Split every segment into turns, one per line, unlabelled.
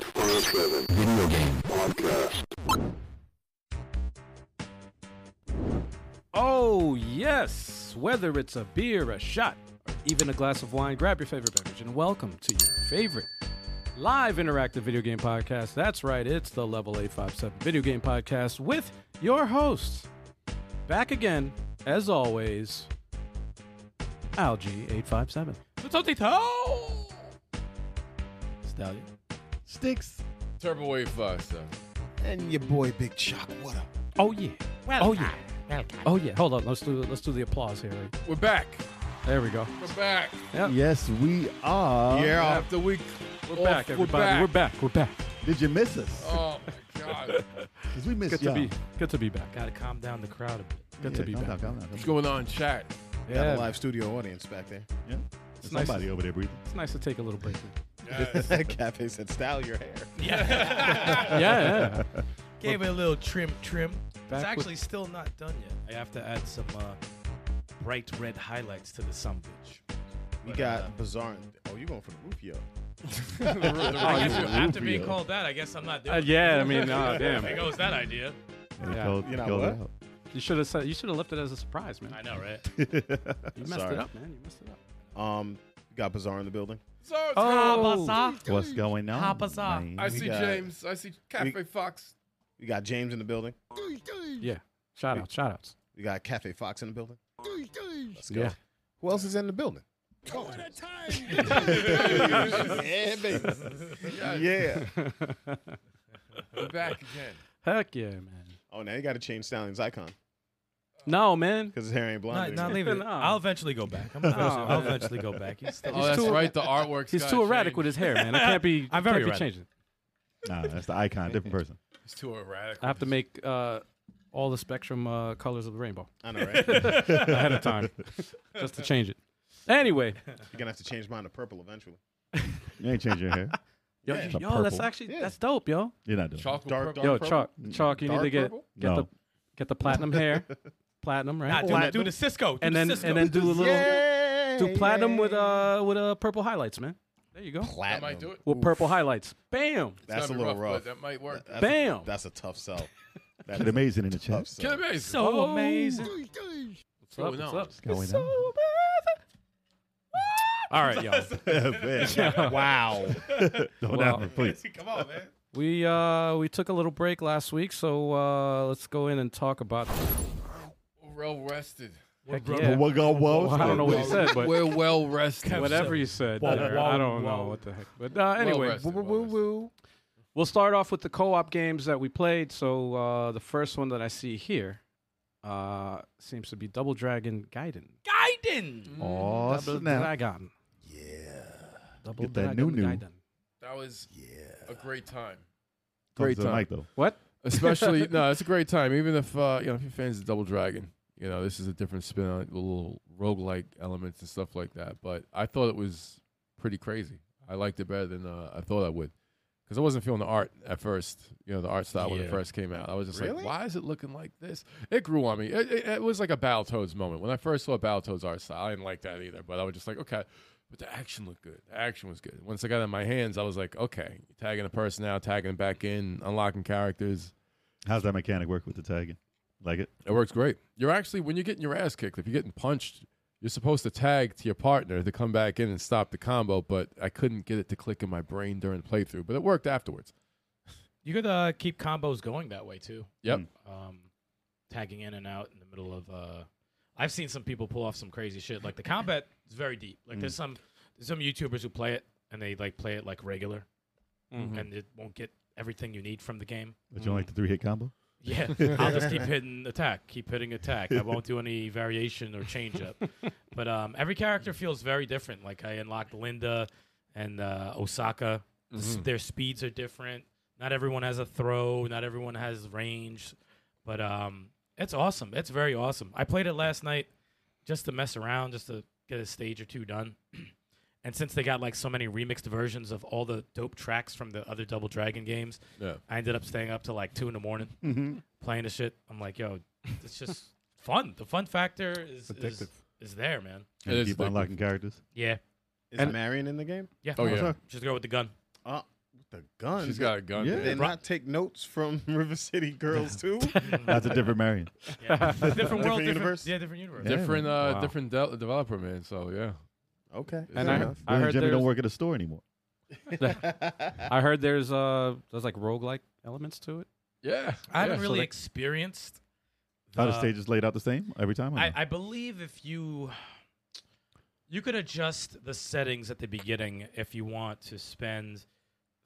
24-7 Video Game Podcast.
Oh, yes. Whether it's a beer, a shot, or even a glass of wine, grab your favorite beverage and welcome to your favorite live interactive video game podcast. That's right, it's the Level 857 Video Game Podcast with your hosts. Back again, as always, Algie857. Stallion.
Sticks
Turbo Wave Fox, though.
and your boy Big Chuck. What up?
Oh, yeah. oh, yeah. Oh, yeah. Hold on. Let's do, let's do the applause here. right?
We're back.
There we go.
We're back.
Yep.
Yes, we are.
Yeah.
After we
We're back, everybody. We're back. We're back.
Did you miss us?
Oh my God.
'Cause we missed
Good
y'all.
to be good to be back.
Got to calm down the crowd a bit.
Good to
Yeah,
be
calm
back.
down, calm down, calm
What's
down.
going on, chat?
Got
Yeah,
a live studio audience back there.
Yeah. There's
nice.
Somebody over there breathing.
it's nice to take a little break.
Cafe said, "Style your hair."
yeah, yeah.
Gave it a little trim, trim.
Back
it's
with-
actually still not done yet. I have to add some uh, bright red highlights to the sun bitch.
We
But,
got
uh,
bizarre. Oh, you going for the roof, yo?
I guess
Oh,
you
after being
rubio.
called that, I guess I'm not doing.
Uh,
it.
yeah, I mean, oh,
There
damn.
goes that idea.
And
Yeah.
called-
You know
called
what?
it out.
You should have said. You should have left it as a surprise, man.
I know, right?
You messed
Sorry.
it up, man. You messed it up.
Um, we got bizarre in the building.
So it's
oh,
What's going on?
Hop us off.
man?
I see
got-
James. I see Cafe Fox.
We got James in the building.
yeah. Shout out, shout outs.
We got Cafe Fox in the building. Let's go.
Yeah.
Who else is in the building? yeah, baby.
Yes,
Yeah.
we're back again.
Heck yeah, man.
Oh, now you got to change Stallion's icon
No, man.
because his hair ain't blonde.
Not, not
anymore.
leaving.
No.
it. I'll eventually go back. I'm a person.
No.
I'll eventually go back. He's still.
Oh, that's
too-
right. The artwork's
He's
gotta
too erratic
change.
with his hair, man. I can't be.
I'm
can't
very
be
erratic.
changing.
Nah, that's the icon. Different person.
He's too erratic.
I have to make uh, all the spectrum uh, colors of the rainbow
I know, right? You're
ahead of time, just to change it. Anyway,
gonna have to change mine to purple eventually.
You ain't changing your hair.
yo,
Yeah.
yo, that's
Purple.
actually
Yeah.
that's dope, yo.
You're not doing it.
Chalk
Dark,
dark,
dark
Yo,
purple?
chalk, chalk. You
Dark
need to get
purple?
get the
No.
get the platinum hair, platinum, right?
Nah, do,
Platinum.
the, do the Cisco. Do
and
the
then
Cisco.
and then do a little
Yeah,
do platinum
yeah.
with uh with uh purple highlights, man. There you go.
platinum.
That might do it.
With purple highlights, bam,
It's
That's a
gotta be
little
rough,
rough.
but that might work.
That's a-
Bam.
that's a tough sell. That's
Shit amazing in the
tough
chat.
Kid
sell.
amazing.
so amazing.
What's
What's going
Oh. up?
on?
What's up?
Going on.
All right, y'all.
Man.
Wow.
Don't
Well-
have it, please.
Come on, man.
We uh we took a little break last week, so uh let's go in and talk about.
We're well rested.
Heck
bro-
yeah.
What go- whoa,
I don't know what
whoa.
he said, but
We're well rested.
whatever you said,
Whoa,
there,
whoa,
I don't
whoa.
know what the heck. But uh, anyway,
rested,
woo,
well
woo,
rested.
woo. we'll start off with the co-op games that we played. So uh the first one that I see here uh seems to be Double Dragon Gaiden.
Gaiden.
Mm,
Oh,
Double
snap.
Dragon. Yeah. Double
Get that
Dragon
new-new.
Gaiden.
That was a great time.
Comes
Great
to the
time.
mic, though.
What?
Especially no, it's a great time. Even if uh, you know if you're fans of Double Dragon, you know this is a different spin on it, the little roguelike elements and stuff like that. But I thought it was pretty crazy. I liked it better than uh, I thought I would because I wasn't feeling the art at first. You know the art style when it
Yeah.
first came out. I was just
Really?
like, why is it looking like this? It grew on me. It, it, it was like a Battletoads moment when I first saw Battletoads art style. I didn't like that either, but I was just like, okay. But the action looked good. The action was good. Once I got it in my hands, I was like, okay, tagging a person out, tagging them back in, unlocking characters.
How's that mechanic work with the tagging? Like it?
It works great. You're actually when you're getting your ass kicked, if you're getting punched, you're supposed to tag to your partner to come back in and stop the combo. But I couldn't get it to click in my brain during playthrough, but it worked afterwards.
You could uh, keep combos going that way too.
Yep.
Mm.
Um, tagging in and out in the middle of. Uh, I've seen some people pull off some crazy shit. Like the combat is very deep. Like there's some there's some YouTubers who play it and they like play it like regular
Mm-hmm.
and it won't get everything you need from the game.
But you don't like
Mm.
the three hit combo?
Yeah, I'll just keep hitting attack, keep hitting attack. I won't do any variation or change up. But um, every character feels very different. Like I unlocked Linda and uh, Osaka. The s- Their speeds are different. Not everyone has a throw. Not everyone has range. But um, it's awesome. It's very awesome. I played it last night just to mess around, just to get a stage or two done. and since they got like so many remixed versions of all the dope tracks from the other Double Dragon games,
Yeah.
I ended up staying up till like two in the morning playing the shit. I'm like, yo, it's just fun. The fun factor is is,
Addictive.
is there, man.
And
It
you
is
keep
addictive.
unlocking characters.
Yeah,
Is
And-
Marion in the game?
yeah.
Oh yeah.
Just go with the gun.
Uh, the gun.
She's got a gun.
Yeah.
Did they
man.
not take notes from River City Girls too?
Mm-hmm.
That's a different Marion.
Yeah. different world, different
universe?
Yeah, different universe.
Yeah.
Different, uh,
Wow.
different de- developer, man. So yeah,
okay.
And
fair
I,
enough.
I
Will and
heard
Jimmy
there's,
don't work at a store anymore.
I heard there's uh there's like roguelike elements to it.
yeah.
I haven't
yeah,
really
So
experienced.
Are the
the-
stages laid out the same every time? or
Uh, I,
no?
I believe if you you could adjust the settings at the beginning if you want to spend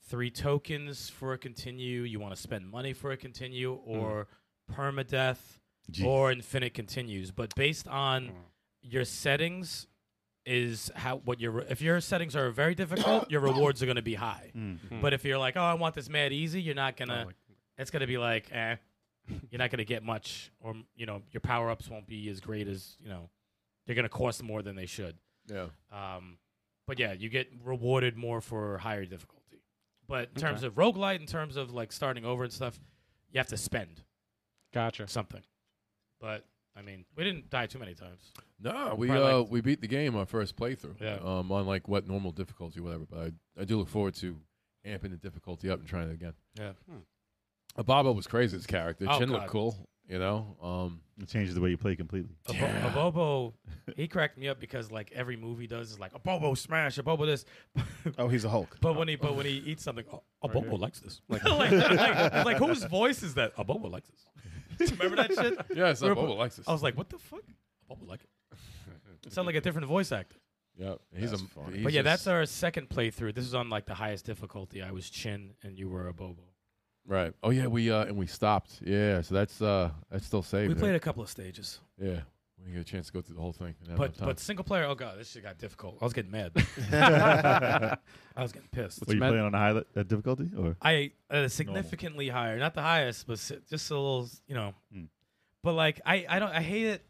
three tokens for a continue, you want to spend money for a continue, or permadeath,
Jeez.
or infinite continues. But based on your settings is how what your if your settings are very difficult, your rewards are going to be high. But if you're like, oh, I want this mad easy, you're not gonna. it's gonna be like, eh, you're not gonna get much, or you know, your power ups won't be as great as you know. They're gonna cost more than they should.
yeah.
Um, but yeah, you get rewarded more for higher difficulty. But in terms of roguelite, in terms of like starting over and stuff, you have to spend
Gotcha.
something. But I mean, we didn't die too many times.
No, we
Probably
uh,
like-
we beat the game our first playthrough.
Yeah.
Um, on like what normal difficulty, whatever. But I, I do look forward to amping the difficulty up and trying it again.
Yeah.
Ababa was crazy. His character,
Oh,
Chin
God.
looked cool. You know. Um.
It changes the way you play completely.
Yeah.
Abobo, he cracked me up because like every movie does is like Abobo smash, Abobo this,
Oh, he's a Hulk.
But when he but when he eats something, oh, Abobo likes this. Like, like, like, like, whose voice is that? Abobo likes this. Remember that shit?
Yeah, it's like
We're-
Ababa likes this.
I was like, what the fuck? Abobo like it. Sound like a different voice actor.
yeah. He's
That's
a.
funny.
he's
but yeah,
just-
that's our second playthrough. This is on like the highest difficulty. I was Chin and you were Abobo.
right. Oh yeah, we uh and we stopped. Yeah. So that's uh that's still saved.
We
right?
played a couple of stages,
Yeah. We didn't get a chance to go through the whole thing. We didn't have
but
enough time.
but single player. Oh god, this shit got difficult. I was getting mad. I was getting pissed.
Were you
mad-
playing on a high le- uh, difficulty or
I uh, significantly higher, not the highest, but si- just a little, you know.
Mm.
But like, I, I don't, I hate it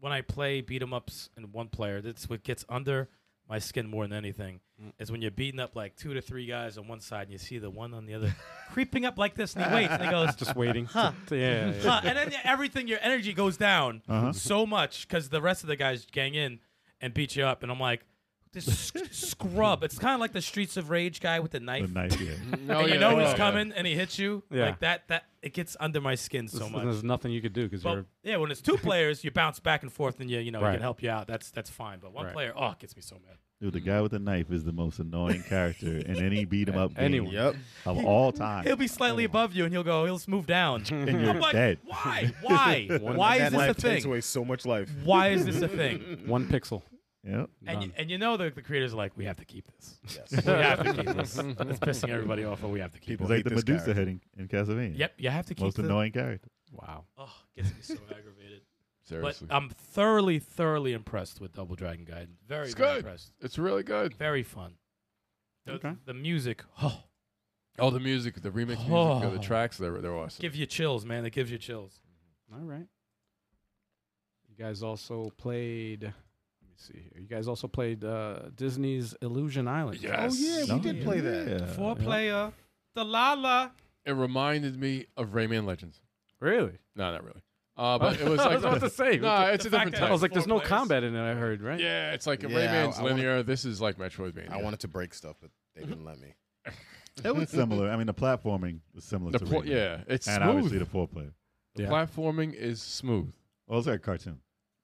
when I play beat 'em ups in one player. That's what gets under my skin more than anything. Is when you're beating up like two to three guys on one side, and you see the one on the other creeping up like this, and he waits, and he goes,
Just waiting. to- to- yeah, yeah, yeah.
huh, and then everything, your energy goes down
Uh-huh.
so much because the rest of the guys gang in and beat you up, and I'm like. This sc- scrub. It's kind of like the Streets of Rage guy with the
the
knife
knife? Yeah.
No,
and
Oh, yeah,
you know
yeah,
he's
yeah.
coming and he hits you
Yeah.
like that that it gets under my skin so
There's-
much
There's nothing you could do because
but
you're
yeah when it's two players you bounce back and forth and you you know he
Right.
can help you out that's that's fine but one
Right.
player oh it gets me so mad
Dude, the guy with the knife is the most annoying character in any beat 'em up game
Anyone.
Yep.
of all time.
he'll be slightly above you and he'll go he'll just move down
and
i'm
you're
like
dead.
why why why is
that
this a
life takes
thing
away so much life.
why is this a thing
one pixel.
Yep.
and you,
Done.
and you know the, the creators are like we have to keep this
Yes.
we have to keep this it's pissing everybody off but we have to
It's
keep
People
like
hate
the
this
Medusa
character.
heading in Castlevania.
it yep you have to keep
Most
the,
annoying character.
Wow.
oh gets me so aggravated but
Seriously.
i'm thoroughly thoroughly impressed with double dragon guide very,
It's
very
good.
impressed
it's really good.
very fun. The,
Okay.
the music, oh,
Oh, the music, the remix music, uh,
Oh.
the tracks, they're, they're awesome.
give you chills, man. That gives you chills.
All right. You guys also played. Let me see here. You guys also played uh, Disney's Illusion Island.
Oh,
oh,
Yes.
yeah,
No?
we did play that.
Yeah.
Four player, the Lala.
It reminded me of Rayman Legends.
Really?
No, not really. Uh, but it was
I
like
was about to say.
No, it's a
fact
different
that
type.
I was like,
Four
"There's no
players.
combat in it." I heard, right?
yeah, it's like a
Yeah,
Rayman's
I- I wanna-
linear. this is like Metroidvania.
I wanted to break stuff, but they didn't let me.
It was similar. I mean, the platforming was similar
the
to
pl-
Rayman.
yeah, it's
and obviously
smooth.
the four player.
The
Yeah.
platforming is smooth.
Well, it's like a cartoon,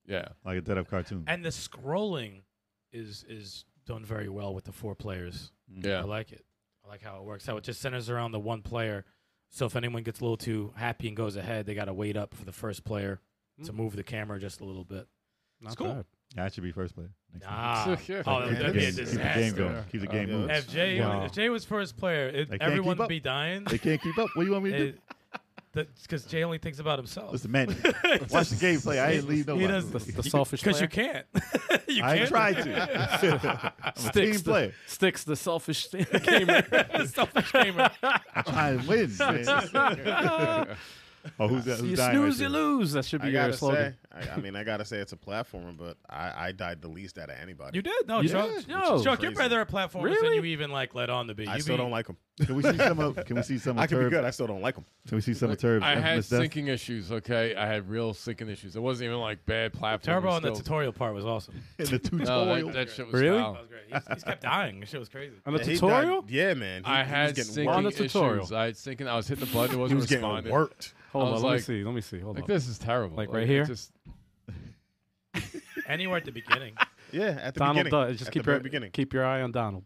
Yeah,
like a dead up cartoon.
And the scrolling is is done very well with the four players. I
Mm-hmm. yeah.
like it. I like how it works. How it just centers around the one player. So if anyone gets a little too happy and goes ahead, they got to wait up for the first player to
Mm.
move the camera just a little bit.
Not
It's cool.
bad.
Yeah, I should be first player. next time.
Ah,
Yeah.
oh,
Keep the game-
that'd be a
Keep the game
disaster.
going. Keep the
Uh,
game
yeah.
moving.
If Jay,
Wow.
if Jay was first player, it,
They can't
everyone
keep
would
up.
be dying.
They can't keep up. What do you want me to do?
Because Jay only thinks about himself.
Listen, man, watch the gameplay. I ain't leave no
He
one.
does
The, the selfish.
Because you
player.
can't. you
I
can't.
tried to. I'm a team
Sticks the-
player.
Sticks the selfish gamer.
Selfish gamer.
I try and win. man. oh, who's that? Who's
you
dying right
snooze, you
there?
lose. That should be
I
your
gotta say,
slogan.
I, I mean, I gotta say it's a platformer, but I, I died the least out of anybody.
You did? No,
Yeah.
Oh,
Chuck.
Yo,
Oh, Chuck, you're
Crazy.
better at platformers
Really?
than you even like let on to be.
I
You
still
be-
don't like him.
Can we see some of? Can we see some
I
of
could be
Turb's?
good.
Can
I still don't like him.
we see some of Turb's?
I had
infamous death?
sinking issues. Okay, I had real sinking issues. It wasn't even like bad platform.
Turbo on the tutorial part was awesome.
in the tutorial.
No, that, that shit was
Really?
foul.
That was great. He's, he's kept dying. This shit was crazy.
On the
Yeah, he died-
tutorial?
Yeah, man. He-
I
he
had
was getting
sinking
On
worked.
the tutorial.
issues. I had sinking. I was hitting the button. It
He
wasn't
was getting
responding.
worked.
Hold
I
on,
was
let me
like-
see. Let me see. Hold
Like
on.
this is terrible.
Like, right here?
it Just
Anywhere at the beginning.
Yeah, at the
Donald
beginning.
does. Just
At
keep
the
your
very beginning.
keep your eye on Donald.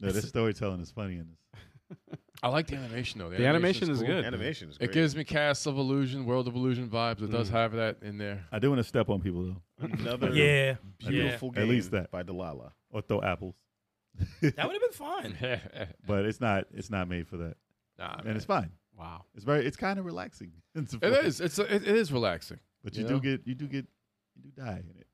No, this storytelling is funny in this.
I like the animation though. The,
The animation
animation's
is
cool.
good.
Animation is great.
It gives me Cast of Illusion, World of Illusion vibes. It does
Mm.
have that in there.
I do want to step on people though,
another
Yeah.
beautiful
Yeah.
game
At least that.
by Delilah.
or throw apples,
That would have been fun.
but it's not. It's not made for that,
nah,
and
man.
it's fine.
Wow.
It's very. It's kind of relaxing. It's
It
fun.
is. It's it, it is relaxing.
but
you
you,
know?
do get. You do get. You do die in it.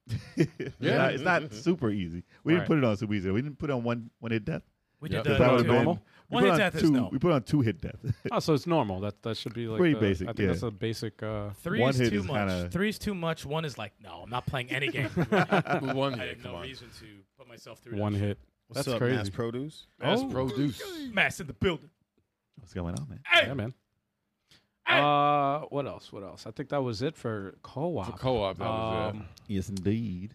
It's
Yeah. Mm-hmm.
not- it's not super easy. We
Right.
didn't put it on super easy. We didn't put it on one one hit death.
We
Yeah. Is
did the
That
that
would've been-
normal.
we
One
put
hit
on
death is
two-
no.
We put on two hit death.
Oh, so it's normal. That that should be like
Pretty
the-
basic,
I think
yeah.
that's a basic. Uh,
Three
One
is
hit
too
is
much.
kinda-
Three is too much. One is like, no, I'm not playing any game. I
With one hit.
have
come
no
on.
reason to put myself through
one
that
hit.
What's
That's
up,
crazy.
Mass Produce?
Mass
Oh.
produce.
shit. Mass in the building.
What's going on, man?
Hey,
Yeah, man.
Hey!
Uh, what else? What else? I think that was it for co-op.
For co-op, that was it.
Um,
Yes, indeed.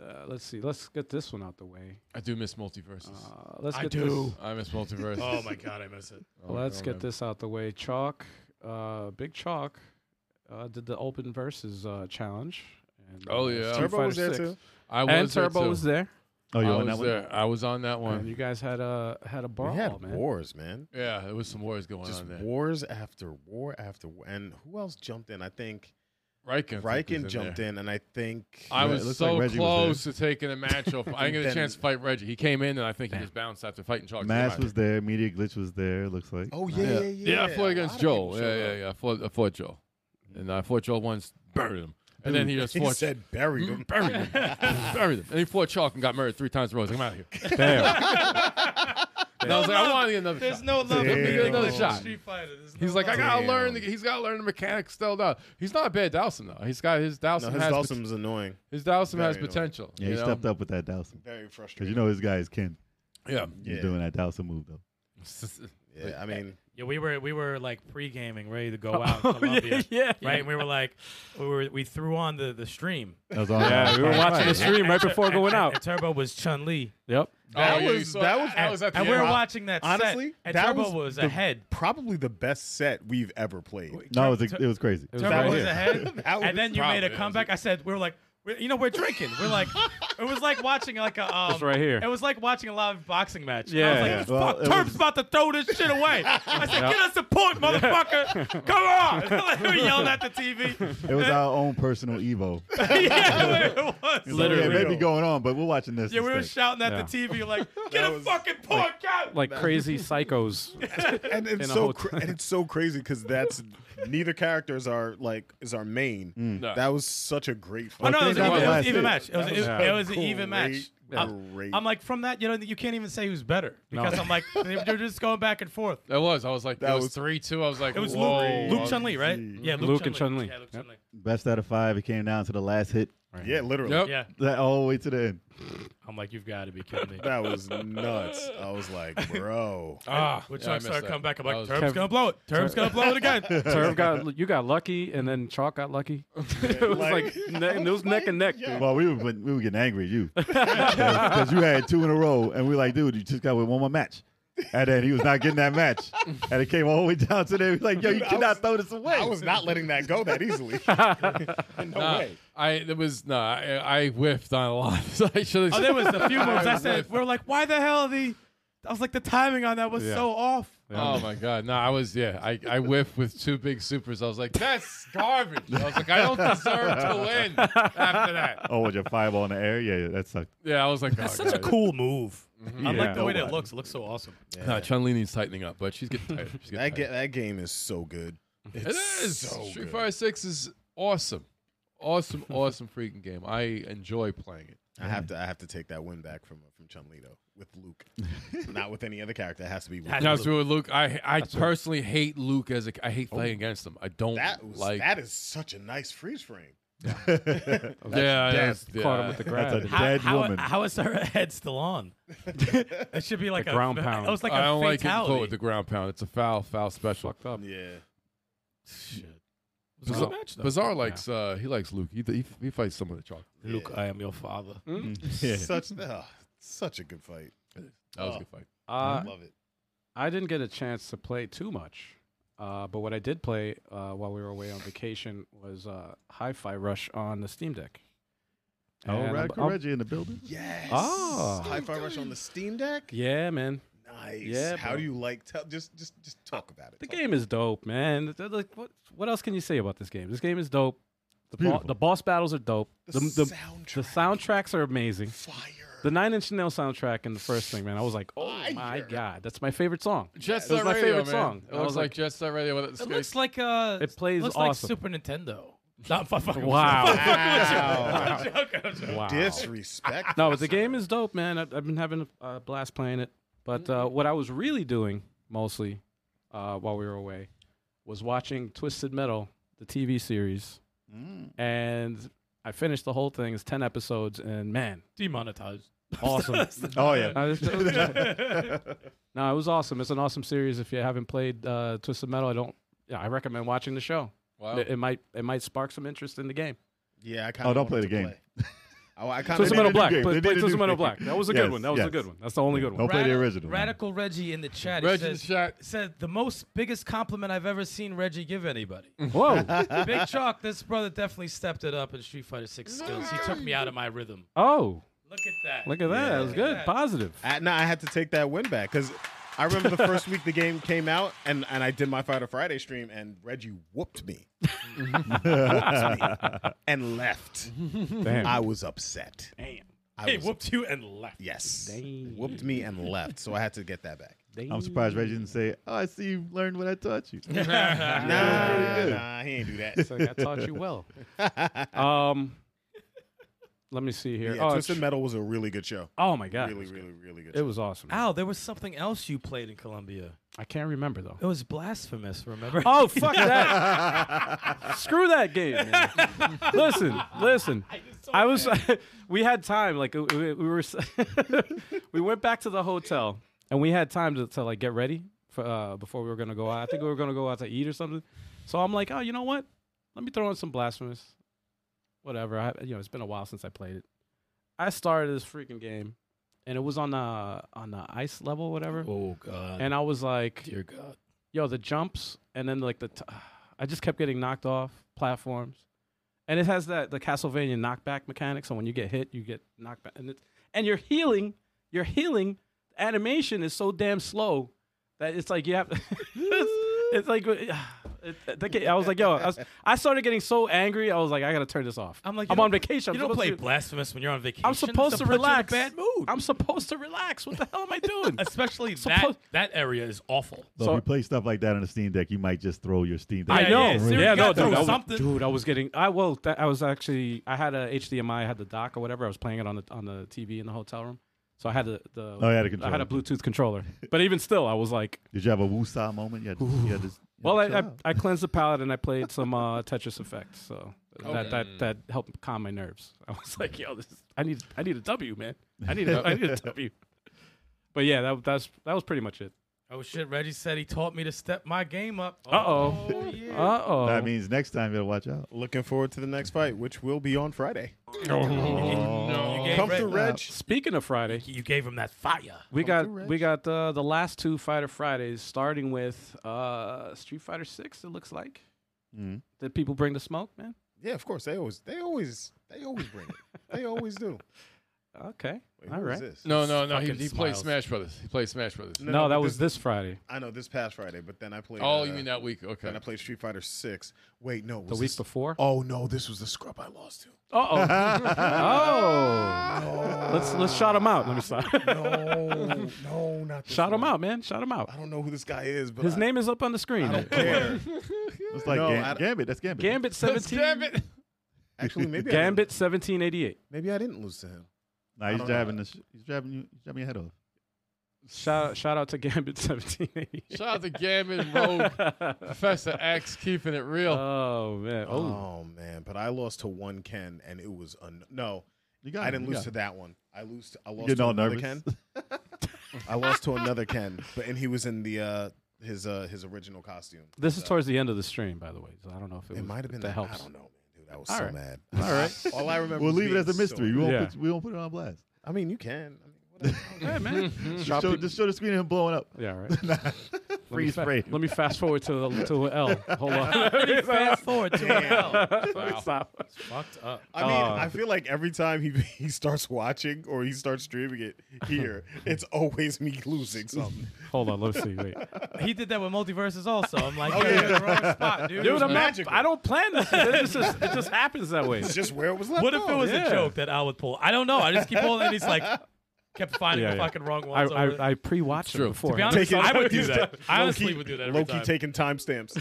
uh, let's see. Let's get this one out the way.
I do miss multiverses.
Uh, let's
I
get
do.
I miss multiverses.
Oh my god, I miss it.
Oh,
Let's
oh,
get
man.
this out the way. Chalk, uh, Big Chalk, uh, did the open versus uh, challenge. And, uh,
Oh, yeah.
Street
Turbo was
Fighter
there
VI.
too.
I was
And
there,
Turbo
too.
was there.
Oh, you
I
on
was
that one?
there. I was on that one.
And you guys had a had a brawl,
we had
man.
wars, man.
yeah, there was some wars going
Just
on there.
wars after war after war. And who else jumped in? I think
Reichen,
Riken jumped in, and I think
I
Yeah, it
was
looked
so
like Reggie was
close to taking a match off. I didn't get a
Then-
chance to fight Reggie. He came in and I think he just bounced after fighting Chalk.
Mass was there. Media glitch was there. It looks like.
Oh yeah, yeah,
Yeah.
yeah.
Yeah, I
A lot
fought against
of people
Joel.
showed
Yeah, yeah,
up.
yeah. I fought, I fought Joel. And I fought Joel once, buried him. And then he just
He
fought
said buried him.
buried him. buried him. And he fought Chalk and got murdered three times in a row. I was like, I'm out of here.
Damn.
And I was like, I want to get another shot.
no love
for me in
another shot.
Street Fighter. There's no
He's like, I
love.
gotta
Damn.
learn. The, he's gotta learn the mechanics still. Now he's not a bad Dowson though. He's got his Dowson.
No, his
has pot-
Dawson's annoying.
his Dowson has
Very annoying.
potential.
Yeah,
you
he
know?
stepped up with that Dowson.
Very
Because you
frustrating.
know his guy is Ken.
Yeah.
He's
Yeah.
doing that Dowson move though.
yeah, I mean,
Yeah, we were we were like pre-gaming, ready to go out in Colombia,
yeah, yeah.
right? And we were like, we were we threw on the the stream.
That was all.
Yeah, we were watching the stream right before going
And-
out.
And Turbo was Chun Li,
Yep.
Oh,
That
yeah, you
was-
saw-
that was-
that was at the
and we were
end.
watching that. set,
honestly,
and
that
Turbo
was
was,
the-
ahead.
probably the best set we've ever played.
No, it was it was crazy.
was
Turbo
right
was
here.
ahead,
That was
and then you made
probably-
a comeback. I said, we were like, we- you know, we're drinking. We're like, it was like watching like a. Um,
It's right here.
It was like watching a live boxing match.
Yeah.
I was like,
Yeah.
Well,
fuck,
it
Turb's
was-
about to throw this shit away. I said, get us a point, motherfucker. Come on. like, we were yelling at the TV.
It was our own personal Evo.
yeah, it was.
yeah,
Literally.
maybe going on, but we're watching this.
Yeah, we were
instead.
shouting at
Yeah.
the TV like, get a
was
fucking point out.
Like crazy psychos.
and
in a
it's so
hotel.
cra- and it's so crazy because that's neither characters are like is our main.
No.
That was such a great.
oh no, it was,
that
an even, it was an
was-
even match. It was,
that
it,
was
it was an
great,
even match. I'm,
Great.
I'm like from that, you know, you can't even say who's better
No.
because I'm like they're they're just going back and forth.
That was. I was like, that
That
was,
was-
three two. I was like,
It was
Whoa.
Luke, Luke Chun Li, right? Yeah,
Luke
Luke,
and Chun-Li.
Yeah, Luke
Yep.
Chun Li.
Best out of five. It came down to the last hit.
yeah, literally.
Yep.
Yeah,
That all the way to the end.
I'm like, you've got to be kidding me.
That was nuts. I was like, bro.
Ah,
Which
yeah, I
yeah,
missed
started
that.
coming back. I'm
That
like,
was-
Turb's
Kev-
gonna blow it. Turb's gonna blow it again.
Turv got you got lucky, and then Chalk got lucky. it was like,
like-
ne- it was neck and neck. dude.
Well, we were but we were getting angry at you because you had two in a row, and we were like, dude, you just got with one more match, and then he was not getting that match, and it came all the way down to there. We were like, yo, you
Dude, I
cannot
was-
throw this away.
I was not letting that go that easily. no
Nah,
way.
I it was no. I, I whiffed on a lot. So I should
Oh,
have.
there was a few moves. I said,
whiffed.
we're like, why the hell the? I was like, the timing on that was
Yeah.
so off.
Oh my god! No, I was yeah. I, I whiffed with two big supers. I was like, that's garbage. I was like, I don't deserve to win after that.
Oh, with your fireball in the air, yeah, yeah that sucked.
Yeah, I was like,
That's
oh,
such a
God.
cool move. I
Yeah.
like the way that it looks. It looks so awesome.
No, Chun Li needs tightening up, but she's getting tired. She's getting
That,
tired.
ga- that game is so good. It's
It is.
So
Street
good.
Fighter Six is awesome, awesome, awesome freaking game. I enjoy playing it.
I have to. I have to take that win back from from Chun Lido with Luke, not with any other character. It has to be with
Has-
Now,
Luke.
so with Luke, I I Oh. personally hate Luke as a. I hate playing against him. I don't
That was
like.
that is such a nice freeze frame.
yeah,
that's
yeah.
Caught him with the grab.
That's a
How,
dead
how,
woman.
how is her head still on? it should be like
The
a
ground pound.
It was like a
I don't like getting
fatality.
caught with the ground pound. It's a foul, foul special.
fucked up.
Um, Yeah.
It was a
Bizarre-
good match, though.
Bizarre likes uh, he likes Luke. He, he, he fights someone that chalk.
Luke, I am your father.
Hmm?
Mm.
Such oh, such a good fight.
That was
Oh.
a good fight.
Uh,
Love it.
I didn't get a chance to play too much, uh, but what I did play uh, while we were away on vacation was uh, Hi-Fi Rush on the Steam Deck.
Oh,
And I'm-
Radical
I'm-
Reggie in the building.
Yes.
Ah.
High Five Rush on the Steam Deck.
Yeah, man.
Nice.
Yeah,
How
bro. Uh,
do you like? Tell just just just talk about it.
The
Talk
game is dope, man. Th- Like, what, what else can you say about this game? This game is dope. The, bo-
beautiful.
the boss battles are dope. The,
The
the,
soundtrack.
the soundtracks are amazing.
Fire.
The Nine Inch Nail soundtrack in the first thing, man, I was like, oh my
Fire.
god, that's my favorite song.
Jet
It was my favorite song.
It
I
looks
was
like,
like-
Jet Set Radio. With
It looks like uh,
It plays
looks
awesome.
like Super Nintendo. Not fu- fucking
Wow.
Wow.
I'm joking, I'm joking.
wow.
Disrespect.
No, but the game is dope, man. I, I've been having a uh, blast playing it. But uh, what I was really doing mostly uh, while we were away was watching Twisted Metal, the TV series,
Mm.
and I finished the whole thing. It's ten episodes, and man,
Demonetized.
awesome.
Oh yeah.
I was- no, it was awesome. It's an awesome series. If you haven't played uh, Twisted Metal, I don't. Yeah, I recommend watching the show.
wow.
It, it might it might spark some interest in the game.
Yeah, I kind
Oh, don't play the game.
Oh, I, I kind
Twisted Metal
need a new
Black.
game.
Play,
They
play
need a new
Twisted Metal
game.
Black. That was a good
Yes,
one. That was a
yes.
good one. That's the only good one.
Don't play the original.
Radical Reggie in the chat. he
Reggie's
says,
shot.
said the most biggest compliment I've ever seen Reggie give anybody.
Whoa.
Big Chalk, this brother definitely stepped it up in Street Fighter Six skills. He took me out of my rhythm.
Oh,
Look at that.
look at that. that was good.
that.
Positive.
I, no, I had to take that win back because I remember the first week the game came out and, and I did my Fighter Friday stream and Reggie whooped me, whooped me and left. I was upset. Damn. I
He
was,
whooped you and left.
yes.
Damn.
Whooped me and left. So I had to get that back.
I'm surprised Reggie didn't say, "Oh, I see you learned what I taught you."
Nah, nah, he ain't do that.
It's like I taught you well. Um, let me see here.
Yeah,
oh,
Twisted
it's-
Metal was a really good show.
oh my god,
really, really, really good.
it
show.
was awesome.
Al, there was something else you played in Colombia.
I can't remember though.
It was blasphemous, remember?
Oh fuck that! Screw that game. man. listen, listen. I was. we had time. Like we, we were. s- we went back to the hotel and we had time to, to like get ready for uh, before we were gonna go out. I think we were gonna go out to eat or something. So I'm like, oh, you know what? Let me throw in some blasphemous. Whatever. I, you know, it's been a while since I played it. I started this freaking game, and it was on the on the ice level, whatever.
Oh God.
And I was like,
Dear God.
yo, the jumps and then like the, t- I just kept getting knocked off platforms, and it has that the Castlevania knockback mechanic. So when you get hit, you get knocked back, and it's and you're healing, you're healing. Animation is so damn slow that it's like you have, it's, it's like. uh, It, the ga- I was like, yo, I, was, I started getting so angry. I was like, I gotta turn this off.
I'm like, you
I'm
don't-
on vacation. I'm
You don't
supposed
play
to-
blasphemous when you're on vacation.
I'm supposed
It's
to
put you in a
relax.
bad mood.
I'm supposed to relax. What the hell am I doing?
Especially that
Supposed-
that area is awful.
So,
So-
if you play stuff like that on the Steam Deck, you might just throw your Steam Deck.
I
Yeah,
know.
yeah,
Yeah,
seriously, you
no,
gotta
dude.
throw
I was,
something.
dude, I was getting. I well, that, I was actually. I had a HDMI. I had the dock or whatever. I was playing it on the on the TV in the hotel room. So I had the. the
Oh, you had a
I had a
controller.
Bluetooth controller. But even still, I was like,
Did you have a woosah moment? You had, you had this, you
well, I,
had to
I,
chill out.
I cleansed the palette and I played some uh, Tetris Effect. So that,
Okay.
that that helped calm my nerves. I was like, yo, this is, I need I need a W, man. I need a, I need a W. But yeah, that that's that was pretty much it.
Oh shit, Reggie said he taught me to step my game up.
Uh-oh.
Oh, yeah.
Uh oh.
that means next time you gotta watch out.
Looking forward to the next fight, which will be on Friday.
Oh, You gave
Come
Reg-
through,
uh,
Reg.
Speaking of Friday,
you gave him that fire.
We got we got uh, the last two Fighter Fridays, starting with uh, Street Fighter Six. It looks like
Mm-hmm.
Mhm.
did people bring the smoke, man?
Yeah, of course. They always, they always, they always bring it. They always do.
Okay,
Wait,
all
who is
right.
this?
No, no, no. He,
Fucking
he played
smiles.
Smash Brothers. He played Smash Brothers.
No,
but
that was this Friday,
I know this past Friday, but then I played.
Oh,
uh,
you mean that week? Okay.
Then I played Street Fighter Six. Wait, no, was
the week
this-
before.
Oh no, this was the scrub I lost to.
Uh oh, oh. Let's let's shout him out. Let me stop.
No, no, not this
shout him
one.
out, man. Shout him out.
I don't know who this guy is, but
His
I-
name is up on the
I
screen.
don't care.
It's like
No,
Gam-
I don't-
Gambit. That's Gambit.
Gambit seventeen. Gambit.
Actually, maybe I didn't-
seventeen eighty eight.
maybe I didn't lose to him.
Nah, he's
don't know.
jabbing. The sh- he's jabbing you. He's jabbing your head off.
Shout shout out to Gambit seventeen eighty.
Shout out to Gambit and Rogue Professor X keeping it real.
Oh man. Oh,
Oh man, but I lost to one Ken, and it was un- no.
You got
I
it,
didn't
you
lose
got
to
it.
that one. I lost. I lost
getting
to
all
another
nervous.
Ken. I lost to another Ken, but and he was in the uh, his uh, his original costume.
this is towards the end of the stream, by the way. So I don't know if it,
It
was-
might have
if
been
that
that.
helps.
I don't know, man, dude. I was
All
so
right.
mad.
All right.
All I remember.
We'll
was
leave it
being
as a
so
mystery. we
mad.
won't
Yeah.
put, we won't put it on blast.
I mean, you can. I mean, whatever.
Yeah, man.
Just Mm-hmm. show, just show the screen of him blowing up.
Yeah, right. Let me
Freeze
fa-
frame.
Let me fast forward to the to an L. Hold on.
Fast forward to hell. Wow.
Stop.
It's fucked up.
I mean,
Uh,
I feel like every time he he starts watching or he starts streaming it here, it's always me losing something.
Hold on. Let me see. Wait.
He did that with multiverses also. I'm like, oh, yeah, you're wrong spot, dude.
Dude, I'm not,
magical.
I don't plan this. It just, it just happens that way.
It's just where it was left.
what if it
off.
was
yeah.
a joke that I would pull? I don't know. I just keep pulling, and he's like, kept finding
Yeah,
the
yeah.
fucking wrong
I,
ones. over there.
I, I pre-watched
true.
it before.
to be honest,
Taking-
I would do
he's
that. I honestly
Low-key-
would do that every
Low key
time.
taking timestamps.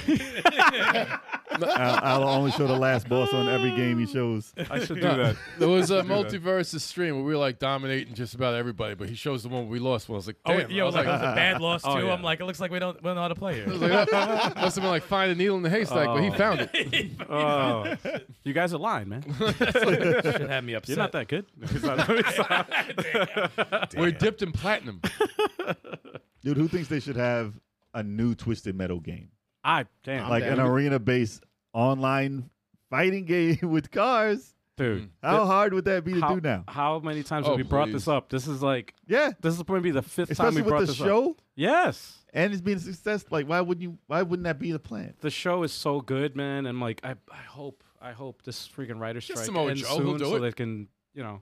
I- I'll only show the last boss on every game he shows.
I should do
No,
that.
There was a multiverse stream where we were like dominating just about everybody, but he shows the one where we lost. When I was like,
Oh,
damn,
yeah,
I
it
was
was
like,
like, it was a bad loss too.
Oh, yeah.
I'm like, it looks like we don't, we don't know how to play
I was
here.
like, that must have been like find a needle in the haystack, but he
Oh.
found it.
Oh, you guys are lying, man.
Should have me upset.
You're not that good. Stop.
We're dipped in platinum.
Dude, who thinks they should have a new Twisted Metal game?
I Ah, damn,
like
down.
an arena based online fighting game with cars?
dude.
How hard would that be to
How,
do now?
how many times
Oh,
have we brought this
please.
up? This is like
Yeah.
this is going to be the fifth
Especially
time we brought
with the
this up.
show
Yes,
and it's being a success. Like why wouldn't you why wouldn't that be the plan?
the show is so good, man. And like, I, I hope, I hope this freaking writer strike
Samoa
ends
Joe, he'll
soon,
do
so
it.
they can, you know,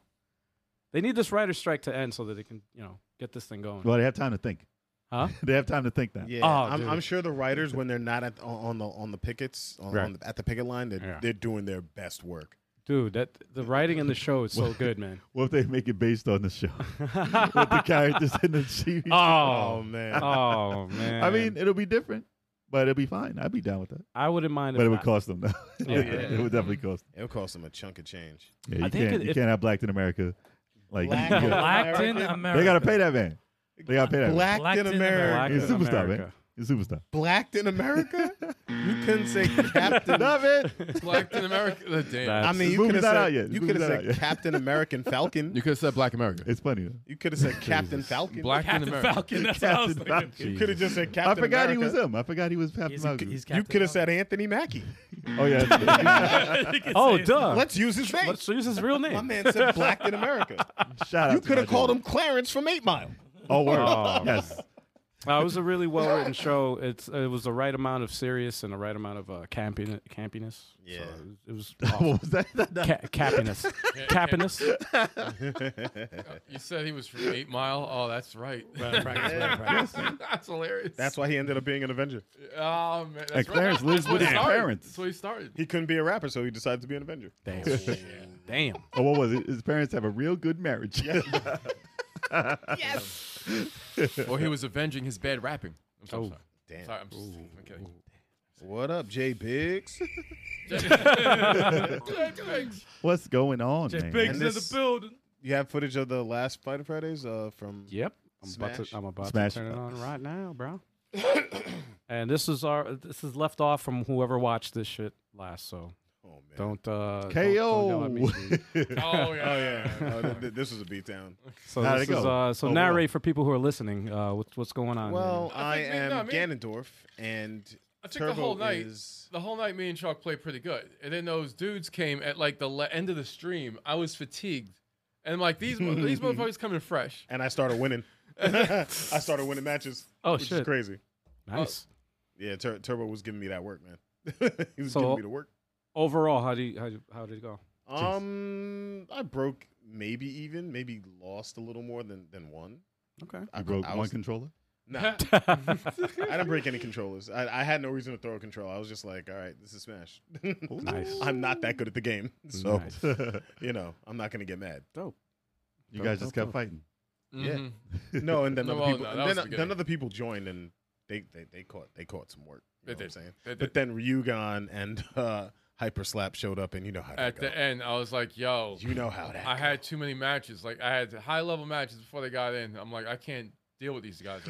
they need this writer strike to end so that they can, you know, get this thing going.
Well, they have time to think.
Huh?
they have time to think now.
Yeah,
Oh,
I'm,
dude.
I'm sure the writers when they're not at on the on the pickets on,
Right.
on the, at the picket line, they're,
Yeah.
they're doing their best work.
Dude, that the writing in the show is so good, man.
What if they make it based on the show? with the characters in the series.
Oh,
man,
oh man.
I mean, it'll be different, but it'll be fine. I'd be down with that.
I wouldn't mind.
But
if
it would
I-
cost them, though.
Yeah.
it would definitely cost them.
it'll cost them a chunk of change.
Yeah,
I
you,
think
can't,
it-
you
if-
can't have blacked in America. Like,
Black-
you gotta-
Blacked in
American-
America.
they got to pay that man. They got to pay that man.
Blacked,
Blacked
in
in
America.
Black
He's a
in
superstar,
America.
man. He's a superstar.
Blacked in America? you couldn't say Captain.
Not man.
Blacked in America. Uh, damn.
That's-
I mean,
The
you
movie's
could have
not
said
out yet. The
you
movie's
could have
not out
said
yet.
Captain American Falcon.
You could have said Black America.
It's funny. Though.
You could have said Captain Falcon.
Black in
Captain
America.
Falcon. That's what I
Captain
was thinking.
Falcon.
You could have just said
I
Captain.
forgot he
America.
was him. I forgot he was Captain
He's,
Falcon.
he's
You
Captain
could have said Anthony Mackie.
oh yeah, that's right.
Falcon.
Oh, duh.
Let's use his name.
Let's use his real
My
name.
man said Blacked in America.
shout out.
You
to
could
my
have called
dude.
him Clarence from Eight Mile.
Oh, word.
Oh.
Yes.
Uh, it was a really well written show. It's it was the right amount of serious and the right amount of uh, campiness. campiness.
Yeah.
so it was. It was awesome.
What was that?
Ca- cappiness, cappiness.
You said he was from Eight Mile. Oh, that's right. that's hilarious.
That's why he ended up being an Avenger.
Oh man. That's
And
right.
Clarence
That's
lives
what
with
he
his
started.
parents.
That's what he started.
He couldn't be a rapper, so he decided to be an Avenger.
Damn.
Oh, what was it? His parents have a real good marriage.
Or he was avenging his bad rapping. I'm so
Oh.
sorry.
Damn.
Sorry, I'm just, I'm kidding.
What up, Jay Biggs?
What's going on, man?
And
Biggs in the
this-
building.
You have footage of the last Fighter Fridays uh, from.
Yep. I'm about
Smash.
to. I'm about
Smash.
to turn it on right now, bro. and this is our. This is left off from whoever watched this shit last. So
Oh man.
don't. uh don't- don't yell
KO.
at me, dude.
Oh yeah.
Oh yeah. No, th- th- this was a beatdown.
So
How'd
this
it
is,
go?
uh, so
Oh,
narrate for people who are listening. Uh, what's what's going on?
Well, I,
think me-
am
no, me-
Ganondorf, and
I think
Turbo
the whole night,
is.
the whole night, me and Chalk played pretty good. And then those dudes came at like the le- end of the stream. I was fatigued, and I'm like these mo- these motherfuckers coming fresh.
And I started winning. I started winning matches.
Oh,
which
shit.
Is crazy.
nice.
Yeah, Tur- Turbo was giving me that work, man. he was
So-
giving me the work.
Overall, how do you, how, do you- how did it go?
Um, I broke maybe even, maybe lost a little more than than one.
Okay.
I
I broke
I
one
was-
controller.
Nah,
Uh,
I didn't break any controllers. I, I had no reason to throw a controller. I was just like, all right, this is Smash.
Nice.
I'm not that good at the game, so
Nice.
you know I'm not gonna get mad.
Dope.
You guys just kept fighting.
Mhm.
No, and then
No,
other
well,
people,
no,
and
that was
then,
the
then
beginning.
other people joined, and they, they, they caught they caught some work.
They
You know what I'm
did.
saying?
They did.
But then Ryugan and uh, Hyper Slap showed up, and you know how that
At
go.
the end, I was like, "Yo,
you know how that.
I
go.
had too many matches. Like I had high level matches before they got in. I'm like, I can't deal with these guys.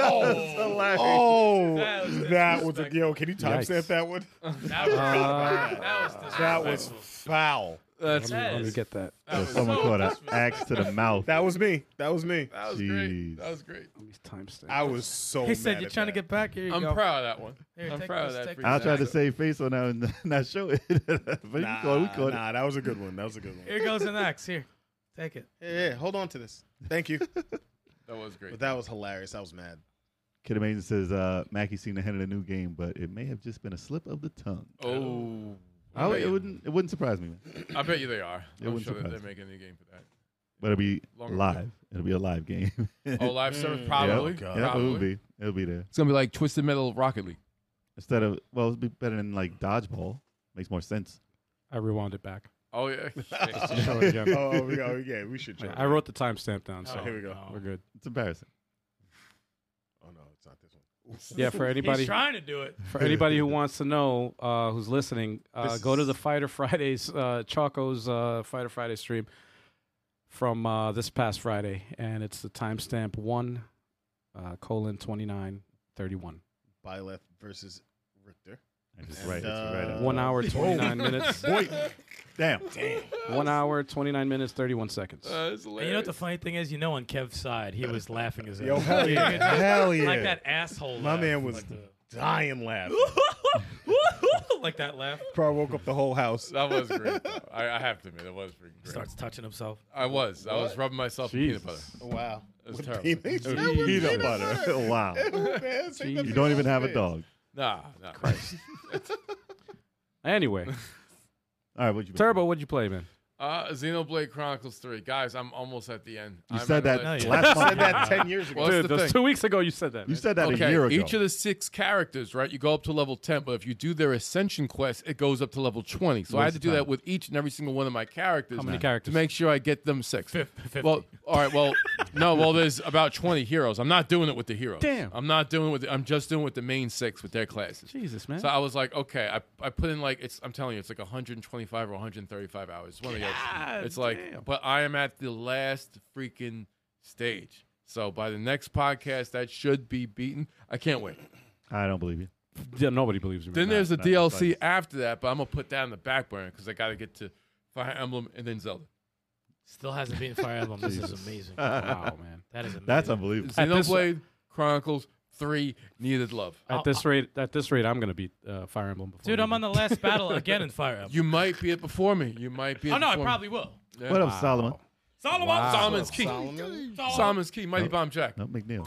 Oh!
Oh,
That was
that was a yo. Can you timestamp
Yikes.
that one?
That was,
Uh,
that was
That was
disrespectful.
foul.
That's,
That
let me
is-
get that.
So someone
so
caught an axe to the mouth.
That was me. That was me.
That was
Jeez.
great. That was great.
Let me timestamp.
I was so.
He said
mad
you're
at
trying to
that.
get back. Here you
I'm
go.
proud of that one.
Here,
I'm
take
proud of
this,
that.
take
free
this.
I
axe.
tried to save face on that and not show it. but you caught, we
Nah,
caught it.
nah, that was a good one. That was a good one.
Here goes an axe. Here, take it.
Yeah, yeah, hold on to this. Thank you.
That was great.
But that was hilarious. I was mad.
Kid Amazing says uh, Mackey seemed ahead of the new game, but it may have just been a slip of the tongue.
oh,
I
I
would,
bet,
it
you,
wouldn't. It wouldn't surprise me, man.
I bet you they are. I'm
wouldn't
sure that
surprise
they're
me.
making a new game for that.
But it'll be
Longer
live. It'll be a live game.
Oh, live service
Mm.
probably.
Yeah,
yeah,
probably.
it'll be. It'll be there
It's gonna be like Twisted Metal Rocket League.
instead of. Well, it'd be better than like dodgeball. Makes more sense.
I rewound it back.
Oh yeah.
Just show it again.
Oh, we, oh yeah, we should jump.
I wrote the timestamp down, so
Oh, here we go.
we're good.
It's embarrassing.
Oh no, it's not this one.
Yeah, for
He's
anybody
trying to do it.
for anybody who wants to know uh, who's listening, uh,
This
go to
is-
the Fighter Fridays, uh, Chaco's uh, Fighter Friday stream from uh, this past Friday, and it's the timestamp one uh, colon twenty nine thirty one.
Byleth versus Richter.
I just
And,
right. it's right
uh,
up.
One hour twenty nine minutes.
Damn.
One hour twenty nine minutes thirty one seconds.
Uh, it's
And you know what the
hilarious.
funny thing is? You know, on Kev's side, he was laughing his ass
Yo,
off.
hell yeah.
Like that-
Hell yeah.
Like that asshole.
My
laugh.
man was
Like the-
dying laugh.
like that laugh.
Probably woke up the whole house.
That was great. though. I, I have to admit, it was freaking great.
Starts touching himself.
I was. I was rubbing myself in peanut butter.
Jesus.
Wow.
It was
With
terrible.
peanuts?
It was-
That was Oh,
Peanut butter. wow.
Man, take that
You don't even
peanut
have a
butter.
dog.
Nah, nah.
Anyway,
All right. What you?
Turbo, what'd you play, man?
Uh, Xenoblade Chronicles Three, guys. I'm almost at the end.
You
I'm
said
at
that
the-
No, you
last month.
Said that ten years ago.
Well, That's
Dude,
the
those
thing.
two weeks ago you said that.
You
man.
said that
okay,
a year ago.
each of the six characters, right? You go up to level ten, but if you do their ascension quest, it goes up to level twenty. So I had
Waste
to
of
do that
time.
with each and every single one of my characters.
How many
to
characters?
make sure I get them six.
Fif- 50.
Well, all right. Well, no. Well, there's about twenty heroes. I'm not doing it with the heroes.
Damn.
I'm not doing it with. The, I'm just doing it with the main six with their classes.
Jesus, man.
So I was like, okay, I, I put in like it's I'm telling you, it's like 125 or 135 hours. It's one of
God
those. It's like,
damn.
but I am at the last freaking stage. So by the next podcast, that should be beaten. I can't wait.
I don't believe you.
yeah, nobody believes me.
Then
man.
there's the
no,
DLC
but-
after that, but I'm gonna put that on the back burner because I got to get to Fire Emblem and then Zelda.
Still hasn't beaten Fire Emblem. This is amazing. That
wow, man.
is amazing.
That's unbelievable.
At this-
Xenoblade Chronicles Three Needed Love.
At this rate, at this rate, I'm gonna beat uh, Fire Emblem. Before
Dude,
you
I'm
do.
on the last battle again in Fire Emblem.
You might be it before me. You might be. It
oh, no, I
before me.
probably will.
Yeah.
What up, Solomon?
Solomon!
Solomon's key.
Solomon?
Solomon's key. Mighty
Nope.
Bomb Jack.
No, McNeil.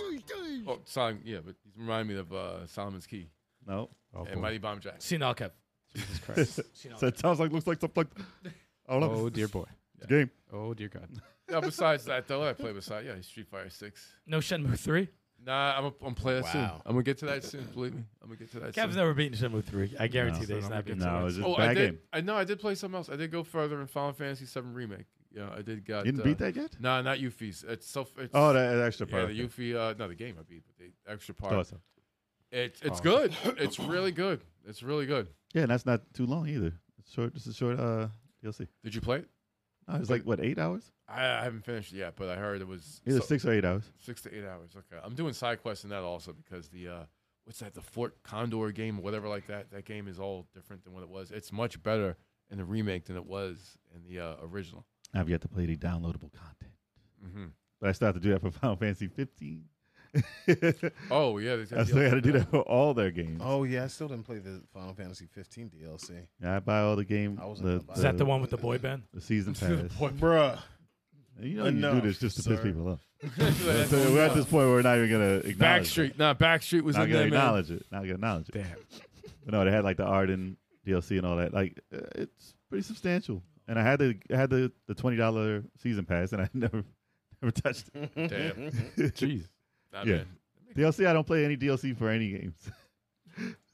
Oh, Solomon, yeah, but he's reminding me of uh, Solomon's Key
No.
and Mighty Bomb Jack.
Seen all Kev.
Jesus Christ.
Seen all
So it sounds like looks like something like. I don't know.
oh dear boy.
It's a game.
Oh dear God.
Yeah, besides that, though, I play beside, yeah, Street Fighter 6.
No Shenmue 3?
Nah, I'm going to play that soon. I'm
Wow.
going to get to that soon, believe me. I'm going to get to that
Kev's
soon.
never beaten Shenmue 3. I guarantee
No.
that he's not beaten
No, it's
Shenmue
just
oh, I
bad
did.
game.
I know, I did play something else. I did go further in Final Fantasy 7 Remake. Yeah, I did got.
You didn't
uh,
beat that yet?
Nah, not Yuffie's. It's so. It's,
Oh, that that extra
Yeah,
part.
the Yuffie. Uh, no, the game I beat, but the extra part.
Awesome.
It's
Oh.
it's good. It's really good. It's really good.
Yeah, and that's not too long either. It's short. This is short. Uh, DLC.
Did you play it?
No, it's like what eight hours?
I, I haven't finished it yet, but I heard it was
Either
so-
six or eight hours.
Six to eight hours. Okay, I'm doing side quests in that also because the uh, what's that? The Fort Condor game, or whatever like that. That game is all different than what it was. It's much better in the remake than it was in the uh, original.
I've yet to play the downloadable content,
Mm-hmm.
but I still have to do that for Final Fantasy 15. I
Oh yeah, they
still got to do that for all their games.
Oh yeah, I still didn't play the Final Fantasy 15 DLC.
Yeah, I buy all the game.
I wasn't
the,
gonna buy
Is that the one with the boy band?
The season pass.
Bruh.
you know, you do
Enough,
this just to
sir.
piss people off. So we're at this point where we're not even gonna acknowledge.
Backstreet, nah, Backstreet
It.
was
Not
in
gonna
there, man.
acknowledge it. Not gonna acknowledge it.
Damn.
But no, they had like the Arden DLC and all that. Like uh, it's pretty substantial. And I had the I had the, the twenty dollar season pass, and I never never touched it.
Damn,
Jeez.
nah,
Yeah.
man.
DLC. I don't play any DLC for any games.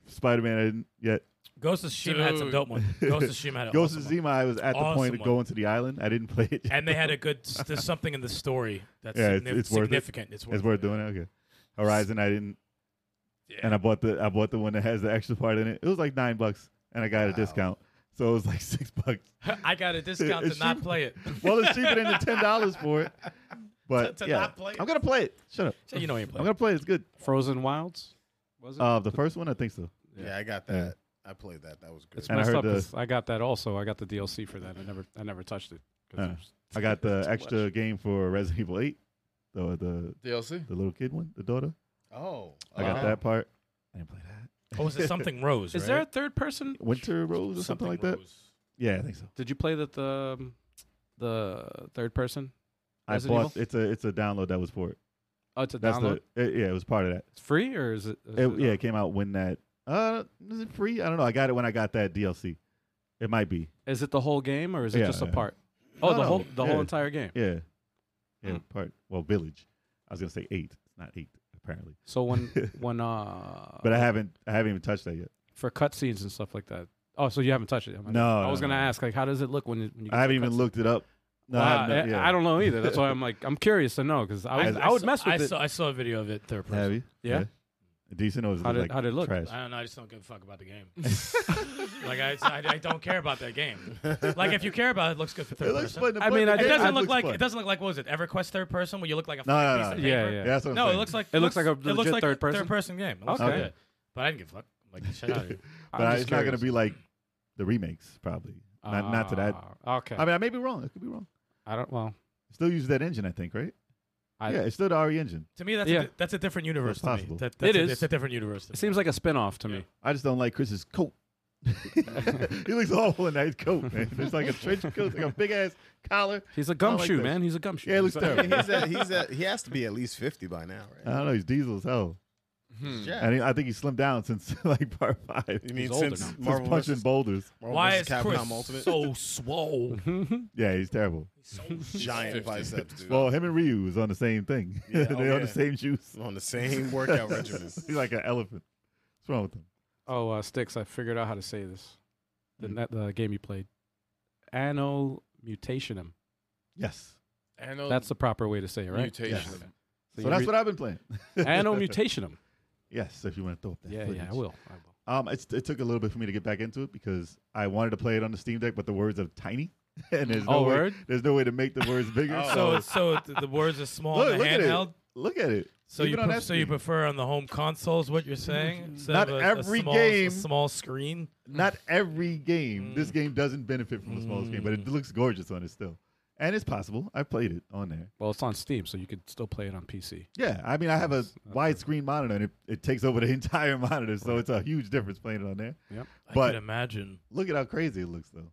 Spider Man, I didn't yet.
Ghost of Tsushima had some
Dude.
dope one. Ghost of Tsushima had an
Ghost of
awesome one.
Zima, I was at the point
Awesome
of
one.
going to the island. I didn't play it. yet.
And they had a good, s- there's something in the story that's
Yeah, it's-
signif-
it's worth it.
significant. It's worth,
it's worth doing it. Okay. Horizon, I didn't.
Yeah.
And I bought the I bought the one that has the extra part in it. It was like nine bucks, and I got a discount, so it was like six bucks.
I got a discount
It's
to not
cheap.
play it.
Well, it's cheaper than the ten dollars for it. But
To- to
yeah,
not play it?
I'm gonna play it. Shut up.
So you know you play.
I'm gonna play it. It's good.
Frozen Wilds. Was it?
Uh, the first one, I think so.
Yeah, I got that. I played that. That was good.
it's
and I
messed
heard
up.
the-
'cause I got that also. I got the DLC for that. I never, I never touched it. 'cause
Uh,
there's-
I got the
it's too
extra
much.
game for Resident Evil 8, the the
DLC.
the little kid one, the daughter.
oh,
I got
uh,
that part. I didn't play that.
Oh, was it something Rose?
Is there a third person?
Winter Rose or something, like that. Yeah, I think so.
Did you play that the um, the third person? Resident
I bought
Evil?
it's a it's a download that was for it.
Oh, it's a
That's
download.
the it, yeah, it was part of that.
it's free or is it? is
It-
it-
yeah, it came out when that uh is it free? I don't know. I got it when I got that DLC. It might be.
Is it the whole game or is it
Yeah,
just a
yeah.
part? Oh,
No,
the
no,
whole the whole
yeah.
entire game.
Yeah. Yeah,
Hmm.
part well village. I was gonna say eight. It's not eight, apparently.
So when when uh,
But I haven't I haven't even touched that yet.
for cutscenes and stuff like that. Oh, so you haven't touched it? I'm like-
No,
I
no,
was gonna
no.
ask like, how does it look when, you- when you? get
I haven't
to
even
cutscenes?
looked it up. No, I,
Wow,
haven't,
I-
yeah.
I don't know either. That's why I'm like, I'm curious to know because I, was, I, would mess with
I
it.
Saw, I saw a video of it third
Have
person.
you?
Yeah?
Decent or was
How
it
did-
like
how did it look?
trash?
I don't know. I just don't give a fuck about the game. like I, I, I don't care about that game. Like if you care about it, it looks good for third
It looks
person.
fun. to
I
play,
mean,
the
I
It
game
doesn't look
looks
like
fun.
it doesn't look like what was it EverQuest third person where you look like a
No,
fucking
no, no,
piece of
no.
paper.
Yeah, yeah.
Yeah, that's what I'm
No, it
saying.
looks like
It looks like a
it looks
legit
like a
third person?
third person game. It looks
Okay.
good. but I didn't give a fuck. Like shut out of here.
I'm
but I-
just
it's not gonna
curious.
be like the remakes, probably. Not not to that.
Ah, Okay. I,
I mean, I may be wrong. I could be wrong.
don't. Well,
Still uses that engine, I think, right?
I,
yeah, it's still the RE engine.
To me, that's
Yeah.
a, di- that's a different universe. To me.
possible.
That,
It
that's a,
is.
It's a different universe. To
it
me.
seems like a spin off to me.
I just don't like Chris's coat. he looks awful in that coat, man. It's like a trench coat, like a big ass collar.
He's a
like
gumshoe,
this.
man. He's a gumshoe.
Yeah, it looks
He's a-
terrible.
he's at, he's at, he has to be at least fifty by now,
I
right?
don't know. He's diesel as hell,
Yeah.
and he, I think he slimmed down since like part five.
you mean
older
since
now.
Since
Marvel
punching
versus,
boulders.
Marvel
Why
versus
is Chris
Capcom Ultimate?
so swole?
Yeah, he's terrible.
so
giant biceps, dude.
Well, him and Ryu was on the same thing.
Yeah,
they
oh,
on
yeah.
the same juice.
on the same workout regimen.
he's like an elephant. What's wrong with him?
Oh, uh, sticks. I figured out how to say this.
Mm.
The net, the game you played, Anno Mutationum.
Yes.
Oh.
That's the proper way to say it, right?
mutation.
Yes. So that's what I've been playing.
Anno Mutationum.
Yes, if you want to throw up that.
Yeah,
footage.
yeah. I will. I will.
Um, it's, it took a little bit for me to get back into it because I wanted to play it on the Steam Deck, but the words are tiny, and there's no
Oh,
way,
word?
there's no way to make the words bigger.
So it's- so th- the words are small
look,
and
look at it.
handheld.
Look at it.
So
Even
you
on
pref-
that
so you
screen.
prefer on the home consoles what you're saying? Instead
Not
of a,
every
a small,
game.
a small screen.
not
Mm.
every game. This game doesn't benefit from the smallest game, but
Mm.
it looks gorgeous on it still, and it's possible. I played it on there.
Well, it's on Steam, so you could still play it on PC.
Yeah, I mean, I have a widescreen monitor, and it, it takes over the entire monitor, so it's a huge difference playing it on there.
Yep.
I
But-
could imagine.
Look at how crazy it looks, though.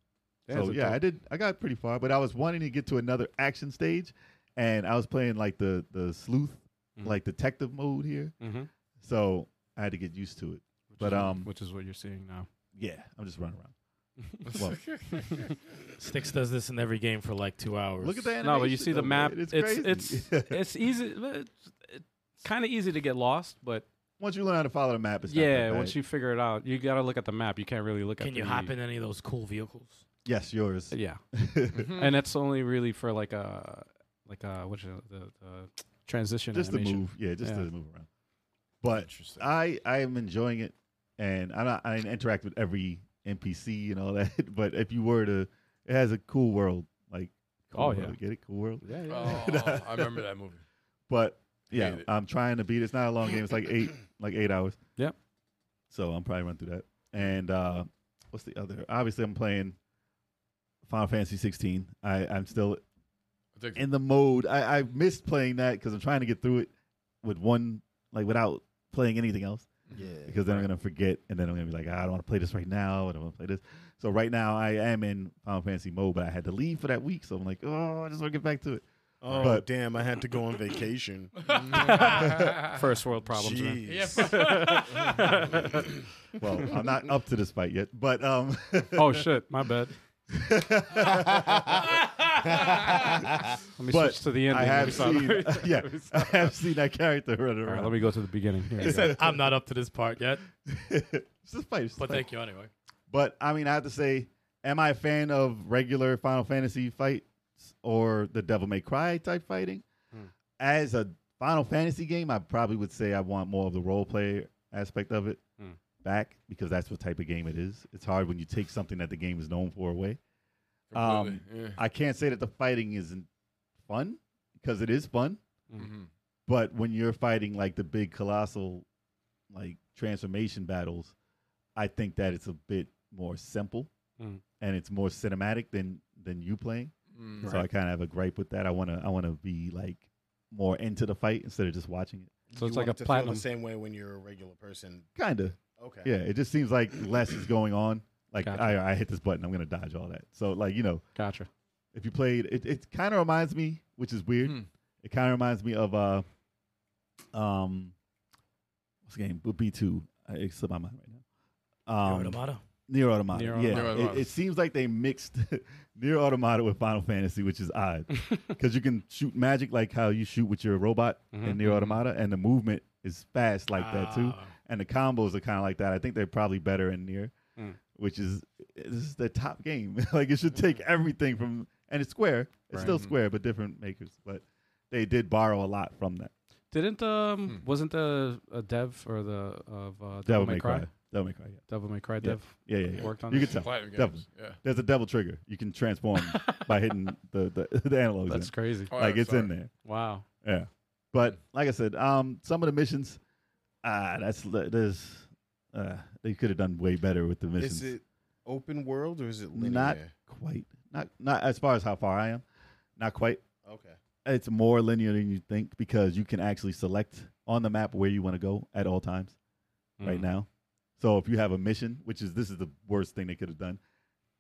Yeah, it's
so
a
yeah,
dope-
I did. I got pretty far, but I was wanting to get to another action stage, and I was playing like the the sleuth,
Mhm.
like detective mode here.
Mhm.
So I had to get used to it.
Which is-
But, um,
which is what you're seeing now.
Yeah, I'm just running around. Well,
Sticks does this in every game for like two hours.
look at that.
No, but you see the map. It's it's it's,
crazy.
easy. It's, kind of easy to get lost, but
once you learn how to follow the map, it's not
yeah,
that bad.
once you figure it out, you gotta look at the map. You can't really look at.
Can you
the-
hop in any of those cool vehicles?
yes, yours.
Yeah, Mm-hmm.
Mm-hmm.
and that's only really for like a like a what's it, the, the transition.
just to
animation.
move. Yeah, just
Yeah.
to move around. But I I am enjoying it, and I not, I didn't interact with every NPC and all that. But if you were to, it has a cool world. Like cool
Oh,
world,
yeah.
get it, cool world.
Yeah, yeah.
Oh, I remember that movie.
But yeah,
Hate it.
I'm trying to beat. it. It's not a long game. It's like eight like eight hours.
Yep.
So I'm probably run through that. And uh what's the other? Obviously, I'm playing Final Fantasy 16. I I'm still
I think
in the mode. I, I missed playing that because I'm trying to get through it with one, like without playing anything else.
Yeah.
Because then I'm gonna forget, and then I'm gonna be like, "Ah, I don't want to play this right now, and I want to play this. So right now I am in Final Fantasy mode, but I had to leave for that week, so I'm like, oh, I just want to get back to it.
Oh
But-
damn! I had to go on vacation.
First world problems. man.
Jeez.
Well, I'm not up to this fight yet, but um,
Oh shit, my bad.
Ah.
Let me
But
switch to the end.
I have seen, yeah, I have seen that character running
All right,
around.
let me go to the beginning. Here we
He
go.
said, "I'm not up to this part yet,
it's just a fight, it's just a
but
fight.
thank you anyway."
But I mean, I have to say, am I a fan of regular Final Fantasy fights or the Devil May Cry type fighting?
Hmm.
As a Final Fantasy game, I probably would say I want more of the role play aspect of it
Hmm.
back because that's what type of game it is. It's hard when you take something that the game is known for away. um,
Completely,
I can't say that the fighting isn't fun because it is fun.
Mhm.
But when you're fighting like the big colossal, like transformation battles, I think that it's a bit more simple
Mm.
and it's more cinematic than than you playing.
Mm.
So I kind of have a gripe with that. I wanna I wanna be like more into the fight instead of just watching it.
So it's
You
like
want
a
it to feel
platinum.
the same way when you're a regular person.
Kinda,
Okay.
yeah. It just seems like less is going on. Like
Gotcha.
I, I hit this button, I'm gonna dodge all that. So like you know,
Gotcha.
if you played it, it kind of reminds me which is weird
Hmm.
it kind of reminds me of uh um what's the game But b2 I- it slipped my mind right now um
Automata.
near automata
Nier
yeah
Automata. Nier
It,
Automata.
it seems like they mixed near automata with final fantasy which is odd
Mm-hmm.
because you can shoot magic like how you shoot with your robot in near automata and the movement is fast like that too
Mm-hmm. Ah.
and the combos are kind of like that. I think they're probably better in near,
Mm.
which is this is the top game. like it should take everything from and it's Square. It's still
Right. Mhm.
Square, but different makers. But they did borrow a lot from that.
Didn't um
Hmm.
wasn't the a dev or the of uh, Devil,
Devil
May
May
Cry?
Cry. Devil May Cry.
Devil May Cry
Yeah.
dev
Yeah, yeah, yeah. yeah.
worked on
You
that?
could tell.
Platinum games.
Definitely.
Yeah.
There's a double trigger. You can transform by hitting the the, the analogs.
That's
in.
crazy.
Oh,
like
yeah,
it's in
sorry.
there.
Wow.
Yeah. But like I said, um, some of the missions, ah, that's there's, uh, they could have done way better with the missions.
Is it open world or is it linear?
Not quite. Not not as far as how far I am. Not quite.
okay.
It's more linear than you think because you can actually select on the map where you want to go at all times right now. So if you have a mission, which is this is the worst thing they could have done.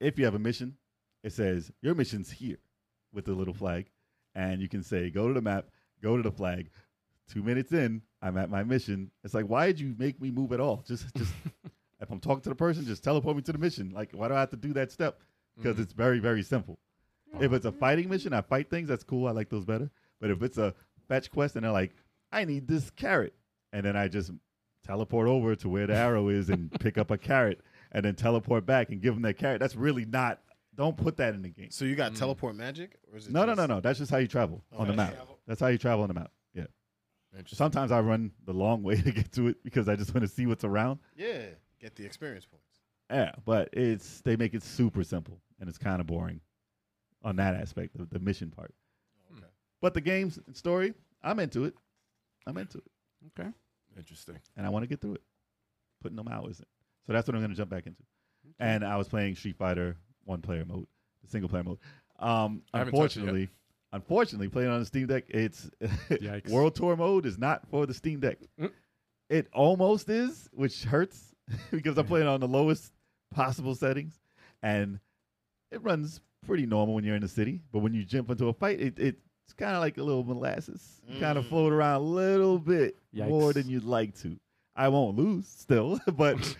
If you have a mission, it says your mission's here with the little flag and you can say go to the map, go to the flag. 2 minutes in, I'm at my mission. It's like why did you make me move at all? Just just if I'm talking to the person, just teleport me to the mission. Like why do I have to do that step? because
Mhm.
it's very very simple. If it's a fighting mission, I fight things. That's cool. I like those better. But if it's a fetch quest and they're like, I need this carrot, and then I just teleport over to where the arrow is and pick up a carrot, and then teleport back and give them that carrot. That's really not. Don't put that in the game.
So you got
Hmm.
Mm.
teleport magic, or is it
No, no, no,
just-
no. That's just how you travel on the
Okay.
map. That's how you travel on the map. Yeah.
Interesting.
Sometimes I run the long way to get to it because I just want to see what's around.
Yeah, get the experience points.
Yeah, but it's they make it super simple and it's kind of boring on that aspect of the mission part.
Okay.
But the games and story, I'm into it. I'm into it,
Interesting.
and I want to get through it. Putting them hours in, so that's what I'm going to jump back into. And I was playing Street Fighter one player mode, the single player mode. Um,
I haven't touched it yet.
unfortunately, unfortunately, playing on the Steam Deck, it's
Yikes.
World Tour mode is not for the Steam Deck.
Mm.
It almost is, which hurts because I'm playing on the lowest possible settings, and it runs pretty normal when you're in the city. But when you jump into a fight, it, it it's kind of like a little molasses. You kind of
Mm.
float around a little bit more
Yikes.
than you'd like to. I won't lose still, but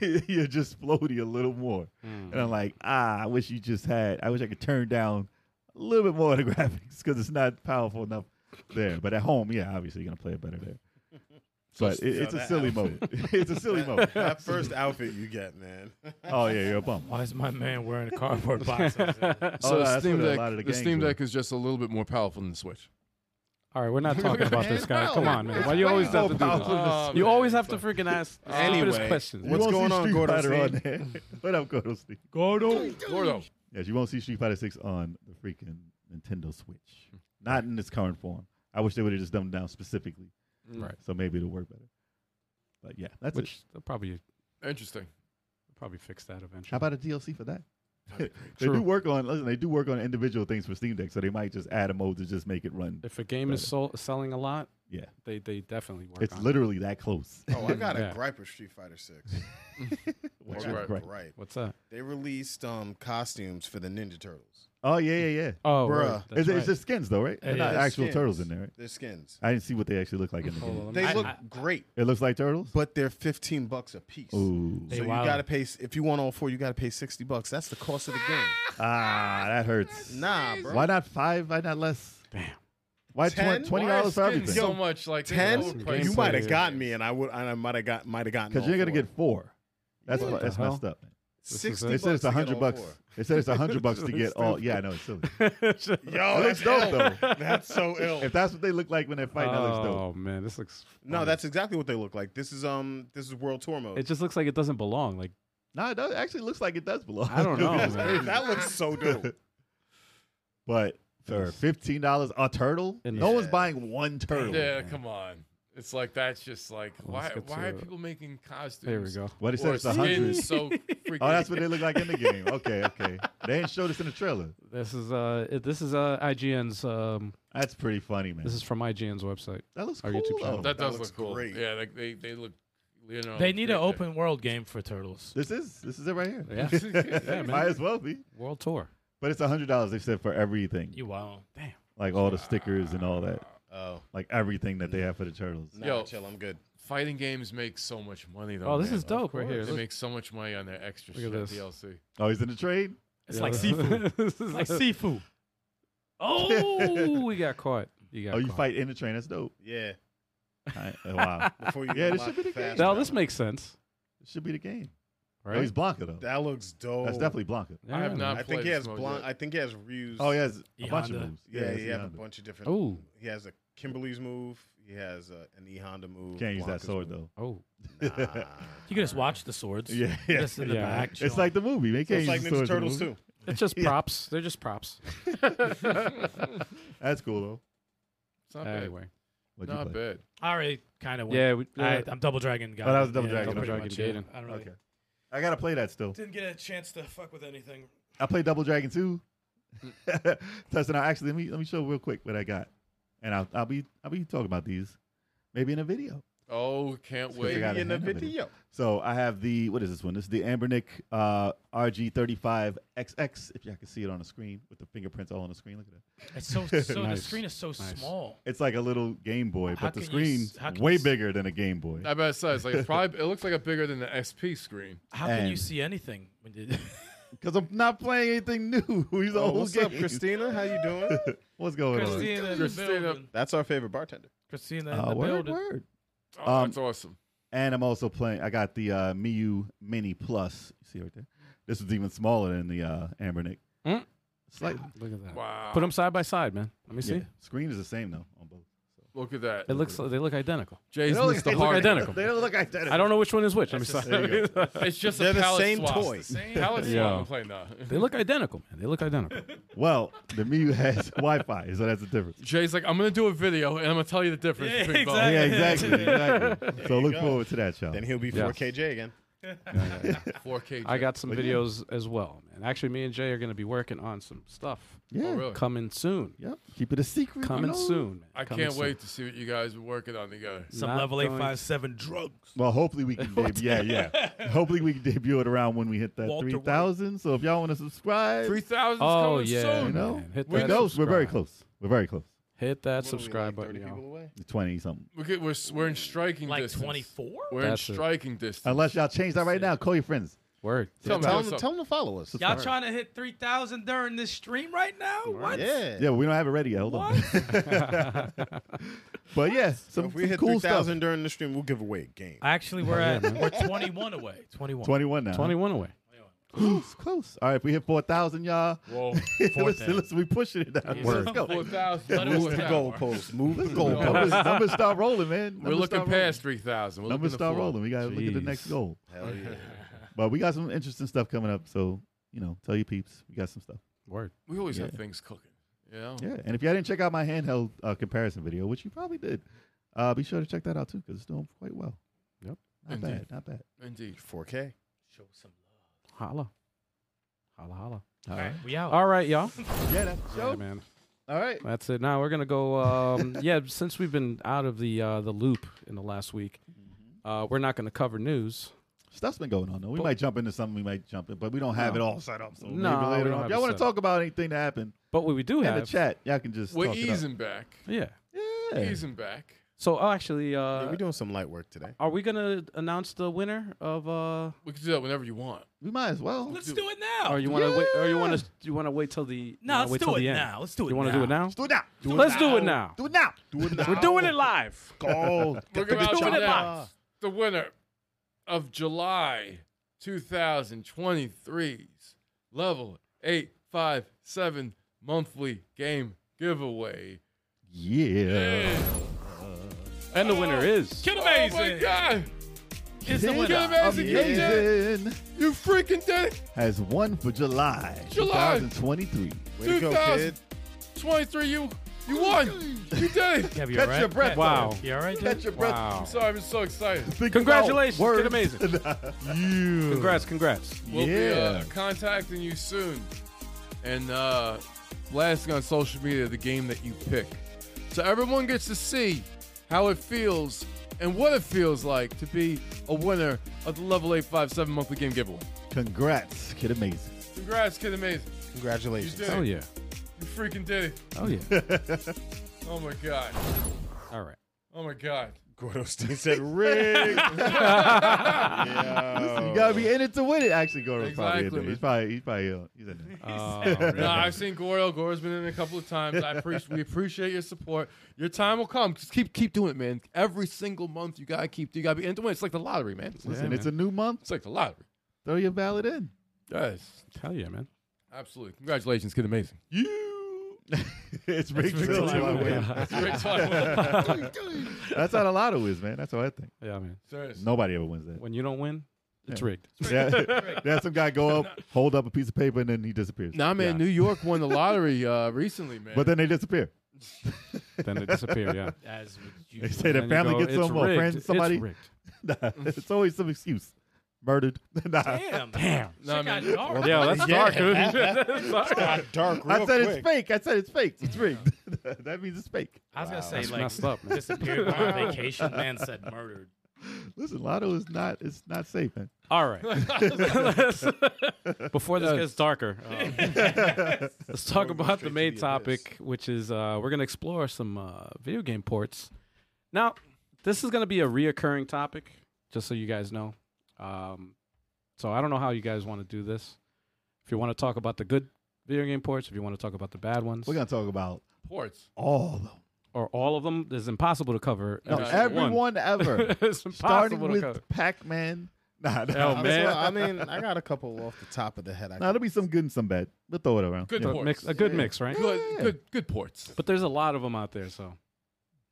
you're just floaty a little more. And I'm like, ah, I wish you just had. I wish I could turn down a little bit more of the graphics because it's not powerful enough there. But at home, yeah, obviously you're gonna play it better there. But it,
so
it's a
that
silly mode.
outfit-
it's a silly
that,
mode.
That first outfit you get, man.
Oh yeah, you're a bum.
Why is my man wearing a cardboard box?
Oh,
So the
that's
Steam
what a
Deck,
lot of the
the Steam
games were.
Deck is just a little bit more powerful than the Switch.
All right, we're not talking about this guy. Come on, man. Why do you always have to do this?
Oh,
You
man.
always have to freaking ask the stupidest
Anyway.
questions.
You
What's
won't see
going on,
Street
Gordo
Fighter on
Steve?
there. what up, Gordo Steve?
Gordo.
Gordo.
Yes, you won't see Street Fighter Six on the freaking Nintendo Switch. Not in its current form. I wish they would have just dumbed it down specifically.
Right.
So maybe it'll work better. But yeah, that's it.
Which they'll probably they'll
Interesting.
probably fix that eventually.
How about a DLC for that? they
True.
do work on listen. They do work on individual things for Steam Deck, so they might just add a mode to just make it run.
if a game is sold, selling a lot,
Yeah.
they they definitely work
It's
on. it.
literally that close.
Oh, I got a
Yeah.
gripe with Street Fighter Six. I
Which is
What's
got a
your
great.
gripe.
What's that?
They released um costumes for the Ninja Turtles.
Oh yeah, yeah, yeah.
Oh,
Bruh.
right, that's
It's,
right.
it's just skins though, right? They're
Yeah,
not
they're
actual
skins.
turtles in there. Right?
Their skins.
I didn't see what they actually look like in the
Hold
game.
on,
They
I-
look
I-
great,
It looks like turtles.
but they're fifteen bucks a piece.
Ooh,
They-
so you
wow.
gotta pay if you want all four, you gotta pay sixty bucks. That's the cost of the game.
ah, that hurts.
nah, bro.
Why not five? Why not less? Damn. Why
Ten?
twen- twenty
Why are
dollars for
skins
everything?
So much like they
Ten?
overpriced
You
Gameplay
it.
might have gotten me, and I would. and I might have got. Might have gotten.
Because
all
you're gonna
four.
get four. That's
What
fu-
the
that's
hell?
messed up. man.
sixty.
They said it's
a
hundred bucks. They said it's a hundred bucks to get all. Yeah, I know it's silly.
Yo,
It looks dope though.
That's so ill.
If that's what they look like when they're fighting, that looks dope.
oh man, this looks.
No,
fun.
that's exactly what they look like. This is um, this is World Tour mode.
It just looks like it doesn't belong. Like
No, it
oh,
does, actually looks like it does belong.
I don't know, man.
that looks so dope.
but for fifteen dollars a turtle.
In
no
the-
one's buying one turtle.
Yeah, come on. It's like that's just like why
let's get
why are
to it.
people making costumes?
There we go.
What he said
or
it's a
skin
hundred.
so freaking.
Oh, that's what they look like in the game. Okay, okay. They didn't show this in the trailer.
This is uh, it- this is uh, IGN's. Um,
That's pretty funny, man.
this is from IGN's website.
that looks
our
cool.
YouTube channel.
though.
that does
looks
look cool.
great.
Yeah, like they they look. Leonardo
They need an
da Vinci.
open world game for turtles.
This is this is it right here.
Yeah, man.
Might as well be.
World Tour.
But it's a hundred dollars. They said for everything,
You wow. Damn.
like all the stickers and all that,
Oh,
like everything that they have for the turtles.
nah,
Yo.
chill. I'm good.
Fighting games make so much money though.
Oh, this
man.
is dope right here.
They
Look-
make so much money on their extra
Look at
shit
this.
DLC.
Oh, he's in the trade.
It's
Yeah.
like seafood.
This is
It's like
a-
seafood.
Oh, we got caught. You got
Oh, you
caught.
fight in the train. That's dope.
Yeah.
I- oh, wow,
Before you
Yeah, this
unlock
should be the
fast
game.
Now
travel.
this makes sense,
should be the game.
right?
Oh, he's Blanca though.
that looks dope.
That's definitely Blanca.
Yeah.
I have not
I
played
think he has
this mode
blonde.
yet.
I think he has Ryu's.
Oh, he has a
E
bunch of
Honda.
moves.
Yeah,
it's
he
E
has a
Honda.
bunch of different.
Oh,
He has a Kimberly's move. He has a, an E Honda move.
Can't use that
Blanca's
sword
move.
though.
oh,
Nah.
You can just watch the swords.
Yeah, yeah.
Just in the
Yeah.
back.
It's like the movie. They
So
can't
it's like
use
Ninja
swords in the
Turtles
movie.
too.
it's just props. They're just props.
That's cool though.
It's not bad.
anyway,
What'd you
Not
play?
bad.
I already kind of went.
yeah, we,
I, I'm Double Dragon guy.
Oh, that was Double
Yeah,
Dragon,
pretty
okay.
Double
much
Dragon
it.
Gaiden.
I don't really.
Okay. I gotta play that still.
Didn't get a chance to fuck with anything.
I played Double Dragon 2.
Mm.
Testing out. Actually, let me let me show real quick what I got, and I'll I'll be I'll be talking about these, maybe in a video.
Oh, can't
Let's go
wait.
check out- gotta
in the
handle it.
video.
So I have the what is this one? This is the Ambernick uh, RG35XX. If y'all can see it on the screen with the fingerprints all on the screen, look at that.
It's so so the
Nice.
screen is so small.
It's like a little Game Boy,
How
but the
can you s-
screen's
how can
way
you s-
bigger than a Game Boy.
Uh,
I bet it says like it's probably it looks like a bigger than the SP screen.
How can you
And-
see anything? when you-
Because I'm not playing anything new. These
Oh,
old
what's up,
games.
Christina? How you doing?
What's going on?
Christina in the
Christina-
building.
That's our favorite bartender.
Christina in
Uh,
the
word,
building.
word.
Oh,
Um,
that's awesome.
And I'm also playing. I got the uh, Miu Mini Plus. You see right there. This is even smaller than the uh, Ambernick.
Mm.
Slightly.
look at that.
Wow.
Put them side by side, man. Let me see.
Yeah. Screen is the same though on both.
Look at that.
It looks. They look identical.
Jay's
don't look-
Mr.
they
look
Hard.
identical.
They don't look identical.
I don't know which one is which. Let me
just-
sorry.
It's just
They're
a
the
palette
same
swap.
toy.
It's the same palette swap.
Yeah.
I'm playing now.
they look identical, man. They look identical.
Well, the Miu has Wi-Fi, so that's the difference.
Jay's like, I'm gonna do a video and I'm gonna tell you the difference
Yeah,
between both.
Yeah,
exactly.
exactly. exactly. so look
go.
forward to that, y'all.
Then he'll be
Yeah.
4KJ again.
4K.
I
Jay.
got some
But yeah.
videos as well, man. Actually, me and Jay are going to be working on some stuff
Yeah.
Oh, really?
coming soon.
Yep. Keep it a secret.
Coming
no?
soon. Man.
I
Coming
can't
soon.
wait to see what you guys are working on together.
Some
Not
level
going-
eight five seven drugs.
Well, hopefully we can debut. Yeah, yeah. Hopefully we can debut it around when we hit that
Walter White.
three thousand. So if y'all want to subscribe,
Three thousand
Oh
coming
yeah,
soon.
You know?
man. Hit
we
that
know we're very
subscribe.
close. We're very close.
Hit that
What are we,
subscribe
like,
button,
30 people
y'all.
away?
Twenty something.
We're, good- we're, we're in striking
Like
distance.
twenty four?
We're
That's it.
in striking distance.
Unless y'all change that right now, call your friends.
Word.
Tell me
Tell
what's
him,
up.
tell him to follow us.
Y'all trying to hit three thousand during this stream right now? What?
Yeah.
Yeah, but we don't have it ready yet. Hold on. but yeah,
So
some,
if we
some
hit
cool stuff.
3,000 during the stream, we'll give away a game.
Actually, we're at we're twenty one away. Twenty one.
Twenty-one now.
Twenty-one away.
Close, close. All right, if we hit four thousand, y'all.
Whoa.
listen, listen, we pushing it now. Let's go.
Four thousand.
Move the goalpost. Move the goalpost.
Numbers, numbers start rolling, man.
We're
Numbers
looking
start rolling.
past three thousand. We're
Numbers
looking to
start
four.
rolling. We got to look at the
Jeez.
next goal.
Hell yeah.
But we got some interesting stuff coming up. So, you know, tell your peeps. We got some stuff.
Word.
We always
Yeah.
have things cooking. You know?
Yeah. And if y'all didn't check out my handheld uh, comparison video, which you probably did, uh, be sure to check that out too because it's doing quite well.
Yep.
Not
Indeed.
bad. Not bad.
Indeed.
4K.
Show some
Holla. Holla holla.
love. All right, we out.
All right, y'all.
Yeah, that's the show.
Yeah, man.
All right.
That's it. Now we're gonna go. Um, yeah, since we've been out of the uh, the loop in the last week,
Mm-hmm.
uh, we're not gonna cover news.
Stuff's been going on though. We
But-
might jump into something. We might jump in, but we don't have
No.
it all set up. So
No, we
maybe later
don't
on.
have
If
it
y'all want
set
to talk about anything that happened
But what we do
in
have
the chat, y'all can just
We're
talk it up.
easing back.
Yeah.
Yeah.
Easing back.
So oh, actually,
Yeah,
uh,
we doing some light work today.
are we gonna announce the winner of? Uh,
We can do that whenever you want.
We might as well.
Let's do it now.
or you want to wait? Or you want to? You want to wait till the?
No, let's
wait
do
till
it
the end.
now. Let's do it
You wanna
now.
do it now?
Do it now.
Let's do it now.
Do it now.
Do it now.
We're doing it live.
Go.
We're gonna
doing it
announce the winner of July 2023's level 857 monthly game giveaway.
Yeah.
And the winner is.
Kid
Oh my
amazing.
god!
It's the
Kid
winner.
Amazing Kid Jack,
Amazing
You freaking did it!
has won for July,
July.
2023.
Way to go,
2000.
kid.
23, you you won. You did it.
Kev, you
Catch
alright?
your breath.
Wow.
though.
You all right, dude?
Catch your breath.
Wow.
I'm sorry, I'm so excited.
Think
Congratulations.
about
Did
words.
amazing. Congrats, congrats.
We'll be
Yeah.
uh, contacting you soon. And uh, last on social media, the game that you pick. So everyone gets to see how it feels and what it feels like to be a winner of the Level 857 monthly game giveaway.
Congrats, kid. Amazing.
Congrats, Kid Amazing.
Congratulations.
You did it.
Oh yeah.
You freaking did it.
Oh yeah.
Oh my God.
All right.
Oh my God.
Gordo Steen said, "Rigged."
Listen, you gotta be in it to win it. Actually, Gordon's probably
Exactly,
in there. He's
man.
probably he's probably ill. He's in there.
Um,
No, I've seen Gordo. Gordo's been in a couple of times. I appreciate we appreciate your support. Your time will come. Just keep keep doing it, man. Every single month, you gotta keep. You gotta be in the win. It's like the lottery, man. It's,
Listen, it's a new month.
it's like the lottery.
Throw your ballot in.
Yes,
Hell yeah, man.
absolutely. Congratulations, kid. Amazing.
You. it's Rick
Rick
Flair.
Flair.
That's great talk.
That's how the lotto is, man. That's how I think.
Yeah, man.
Seriously.
Nobody ever wins that.
When you don't win, it's
Yeah.
rigged.
Yeah, that's some guy go up, hold up a piece of paper, and then he disappears.
Nah, man. New York won the lottery uh, recently, man.
But then they disappear.
Then they disappear. Yeah.
As with you.
They
Then
say their
you
family
go,
gets
"It's
some or
rigged.
friends,
It's
somebody.
rigged.
Nah, it's always some excuse. Murdered. Nah.
Damn. Damn.
Nah, man.
dark.
Yeah, that's dark, dude. Sorry.
Got dark real
I said
quick.
it's fake. I said it's fake. It's rigged. that means it's fake.
I was gonna say
That's
like
messed up, man.
disappeared on vacation. Man said murdered.
Listen, Lotto is not. It's not safe, man.
All right. Let's- Before this gets darker, um, let's talk about the main topic, which is uh, we're going to explore some uh, video game ports. Now, this is going to be a reoccurring topic, just so you guys know. Um, so I don't know how you guys want to do this. If you want to talk about the good video game ports, if you want to talk about the bad ones,
We're gonna talk about
Ports.
all of them.
or all of them, it's impossible to cover.
No,
Every single
everyone ever.
it's impossible
Starting
to
with
cover.
Pac-Man. Nah, nah,
Oh,
I
man.
mean, I mean, I got a couple off the top of the head. I
nah, there'll be some good and some bad. We'll throw it around.
Good
Yeah.
ports.
Mix, a good mix, right?
Good,
Yeah.
good, good ports.
But there's a lot of them out there, so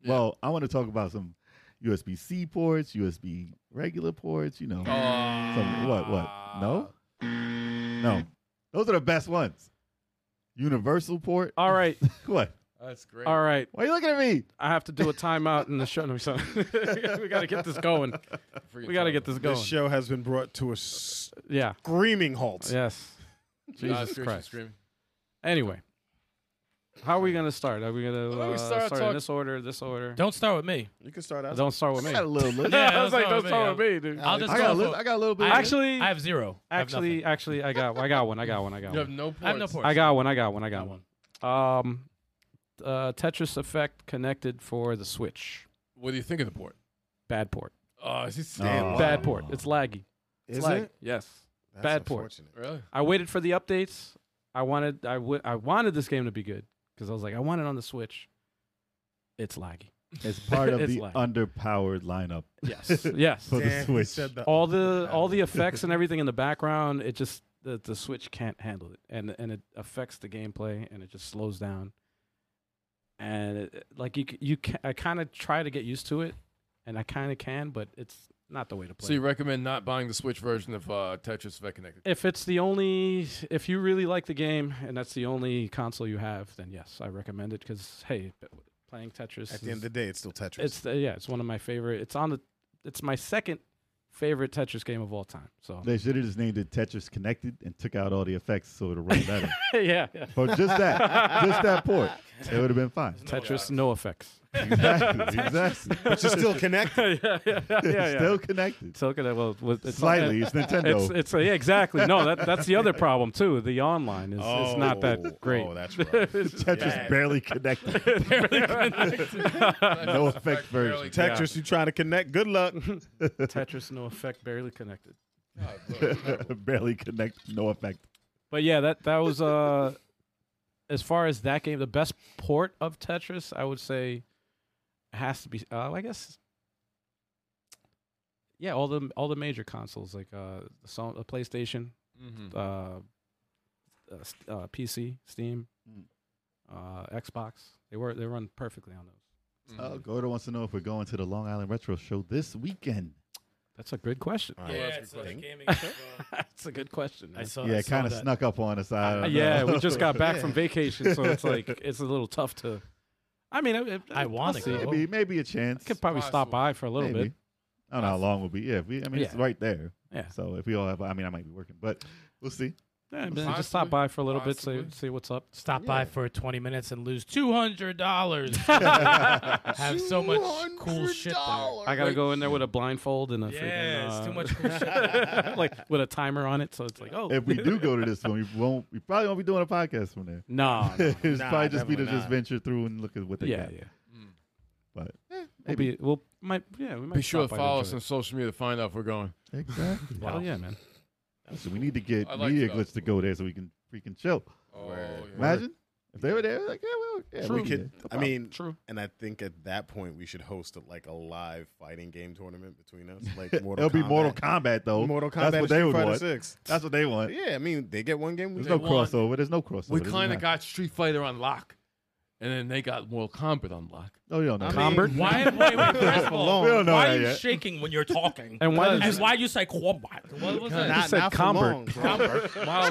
Well, I want to talk about some USB-C ports, USB regular ports. You know,
Ah.
some, what, what? No, no. Those are the best ones. Universal port.
all right,
What?
That's great.
all right.
Why are you looking at me?
I have to do a timeout in the show. No, sorry. we got to get this going. We got to get this
This
going.
show has been brought to a screaming
yeah.
halt.
Yes. Jesus Christ. Anyway, how are we gonna start? Are we gonna
Why don't we
uh,
start
start, in
talk-
this order? This order?
Don't start with me.
You can start out.
Don't start with
I
me.
got a little list.
Yeah,
I was like,
don't
don't start with me, dude.
I'll just
I got a
go.
list.
for-
I got a little bit.
I
of
have-
list.
Actually-
I have zero. I have
Actually,
nothing.
actually, I got, I got one. I got one. I got
You have
one.
no ports.
I have no ports.
I got one. I got one. I got
one.
one. Um, uh, Tetris Effect connected for the Switch.
What do you think of the port?
Bad port.
Oh, is he
Oh.
Bad port. It's laggy. It's
Is
laggy.
it?
Yes.
That's
Bad port.
unfortunate.
Really?
I waited for the updates. I wanted I would I wanted this game to be good because I was like I want it on the Switch. It's laggy.
it's part of
It's
the
like-
underpowered lineup
Yes, yes.
for
Damn,
the
he
Switch.
said the-
All the all the effects and everything in the background, it just the, the Switch can't handle it, and and it affects the gameplay, and it just slows down. And it, like you c- you ca I kind of try to get used to it, and I kind of can, but it's not the way to play.
So
it.
you recommend not buying the Switch version of uh, Tetris Effect Connected?
if it's the only if you really like the game and that's the only console you have then yes i recommend it because hey p- playing tetris
At the end of
is-
the day, it's still Tetris.
it's the, yeah it's one of my favorite it's on the it's my second favorite tetris game of all time so
They should have just named it Tetris Connected and took out all the effects so it would run better.
yeah, yeah.
For just that, just that port, it would have been fine.
tetris no effects
Exactly, exactly.
but you're still connected.
yeah yeah yeah, yeah.
Still connected.
so okay, well with- it's
Slightly, it's Nintendo.
it's, it's yeah, exactly no that that's the other problem too the online is it's not
Oh,
that great
Oh, that's rough.
Tetris barely connected. no effect version.
Barely-
Tetris, you trying to connect? Good luck.
tetris no effect barely connected
God, Lord.
barely connected. No effect.
But yeah, that that was uh as far as that game, the best port of Tetris, I would say has to be uh, I guess yeah, all the all the major consoles like uh so, the PlayStation,
Mhm.
uh, uh, s- uh PC, Steam,
Mm.
uh Xbox. They were they run perfectly on those.
Uh, Gordo wants to know if we're going to the Long Island Retro Show this weekend.
That's a good question.
All right.
Yeah,
that's a
it's
good
like
question.
gaming. as well.
That's a good question.
I
man.
saw.
yeah,
Oh, I
it
saw
kind of
that.
snuck up on us. I
Uh,
don't
yeah,
know.
we just got back from
Yeah.
vacation, so it's like it's a little tough to. I mean, it, it,
I want to
I'll see.
go.
maybe maybe a chance.
I could probably stop
Possible.
by for a little
Maybe.
bit.
I don't know how long we'll be. Yeah, if we, I mean, it's
Yeah.
right there.
Yeah.
So if we all have, I mean, I might be working, but we'll see.
Yeah, man, just stop
Possibly.
by for a little bit,
Possibly.
see see what's up.
Stop by for 20 minutes and lose $200. Have so much cool shit there.
I gotta go in there with a blindfold and a
Yeah, it's
freaking,
too
uh,
much cool shit.
like with a timer on it, so it's like, oh,
If we do go to this one, we won't. We probably won't be doing a podcast from there.
no, no.
it's
Nah,
probably just be to
definitely
just
not.
venture through and look at what they
yeah,
got.
yeah.
But
We'll be, we'll might, yeah, we might
Mm. Be sure to
stop by
follow us
enjoy
on social media to find out if we're going.
exactly.
it. Hell Oh, yeah, man!
Listen, we need to get
I like
media
that.
glitch to go there so we can freaking chill.
Oh,
Imagine if they were there. Like, yeah, well, yeah,
We
we
could. I mean,
True.
and I think at that point we should host like a live fighting game tournament between us, like Mortal
it'll be
Kombat.
Mortal Kombat though.
Mortal Kombat.
That's
and
what they
Street
would
Fighter
want.
Six.
That's what they want.
Yeah, I mean they get one game. We
There's
get
no
one.
want-
crossover. There's no crossover.
We
It doesn't
kind
matter.
of got Street Fighter on lock, and then they got Mortal Kombat on lock.
Oh, you don't know.
I mean,
Combat?
Why, wait, wait, first of all,
We don't know
why
that
are you
yet.
shaking when you're talking?
And why did
and
you
why you say combat? What was that?
He
not,
said
not for
Combat.
long, bro.
Wow,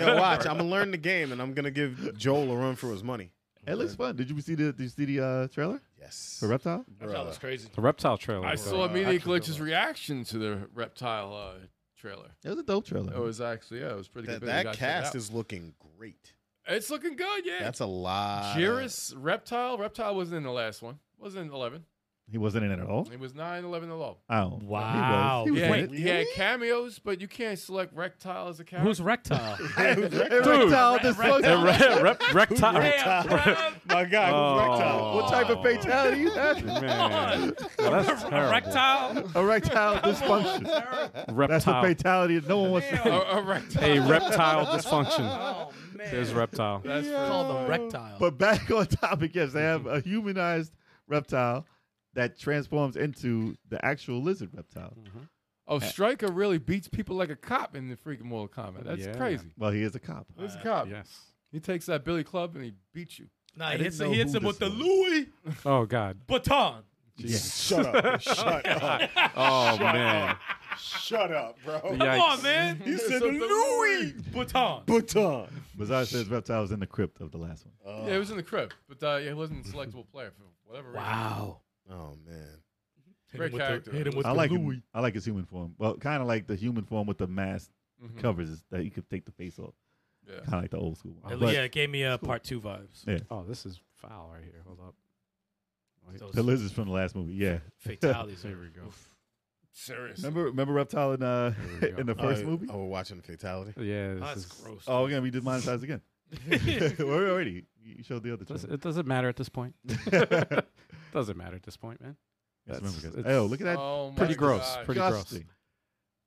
Yo, watch. I'm gonna learn the game, and I'm gonna give Joel a run for his money.
It looks fun. Did you see the did you see the uh, trailer
Yes.
for Reptile?
I thought it was crazy.
the reptile trailer?
I
was
saw
Uh,
Media
actually,
Glitch's reaction to the reptile uh, trailer.
It was a dope trailer.
It was actually yeah, it was pretty
That,
good.
that cast is looking great.
it's looking good. Yeah,
That's uh, a lot. of-
Jiris Reptile. Reptile wasn't in the last one. Wasn't in eleven.
He wasn't in it at all.
He was nine, eleven, and all.
Oh,
Wow.
He was. He
Yeah,
was
he,
in it.
he had cameos, but you can't select Reptile as a character.
Who's rectile?
Reptile, this
Reptile.
Re-
fucking-
rep- reptile.
Damn, bruv.
My God, who's
Oh.
Reptile?
What type of fatality is that?
Man. Well, that's terrible.
Rectile?
Erectile dysfunction. That's the
reptile.
fatality that no one wants to
a,
see.
a reptile?
a reptile dysfunction.
Oh, man.
There's reptile.
That's
called a rectile.
But back on topic, yes, they have a humanized reptile that transforms into the actual lizard reptile.
Oh, Striker really beats people like a cop in the freaking Mortal Kombat. That's
Yeah.
crazy.
Well, he is a cop.
He's a cop.
Yes.
He takes that Billy Club and he beats you.
nah,
I
he
didn't
hits, him-
know
he hits
who
him with the
this was.
Louis
Oh God.
Vuitton.
Shut up! Shut up!
Oh man.
Shut up, bro!
Come
Yikes.
on, man. He said
the Louis.
Vuitton.
Bhutan.
Bazaar says reptile was in the crypt of the last one.
Yeah, it was in the crib, but uh, yeah, it wasn't a selectable player for whatever reason.
Wow.
Oh man.
Great character.
hit him with
I
the
like
Louis.
him, I like his human form. Well, kind of like the human form with the mask covers is that you could take the face off,
Yeah.
kind of like the old school one.
At
But
least, yeah, it gave me uh, part two vibes.
Yeah.
Oh, this is foul right here. Hold up.
Those
the lizards from the last movie, yeah.
fatalities. there we go.
Serious.
Remember, remember reptile in uh,
There we go.
in the first
Oh,
movie.
Oh, we're watching Fatality.
Yeah. This
That's
is,
gross.
Oh, we're gonna be demonetized again. we're already. You showed the other
does-
two.
it doesn't matter at this point. doesn't matter at this point, man.
Yes, remember, guys.
it's-
Oh, look at that.
Oh my
Pretty gross,
gosh.
pretty gross.
disgusting.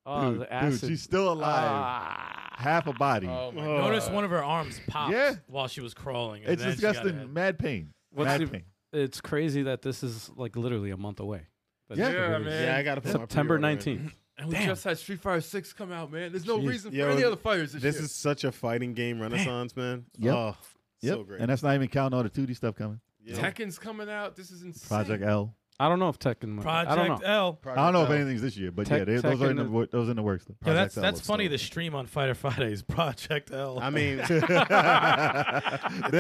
Oh,
dude,
the
dude,
acid.
she's still alive.
Ah.
Half a body.
Oh my
Oh.
Notice
Notice one of her arms popped
Yeah.
while she was crawling. and
it's
then she got a
disgusting.
head.
Mad pain.
What's
Mad
the-
pain.
it's crazy that this is like literally a month away. That's
Yeah.
Yeah,
crazy.
man.
Yeah, I gotta put
September
my pre-order in.
nineteenth.
And we
Damn.
just had Street Fighter 6 come out, man. There's no
Jeez.
reason
Yo,
for any other fighters this,
This
year.
is such a fighting game renaissance, man.
Yep.
Oh,
Yep.
so great.
And that's not even counting all the 2D stuff coming.
Yeah.
Tekken's coming out. This is insane.
Project L.
I don't know if Tekken. went- I don't
Project
know.
L.
I don't know if
Project L.
anything's this year, but
Tech-
yeah, they, those
Tekken
are in the
is-
wor- those in the works. Though.
Yo, that's
Project L
that's
looks
funny.
dope.
The stream on Fighter Fridays, Project L.
I mean,
they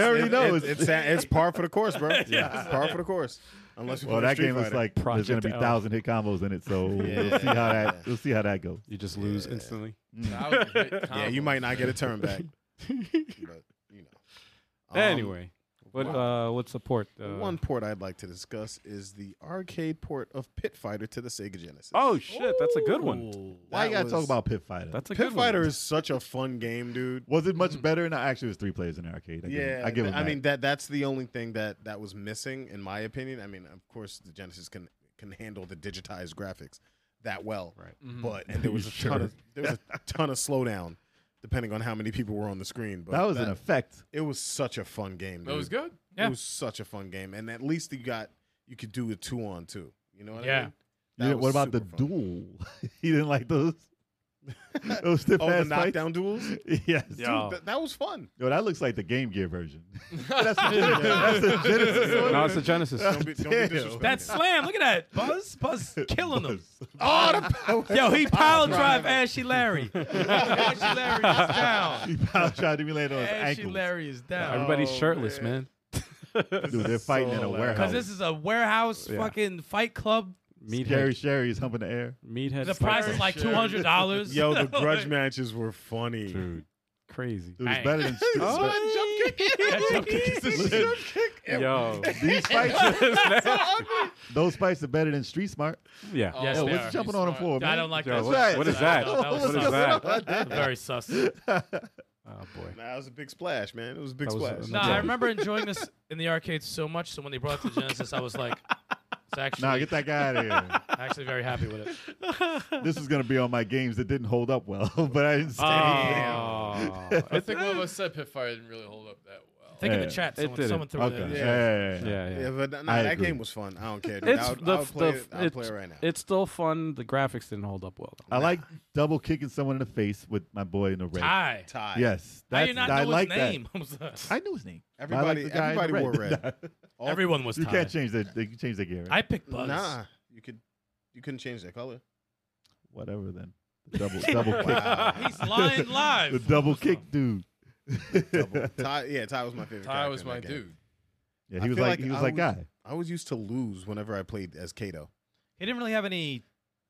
already
it-
know
it-
it's,
it's it's par for the course, bro. Yeah, par for the course. Unless you
well,
play
that
Street
game looks
Fighter.
like there's gonna
Project
be
L.
thousand hit combos in it, so
Yeah.
we'll see how that we'll see how that goes.
You just lose instantly.
Thousand hit
yeah, you
combos.
might not get a turn back, but you know. Um,
anyway, what uh, what support?
the
Uh,
one port I'd like to discuss is the arcade port of Pit Fighter to the Sega Genesis.
Oh shit, that's a good one.
Why you
That
gotta talk
was-
about Pit Fighter?
That's a
Pit
good
Fighter
one.
is such a fun game, dude.
was it much better? No, actually, it was three players in the arcade. I give it-
Yeah,
I give it.
th- I mean that that's the only thing that that was missing in my opinion. I mean, of course, the Genesis can can handle the digitized graphics that well, right? But and there was a ton of there was a ton of slowdown, depending on how many people were on the screen. But
that was an effect.
it was such a fun game. Dude.
That was good.
Yeah.
It was such a fun game, and at least you got you could do a two on two. You know what
Yeah.
I
You
mean? That
didn't- what
was
about the
super fun.
duel? you didn't like those? Those stiff
Oh, the
ass fights.
knockdown duels.
yes.
Yo.
Dude, that, that was fun.
Yo, that looks like the Game Gear version. that's, the Genesis, that's the Genesis one.
No, it's the Genesis.
Don't be, don't be
Damn.
disrespectful.
That slam, look at that. Buzz, Buzz killing him.
oh, the power.
Yo, he power drive Ashy Larry. Ashy Larry is down.
He probably tried to relate on his
Ashy
ankles.
Larry is down.
Everybody's
Oh,
shirtless,
man.
man.
Dude, they're fighting in a
hilarious.
warehouse.
Because this is a warehouse
Yeah.
fucking fight club.
Gary
Meathead.
Sherry is humping the air.
Meathead.
The price is like two hundred dollars.
Yo, the grudge matches were funny.
Dude, crazy.
Dude, it's
Hey.
better than
Oh, that jump kick.
Listen.
Yo.
these fights. are- those fights are better than Street Smart.
Yeah.
Oh,
Yes,
Yo,
they
what's
are.
jumping on the floor, man?
I don't like
Yo,
that.
what-
Right. what
is that?
No, that was
What is
sus.
that?
Very sus.
Oh, boy.
Nah, that was a big splash, man. It was a big
That was a-
splash.
No,
Yeah.
I remember enjoying this in the arcade so much. So when they brought it to Genesis, I was like, "It's actually,
Nah, get that guy out of here.
actually very happy with it."
this is gonna be on my games that didn't hold up well, but I didn't say
Oh.
I think one of us said Pitfire didn't really hold up that well.
I think in
Yeah.
the chat,
It
someone,
didn't.
someone threw
anything.
it.
Okay.
in.
Yeah,
Yeah.
yeah.
Yeah, but nah,
I
that
agree.
game was fun. I don't care. Dude.
It's
I would,
the-
I would play
the-
it. I would play
it's-
it right now.
It's still fun. The graphics didn't hold up well, though.
I like double kicking someone in the face with my boy in the red.
Tie.
Tie.
Yes,
How you
that's
not know
I
his
like that.
name?
I knew his name.
I like
Everybody.
the guy in the
everybody wore red. All-
Everyone was
You
tied.
can't change the you can change the gear.
I picked Buzz.
Nah, you could. You couldn't change their color.
Whatever then. The double double kick.
Wow.
He's lying live.
The double kick dude.
Double. Ty, yeah, Ty was my favorite.
Ty
character
was
in that
my
game.
dude.
Yeah,
I
he was
feel
like,
like
he was
I
like
was-
guy.
I always used to lose whenever I played as Kato.
He didn't really have any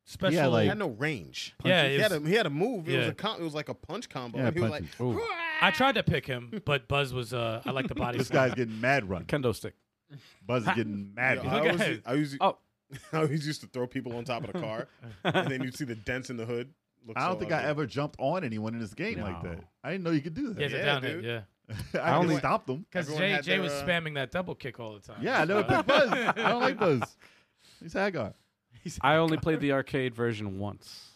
special.
Yeah,
He
like-
had no range.
Yeah,
he,
it
had a,
was-
he had a move. It was
Yeah.
a com- it was like a punch combo.
Yeah,
and he was
punches.
like,
Ooh.
I tried to pick him, but Buzz was. Uh, I like the body.
This
slam.
guy's getting mad run.
Kendo stick.
Buzz is getting mad.
Yo,
run.
I,
Look at
always,
him.
I, always,
Oh.
I always used to throw people on top of the car, and then you'd see the dents in the hood. Look
I don't
so
think I
ugly.
ever jumped on anyone in this game like
No.
that. I didn't know you could do
Yeah,
that.
it's a
Yeah,
down
dude.
hit. Yeah,
I, only
Everyone-
stopped them.
because
Everyone
Jay
had
Jay
their,
was
uh,
spamming that double kick all the time.
Yeah, I never
So-
picked Buzz. I don't like Buzz. He's Hagar.
I only played the arcade version once.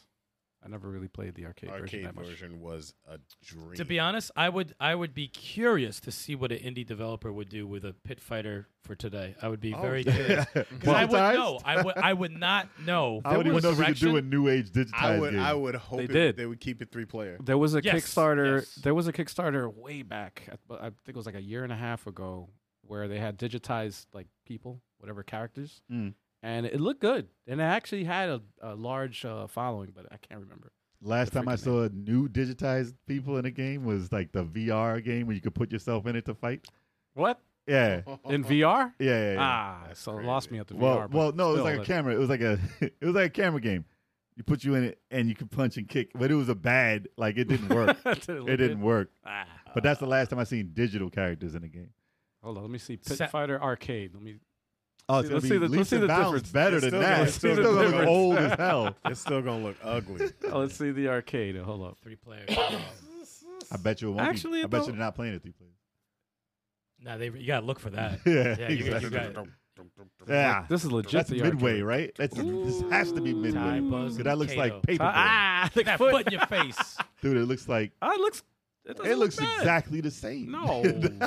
I never really played the arcade, version
Arcade
that much.
version was a dream.
To be honest, I would I would be curious to see what an indie developer would do with a pit fighter for today. I would be very curious because I would
Sometimes-
know. I would I would not know.
I would even know
what
if you could
direction.
do a new age digitized
I would.
game.
I would hope
They
it-
did.
They would keep it three player.
There was a
Yes,
Kickstarter.
yes.
There was a Kickstarter way back. I, but I think it was like a year and a half ago, where they had digitized like people, whatever characters,
Mm.
and it looked good. And it actually had a, a large uh, following, but I can't remember.
Last time I
freaking
saw new digitized people in a game was like the VR game where you could put yourself in it to fight.
What
Yeah,
in VR?
yeah. yeah, yeah.
Ah,
That's
so it lost
crazy.
me at the
well,
VR. but
well, no, it was
still,
like a
that-
camera. It was like a, it was like a camera game. You put you in it and you could punch and kick, but it was a bad. Like it didn't work.
Did it, look
it didn't
good?
work.
Ah.
But that's the last time I seen digital characters in a game.
Hold on, let me see. Pit
Sa-
Fighter Arcade. Let me.
Oh,
it's gonna be leaps and bounds
Better
It's
than
still
that.
gonna-
It's still,
it's still
gonna look
different.
old as hell.
It's still gonna look ugly.
Oh, let's see the arcade. Hold up.
Three player.
I bet you it won't.
Actually,
be, I bet
though-
you they're not playing it three players.
nah, they you gotta look for that.
Yeah,
Yeah, you, got- you
exactly.
got
yeah.
This is legit.
That's
the
midway,
arcade.
right? That's this has to be midway.
Ty Buzz
Cause
and
that looks
Kato.
like paper,
Ah, the
that
foot.
foot in your face.
dude. It looks like
Ah, it looks. It, doesn't
it looks
look bad.
exactly the same.
No.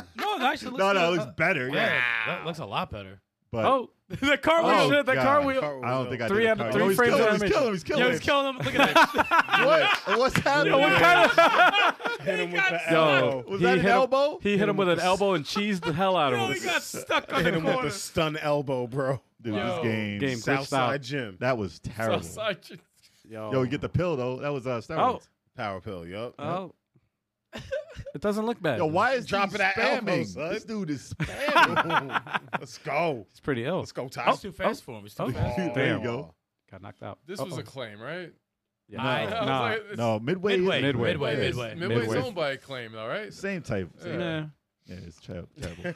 No, it actually looks
no, no, it
good.
looks better.
yeah,
Yeah,
that looks a lot better.
but
Uh, oh, the car wheel.
Oh,
shit, the car
God.
wheel.
I don't think I
Three out
did
of
it.
three
no, he's
frames
Killing, him,
animation.
he's killing. him, He's killing.
Yo, he's
him.
killing him. Look at that.
What? What's happening?
Yo, what kind of?
hit him with the
Yo,
elbow.
Was
he
that
hit
an
him-
elbow?
He hit him with an elbow and cheesed the hell out
Yo,
of
he
him.
got stuck on
Hit
the
him with
corner.
the stun elbow, bro.
Dude,
Yo.
this game.
Game. glitched out.
Southside Gym.
That was terrible.
Sergeant.
Yo, you get the pill though. That was uh, steroids.
Power pill. Yup.
Uh.
Oh, it doesn't look bad.
Yo, why is
Drop
he
it at
spamming?
elbow, son.
this dude is
Let's go.
It's pretty ill.
Let's go, Ty.
It's too fast for him. It's too
Oh.
fast.
spamming. there
Damn.
you go.
Got knocked out.
This was
Uh-oh.
a claim, right?
Yeah.
I-
No,
I was
nah.
like, it's-
No, midway. is-
Midway,
Midway.
midway,
it's-
midway.
Midway's
Midway.
owned by a claim, though, right?
Same type. Same
Yeah.
Nah.
Yeah, it's ter- terrible.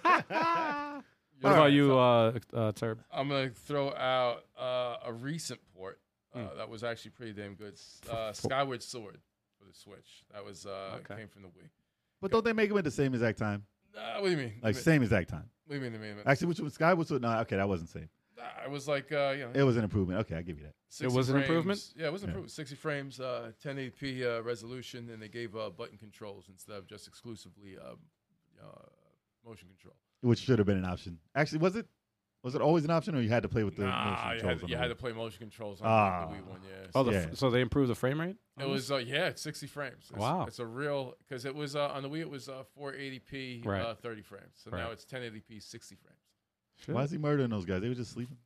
What
All
about
right.
you, uh, uh, Turb?
I'm gonna throw out uh, a recent port uh,
Hmm.
that was actually pretty damn good. S- Uh, Skyward Sword for the Switch. That was uh,
Okay.
came from the Wii.
but don't they make him at the same exact time?
Nah, what do you mean?
Like
Wait-
same exact time.
what do you mean? Wait a minute.
Actually, which was Sky was no. Okay, that wasn't same.
Nah, it was like uh, you know,
It was an improvement. Okay, I give you that.
60
was an
frames.
improvement?
Yeah, it was an
Yeah.
improvement. 60 frames, uh, 1080p uh, resolution, and they gave uh, button controls instead of just exclusively um, uh, motion control.
Which should have been an option. Actually, was it? Was it always an option, or you had to play with the motion
Nah, you
controls?
had, to,
on
you
the
had to
Wii?
play motion controls on the
Ah.
Wii one. Yeah.
Oh, the,
Yeah.
so they improved the frame rate.
It was uh, yeah, it's 60 frames. It's-
Wow.
it's a real because it was uh, on the Wii it was uh, 480p
Right.
uh, 30 frames. So now
Right.
it's 1080p 60 frames.
Shit.
Why is he murdering those guys? They were just sleeping.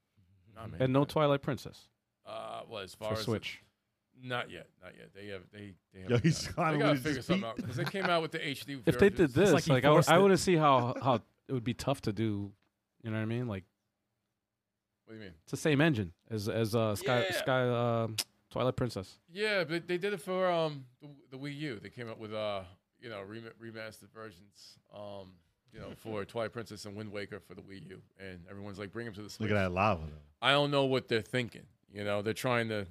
Nah, man.
And no Twilight Princess
uh, well, as far
for
as
Switch.
not yet, not yet. They have they they have
Yo, he's climbing
they gotta
with his
figure something
feet.
out because they came out with the HD.
if they did
versions.
this,
like he
like, I, would,
forced
I
it.
would see
Oh,
how how it would be tough to do. You know what I mean? Like
what do you mean?
it's the same engine as as uh, Sky
Yeah.
Sky uh, Twilight Princess.
Yeah, but they did it for um the, the Wii U. They came out with uh you know rem- remastered versions um you know for Twilight Princess and Wind Waker for the Wii U, and everyone's like bring them to the Switch.
Look at that lava. Though.
I don't know what they're thinking. You know, they're trying to.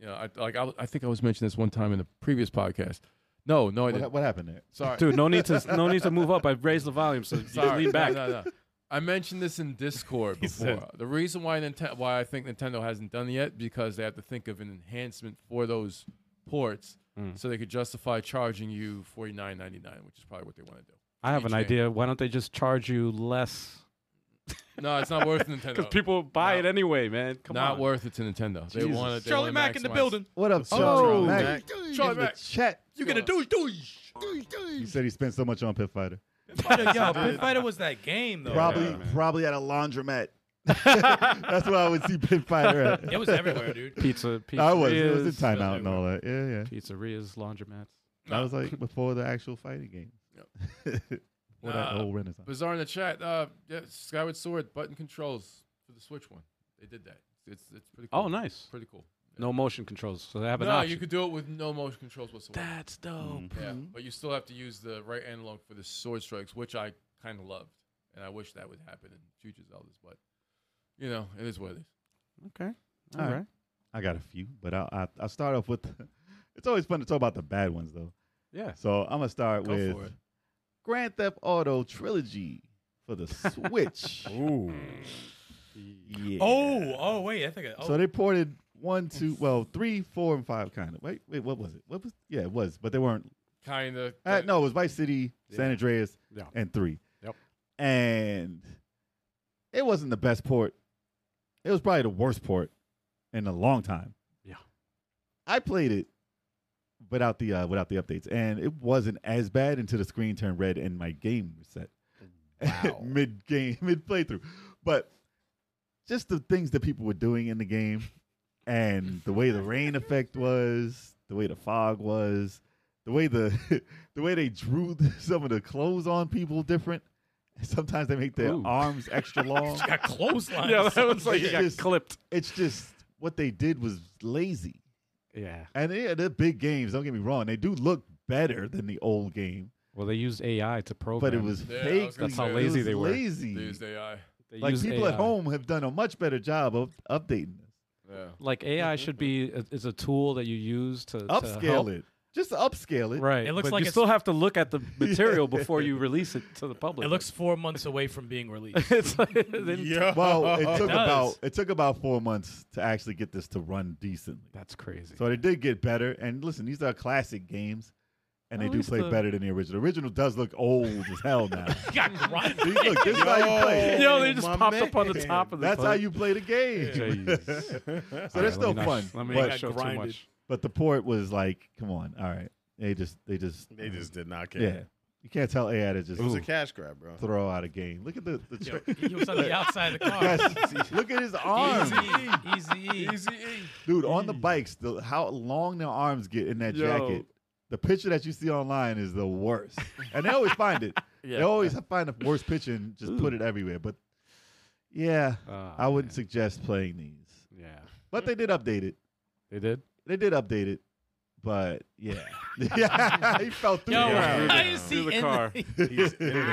You know, I like I, I think I was mentioning this one time in the previous podcast. No, no, I
What,
didn't.
ha- what happened there?
Sorry,
Dude, no need to no need to move up. I've raised the volume, so you can
Sorry.
lean back.
No, no, no. I mentioned this in Discord before. the reason why Nintendo, why I think Nintendo hasn't done it yet, because they have to think of an enhancement for those ports,
Mm.
so they could justify charging you forty nine ninety nine, which is probably what they want to do.
I have an
Each game.
idea. Why don't they just charge you less?
No, it's not worth Nintendo.
Because people buy
No.
it anyway, man. Come
not
on.
worth it to Nintendo. They
Jesus.
want to.
Charlie Mack in the building.
What up,
Charlie
Charlie? Mack?
Mack.
Charlie
in the
Mack.
chat.
You gonna do douche.
He said he spent so much on Pit Fighter.
Yo, Pit Fighter was that game though.
Probably, probably at a laundromat. That's where I would see Pit Fighter at.
It was everywhere, dude.
pizza. Pizzerias,
I was. It was in timeout and all that. Yeah, yeah.
Pizzerias, laundromats.
That was like before the actual fighting game. or that
Nah.
whole renaissance.
Bizarre in the chat. Uh, yeah, Skyward Sword button controls for the Switch one. They did that. It's it's pretty. cool.
Oh, nice.
Pretty cool.
No motion controls, so they have an
no,
option.
you could do it with no motion controls whatsoever.
That's dope.
Mm-hmm. yeah,
Mhm.
but you still have to use the right analog for the sword strikes, which I kind of loved, and I wish that would happen in future Zeldas. But you know, it is what it is.
Okay.
All right. I got a few, but I'll, I, I'll start off with. it's always fun to talk about the bad ones, though.
Yeah.
So I'm gonna start
Go
with
for it.
Grand Theft Auto trilogy for the Switch.
Ooh.
yeah.
Oh, oh wait, I think. I, oh,
So they ported one, two, well, three, four, and five, kind of. Wait, wait, what was it? What was? Yeah, it was, but they weren't.
Kind of.
Uh, no, it was Vice City, San Andreas,
Yeah.
and three.
Yep.
And it wasn't the best port. It was probably the worst port in a long time.
Yeah.
I played it without the uh, without the updates, and it wasn't as bad until the screen turned red and my game reset. mid game, mid playthrough. But just the things that people were doing in the game and the way the rain effect was, the way the fog was, the way the the way they drew some of the clothes on people different. Sometimes they make their
Ooh.
arms extra long.
got clothesline.
Yeah, that was like you
It's
got
just-
clipped.
it's just what they did was lazy.
Yeah.
And they, they're big games, don't get me wrong. They do look better than the old game,
Well, they used AI to program.
but it was
Yeah, I was
fake.
gonna That's
how lazy they were.
Lazy.
These AI.
They
Like
used
people at
AI.
home have done a much better job of updating this.
Yeah.
Like AI should be a, is a tool that you use to to help.
upscale it. Just upscale it.
Right.
It looks
but
like
you
it's-
still have to look at the material before you release it to the public.
It looks four months away from being released.
it's like, they-
Well, it took
does.
about it took about four months to actually get this to run decently.
That's crazy.
So they did get better. And listen, these are classic games, and they
At
do
least
play
the-
better than the original. The original does look old as hell now.
You got grind.
See, look, this is how you play.
Yo, they just
my
popped up on the
man.
top of the.
That's how you play the game.
Jeez.
So that's still fun.
Let me
but-
not show too
grinded.
much.
But the port was like, come on, all right. They just, they just,
They just did not care.
yeah. You can't tell AI to just
It was a cash grab, bro.
throw out a game. Look at the, the
Yo,
tra-
he was on the outside of the car.
yes. Look at his arms.
Easy, easy, easy.
Dude, on the bikes, the, how long their arms get in that
Yo.
jacket. The picture that you see online is the worst, and they always find it. They always find the worst picture and just put it everywhere. But yeah,
Ah,
I wouldn't suggest playing these.
Yeah,
But they did update it.
they did.
They did update it. But yeah, yeah, he fell through.
Yo,
the ground.
why is he
Through the
in
car.
the-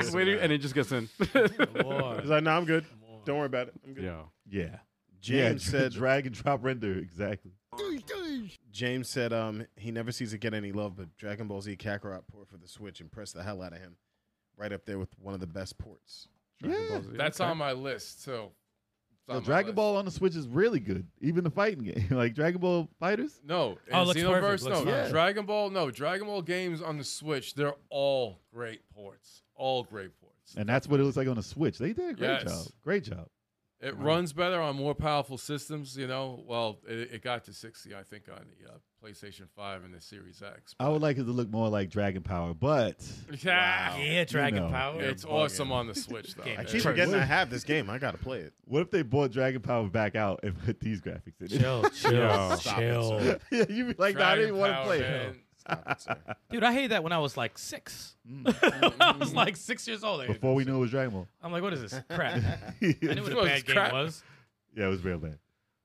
He's
Wait, and it just gets in.
Lord.
He's like, no, I'm good. Don't worry about it. I'm good.
Yo,
yeah,
James
yeah,
said.
drag and drop render exactly.
James said. Um, he never sees it get any love, but Dragon Ball Z Kakarot port for the Switch impressed the hell out of him. Right up there with one of the best ports.
Dragon
Yeah.
Ball Z,
That's
okay.
um,
on my list too. It's
So
on my
Dragon
list.
Ball on the Switch is really good, even the fighting game, like Dragon Ball Fighters.
No,
Oh,
and
looks
Xenoverse.
perfect. Looks
No,
fine. Yeah.
Dragon Ball. No, Dragon Ball games on the Switch. They're all great ports. All great ports.
And that's what it looks like on the Switch. They did a great
Yes.
job. Great job.
It runs better on more powerful systems, you know. Well, it, it got to 60, I think, on the uh, PlayStation 5 and the Series X.
I would like it to look more like Dragon Power, but
Yeah,
Yeah, Dragon
know.
Power.
it's awesome on the Switch, though.
Game
I
It
keep
hurts.
forgetting I have this game. I gotta play it.
what if they brought Dragon Power back out and put these graphics in it?
Chill, chill, chill.
yeah, you'd be like, nah, I didn't
Dragon
want to
Power,
play it.
man.
Stop it, sir.
Dude, I hated that when I was like six. I was like six years old. I hated
Mm. Before we
this.
knew it was Dragon Ball.
I'm like, what is this crap? I knew what a
Well,
bad
it's
game
crap.
was.
Yeah, it was real bad.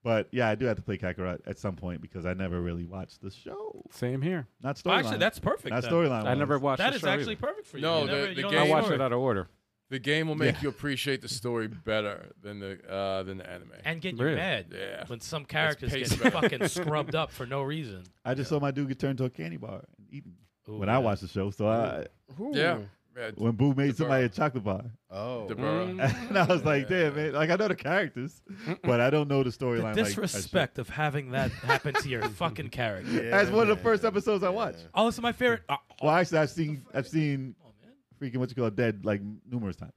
But yeah, I do have to play Kakarot at some point because I never really watched the show.
Same here.
Not storyline.
Well, actually, that's perfect.
not
then.
storyline.
I never watched.
That
the
is
show
actually
either.
perfect for you.
No,
You never-
the-
you
the
don't
game-
I
have to
watched
worry.
it out of order.
The game will make you appreciate the story better than the uh, than the anime.
and get
Really?
you mad
Yeah.
when some characters get
paced better.
fucking scrubbed up for no reason.
I just saw my dude get turned to a candy bar and eaten
Ooh,
when I
man.
watched the show. So I,
yeah, yeah.
when Boo made
Deborah.
somebody a chocolate bar,
Oh.
Deborah.
and I was like, damn man, like I know the characters, but I don't know the
the
storyline. like I should.
disrespect of having that happen to your fucking character.
That's one of the first episodes I watched.
Oh, this is my favorite. Oh,
Well, actually, I've seen I've seen
come on, man.
freaking what you call dead like numerous times.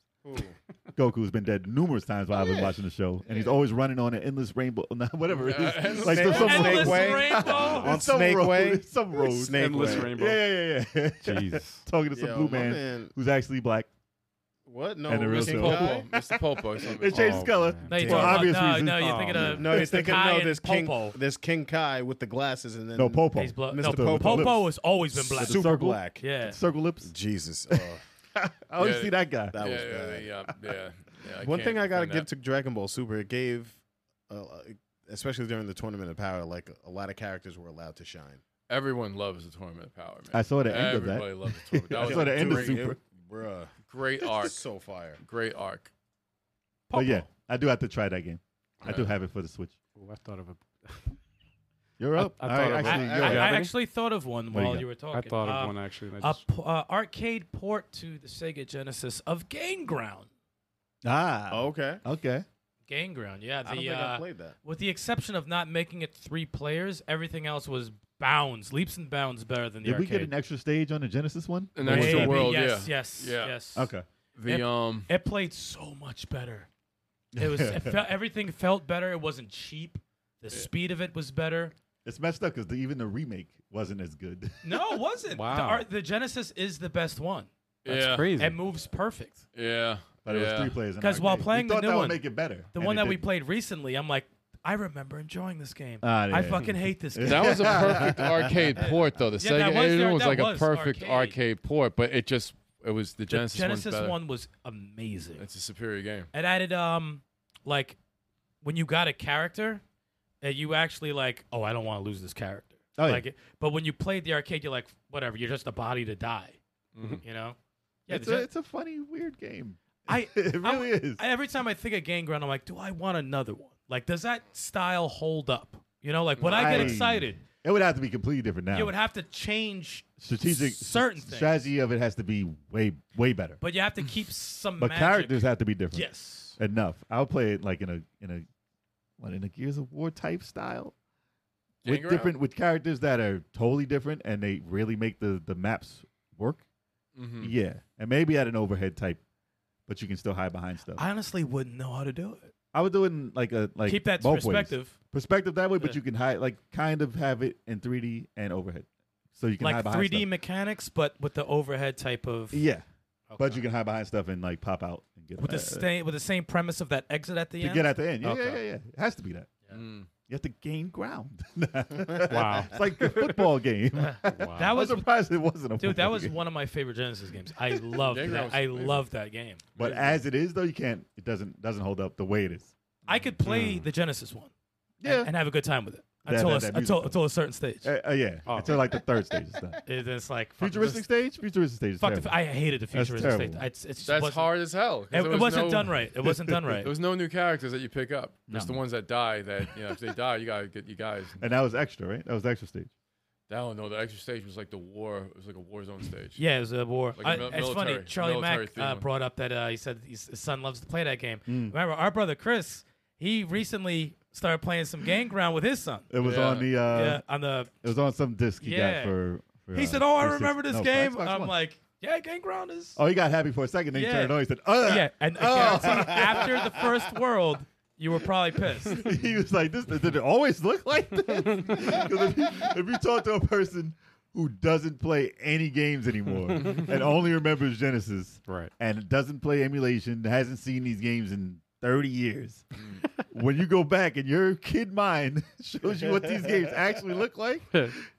Goku's been dead numerous times while I've been watching the show, and he's always running on an endless rainbow, whatever it
Yeah,
is.
endless
like there's some
rainbow.
road-
Endless
Way.
rainbow.
On
there's some
Snake
road-
Way?
there's some road.
Snake
Endless
Way.
rainbow.
Yeah, yeah, yeah. yeah.
Jeez.
Talking to some
Yo,
blue
my
man, who's actually black.
What? No,
And the real
missing
Silver.
guy?
Popo, Mr. Popo. is something.
It changed
Oh,
his color
man.
No, you're
for
talking about-
obvious
no,
reasons.
no, you're
Oh,
thinking of
man.
No, he's
Mr.
thinking
Kai
no.
and
There's King.
Popo.
There's King Kai with the glasses, and then
no, Popo.
He's blo-
Mr.
No,
Popo.
Popo
Lips.
has always been black.
With the
Super
circle.
black.
Yeah.
Circle lips.
Jesus. oh.
I always
Yeah.
see that guy.
That
yeah,
was
yeah,
bad.
yeah, yeah, yeah,
One thing I gotta give
get
to Dragon Ball Super, it gave, uh, especially during the Tournament of Power, like a lot of characters were allowed to shine.
everyone loves the Tournament of Power. Man.
I saw the end of that.
Everybody loves the Tournament. That
I
was
saw
a
the end of
great,
Super.
Bruh,
great arc.
so fire.
Great arc.
But yeah, I do have to try that game. I do
Yeah.
have it for the Switch.
Ooh, I thought of a.
You're
I-
up.
I
All
thought
right,
of it.
actually,
I-
you're
I,
up.
I
Gravity?
actually thought of one
What do you
while
got?
you were talking.
I thought
Um,
of one actually. and I
a
just-
p- uh, arcade port to the Sega Genesis of Game Ground.
Ah,
Oh, Okay.
Oh.
okay.
Game Ground, yeah. The,
I don't think
uh,
I played that.
with the exception of not making it three players, everything else was bounds, leaps and bounds better than the
Did we
arcade.
get an extra stage on the Genesis one?
An
Or was
extra
it-
Maybe,
world,
yes,
yeah.
yes,
Yeah.
yes.
Okay.
Yep.
The um,
It played so much better. It was it felt, everything felt better. It wasn't cheap. The speed of it was better.
It's messed up because even the remake wasn't as good.
No, it wasn't. The,
Wow.
ar- the Genesis is the best one.
That's
yeah,
crazy.
It moves perfect.
yeah,
But it
yeah.
was three players. in
'Cause while
arcade. We
playing the
thought
new
that
one-
would make it better.
The
and
one
it
that we
didn't.
played recently, I'm like, I remember enjoying this game.
Ah, yeah.
I fucking hate this game.
That was a perfect arcade port, though. The
Yeah,
Sega
that was
it
their-
was
that
like
was
a perfect
arcade.
arcade. port, but it just it was the
the
Genesis, one's better.
one was amazing.
It's a superior game.
It added um, like when you got a character, that you actually like. Oh, I don't want to lose this character.
Oh, yeah.
like, it- but when you played the arcade, you're like, whatever. You're just a body to die.
Mhm.
You know. Yeah,
It's
the
a
Gen-
it's a funny weird game.
I-
it
I-
really is.
I- every time I think of Game Ground, I'm like, do I want another one? Like, does that style hold up? You know, like when I get
Right.
excited,
It would have to be completely different now.
you would have to change
strategic
certain
s-
things.
strategy of it has to be way way better.
but you have to keep some
But
magic.
characters have to be different.
Yes.
enough. I'll play it like in a in a what in a Gears of War type style with
Gangrel?
different with characters that are totally different and they really make the the maps work.
Mm-hmm.
Mhm.
Yeah, and maybe at an overhead type, but you can still hide behind stuff. I,
I honestly wouldn't know how to do it.
would do it in like a like
Keep that
both ways.
perspective.
perspective that way, but
Yeah.
you can hide like kind of have it in 3D and overhead, so you can
Like
hide behind
3D
stuff.
mechanics, but with the overhead type of.
Yeah, but
Okay.
you can hide behind stuff and like pop out and get
With the,
uh,
same, with the same premise of that exit at the
to
end?
get at the end. Yeah, yeah,
Okay.
yeah, yeah. It has to be that.
Mm.
You have to gain ground.
Wow.
It's like the football game.
Wow.
that
I was
was.
surprised it wasn't a
Dude, that
football
was
game.
one of my favorite Genesis games. I loved
Gangrel
that.
was
I
amazing.
loved that game.
But as it is though, you can't. It doesn't doesn't hold up the way it is.
I could play the Genesis one. and-
Mm. Yeah.
And, have a good time with it
That-
until
that- that
a,
music
until
though.
until a certain stage.
Uh, uh, yeah,
Oh.
until like the third stage is done.
It- it's like fuck,
Futuristic
this-
stage, futuristic stage. Is
Fuck. The,
terrible.
f- I hated the
That's
futuristic stage.
terrible.
I- It's, it's
That's
wasn't,
hard as hell. 'cause
It,
there
it wasn't
no-
done right. It wasn't done right.
There was no new characters that you pick up. Just
No.
the ones that die. That you know, if they die, you gotta get you guys.
and that was extra, right? That was the extra stage.
That one, no, the extra stage was like the war. It was like a war zone stage.
Yeah, it was a war.
Like a
Uh,
mil-
it's funny.
military-
Charlie
military
Mack uh,
theme.
brought up that uh, he said his, his son loves to play that game.
Mm.
Remember, our brother Chris, he recently started playing some Game Ground with his son.
It was
Yeah.
on the. Uh,
yeah, on the.
It was on some disc he
Yeah.
got for. for,
He
uh,
said, "Oh, I
360
remember this
no, for
game."
Xbox
I'm
One.
like, "Yeah, Game Ground is."
Oh, he got happy for a second. Then he
Yeah.
turned it on. He said, "Oh,
Yeah, and I guarantee after the first world, You were probably pissed.
he was like, "This did it always look like this?" 'Cause if, you, if you talk to a person who doesn't play any games anymore and only remembers Genesis,
Right.
and doesn't play emulation, hasn't seen these games in 30 years, when you go back and your kid mind shows you what these games actually look like,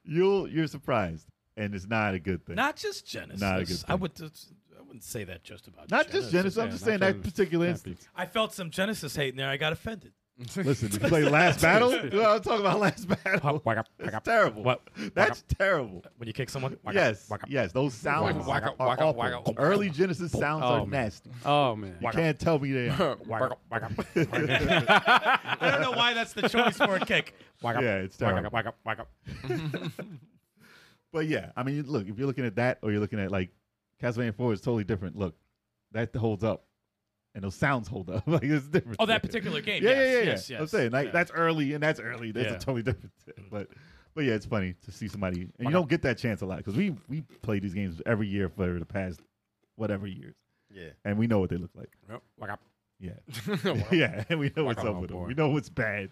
you'll you're surprised, and it's not a good thing.
Not just Genesis.
Not a good
I
thing.
would. just- I wouldn't say that just about.
Not just Genesis. I'm
yeah,
just
not
saying that
Genesis.
particular instance.
I felt some Genesis hate in there. I got offended.
Listen, you play Last Battle. Dude, I was talking about Last Battle. That's terrible.
What?
That's terrible.
When you kick someone?
Yes, yes. Those sounds
waka,
are awful. Early Genesis sounds
Oh,
are
man.
nasty.
Oh man.
You can't tell me they are.
I don't know why that's the choice for a kick.
yeah, it's terrible. But yeah, I mean, look, if you're looking at that or you're looking at like Castlevania 4 is totally different. Look, that holds up. And those sounds hold up. like it's different.
Oh, that particular game.
Yeah,
yes,
yeah, yeah, yeah.
Yes, yes.
I'm saying like
yeah.
that's early and that's early. That's
Yeah. Mm-hmm.
a totally different thing. But but yeah, it's funny to see somebody and you don't get that chance a lot because we we play these games every year for the past whatever years.
Yeah.
And we know what they look like. Yeah. yeah, and we know what's up with them. We know what's bad.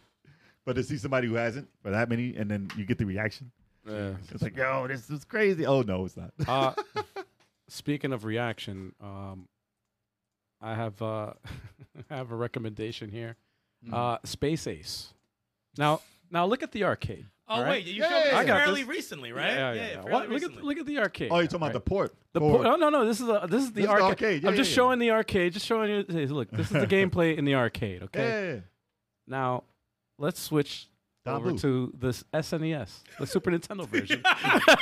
But to see somebody who hasn't for that many, and then you get the reaction,
Yeah.
it's like, yo, this is crazy. Oh no, it's not.
Uh, speaking of reaction, um, I have uh, I have a recommendation here.
Hmm. Mm-hmm.
Oh,
Uh, Space Ace. Now, now look at the arcade.
Oh
all right?
wait, you showed
yeah,
me this
yeah.
fairly
I got
recently, right?
Yeah, yeah. What-
fairly
look at
recently.
look at the arcade.
Oh, you're talking about the port.
The port. Oh no no, this is the this is the
This is the
arcade.
arcade. Yeah,
I'm just
yeah, yeah.
showing the arcade. Just showing you. hey, look, this is the gameplay in the arcade. Okay.
Yeah.
Now, let's switch over
Dabu.
to this SNES, the Super Nintendo version.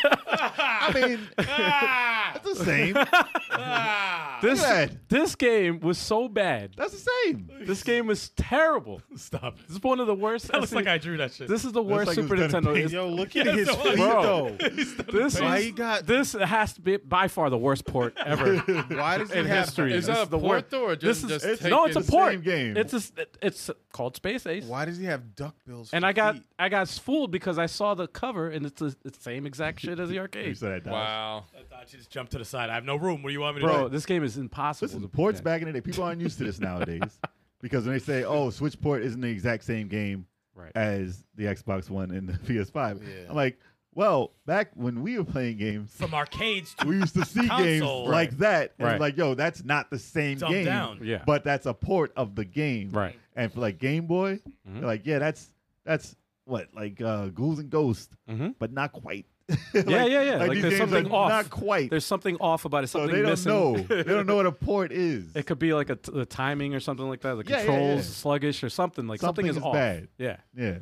I mean,
Ah!
that's the same. Look
Ah!
at
this
that.
this game was so bad.
That's the same.
This game was terrible.
Stop.
This is one of the worst.
That looks like
SNES
I drew that shit.
This is the worst
Looks like he was
Super
gonna
Nintendo.
pay
It's-
Yo, look at
Yeah,
his
so-
feet,
Bro.
though.
this
Why
is-
he got?
this has to be by far the worst port ever
Why does he
in
have?
history.
Is
This
that a
is the
port
worst.
though, or
This
just,
is-
just
it's-
take
no, it's a
the
it-
same
port.
game.
It's a s it- it's called Space Ace.
Why does he have duck bills?
And
for
I got
feet?
I got fooled because I saw the cover and it's the it's the same exact shit as the
You
arcade.
said that. Dodge.
Wow.
I thought you just jumped to the side. I have no room. What do you want me to
Bro,
do?
this game is impossible.
Listen,
to
ports
play.
back in the day, people aren't used to this nowadays because when they say, "Oh, Switch port isn't the exact same game
Right.
as the Xbox One and the PS5,"
Yeah.
I'm like, "Well, back when we were playing games,
From arcades to
we used to see games
Console.
like that, and
Right.
like, yo, that's not the same
Dumbed
game,
down.
Yeah.
but that's a port of the game,
Right.
And for like Game Boy,
Mhm.
they're like, yeah, that's that's what like uh, Ghouls and Ghosts,
Mhm.
but not quite.
Yeah, yeah, yeah. Like,
these
there's
games
something
are
off.
not quite.
There's something off about it.
so
Something
they don't
missing.
know. they don't know what a port is.
It could be like a t- the timing or something like that. The
Yeah, yeah,
controls
yeah.
sluggish or something like something,
Something is
off.
bad.
Yeah,
yeah,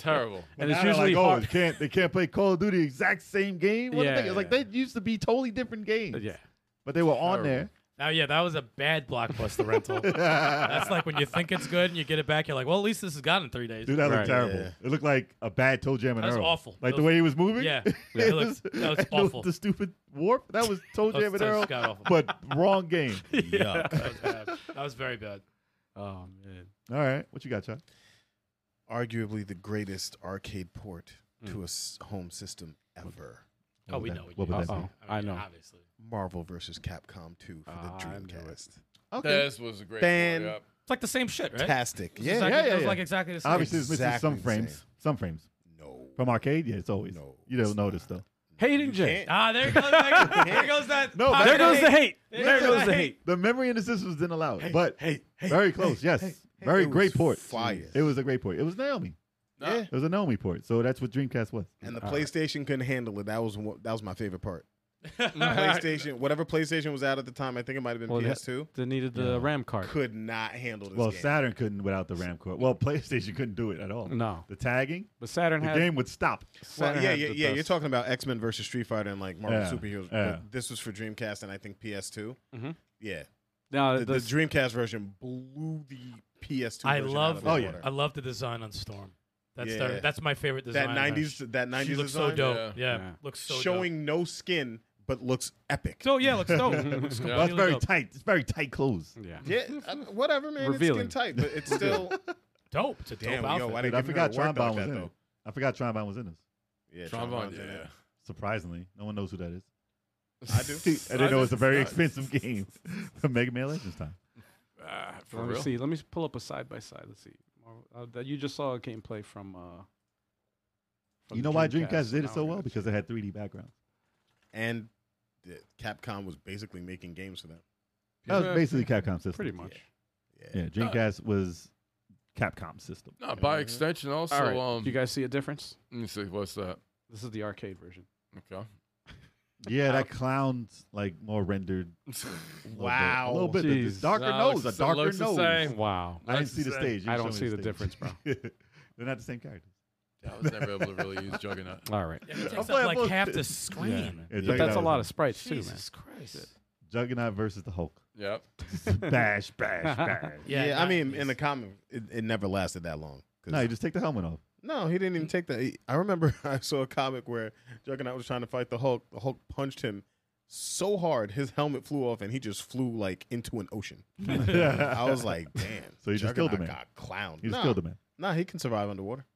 Terrible.
But
and it's
now they're
usually
like, oh,
hard.
they can't they can't play Call of Duty the exact same game? What
Yeah,
yeah, it's like
yeah.
they used to be totally different games.
uh, Yeah,
but they were on
Terrible.
there.
now, Oh, yeah, that was a bad blockbuster rental. That's like when you think it's good and you get it back, you're like, well, at least this is gone in three days.
Dude, that
Right.
looked terrible.
Yeah.
It looked like a bad Toe Jam and
That was
Earl.
awful.
Like
That
the
was-
way he was moving.
Yeah. Yeah,
It
it looked- that was
and the-
awful.
The stupid warp. That was Toe
That was-
Jam and
that was
Earl,
god awful.
but wrong game.
that, was bad. that was very bad.
Oh man.
All right, what you got, Chuck?
Arguably the greatest arcade port
Mm.
to a s- home system ever.
Oh, we
would that-
know.
what would that
know.
be?
Uh-oh. I know.
Obviously.
Marvel versus Capcom 2 for
Ah,
the
I knew it.
Dreamcast.
Uh,
Okay.
This was a great
Fan-
port, yep.
It's like the same shit, right?
Fantastic.
It's
Yeah.
exactly-
yeah,
It was
yeah.
like exactly the same.
Obviously, it's missing some
Exactly the
frames.
same.
Some frames
No.
from arcade. Yeah, it's always.
No,
you don't
it's
notice
not.
though.
Hayden J.
can't.
Ah, there goes that. there goes that.
No,
pocket
There goes the
hate.
hate. There goes the hate.
The memory in the systems didn't allow it, but
hey, hey,
very close. yes, very
It was
great port.
Fire.
It was Ah. a great port. It was Naomi.
No.
Yeah.
It was a Naomi port. So that's what Dreamcast was.
And the
All right.
PlayStation couldn't handle it. That was one- that was my favorite part. PlayStation, whatever PlayStation was out at the time, I think it might have been
Well, that-
PS2.
They needed the RAM card.
Could not handle this
Well,
game.
Saturn couldn't without the RAM cord. Well, PlayStation couldn't do it at all.
No,
The tagging,
but Saturn
the
had.
game would stop.
Well,
Saturn
yeah,
had
yeah,
the
yeah.
best.
You're talking about X Men versus Street Fighter and like Marvel
Yeah,
superheroes.
yeah.
But this was for Dreamcast and I think PS2.
Mm-hmm.
Mhm.
Yeah,
Uh,
No,
the, the
the-
Dreamcast version blew the PS2.
I
version out
love.
of the
Oh, yeah.
water.
I love the design on Storm. That's
Yeah.
their, that's my favorite design.
that
on her.
nineties that
She
nineties
looks
design,
so dope. Yeah,
Yeah.
looks so
showing no skin but looks epic.
Dope. So yeah, looks dope. looks
Yeah.
Well, it's
completely
very
dope.
tight. It's very tight clothes.
yeah.
yeah, I- whatever, man.
Revealing.
It's skin tight, but it's still
dope. It's a dope
damn.
outfit.
Yo, why they
Dude, I
give her
forgot
a work
Trombone was
like that
in it.
though?
I forgot Trombone was in this.
Yeah,
Trombone,
Trombone's in it.
yeah.
Surprisingly, no one knows who that is.
I do.
I didn't know it's a very expensive game from Mega Man Legends time.
Uh,
Ah, for
let
real.
me see. Let me s- pull up a side by side. Let's see. Marvel- Uh, that you just saw a gameplay from. Uh, from
You
the
know why Dreamcast did
Now
it so
I
well?
got
Because
you.
it had 3D backgrounds.
And the- Capcom was basically making games for them.
That
Yeah.
was basically Capcom system.
pretty much.
Yeah,
Uh,
Dreamcast was Capcom system.
No, by extension, also.
All right.
Um,
Do you guys see a difference?
let me see. What's that?
This is the arcade version.
Okay.
Yeah, that clown's like more rendered.
Wow.
a little bit, a little bit
Jeez.
the darker
No,
nose, a
it's- it
darker
looks the
nose.
same.
Wow.
I didn't
Looks
see
the
the
same.
stage. You
I
showed
don't
me
see the
stage.
difference, bro.
They're not the same characters.
I was never able to really use Juggernaut.
All right.
Yeah, it takes
I'm
up
playing
like
both-
half the screen.
Yeah,
But that's
Juggernaut
a
is-
lot of sprites too, man.
Jesus Christ.
Juggernaut versus the Hulk.
Yep.
bash, bash, bash.
Yeah, I
not-
mean, in the comic, it, it never lasted that long. 'Cause-
No, you just take the helmet off.
no, he didn't even take that. he- I remember I saw a comic where Juggernaut was trying to fight the Hulk. The Hulk punched him so hard his helmet flew off and he just flew like into an ocean. I was like, damn.
So you just killed the
Juggernaut
man.
Got clowned.
You just
Nah,
killed the man.
Nah, he can survive underwater.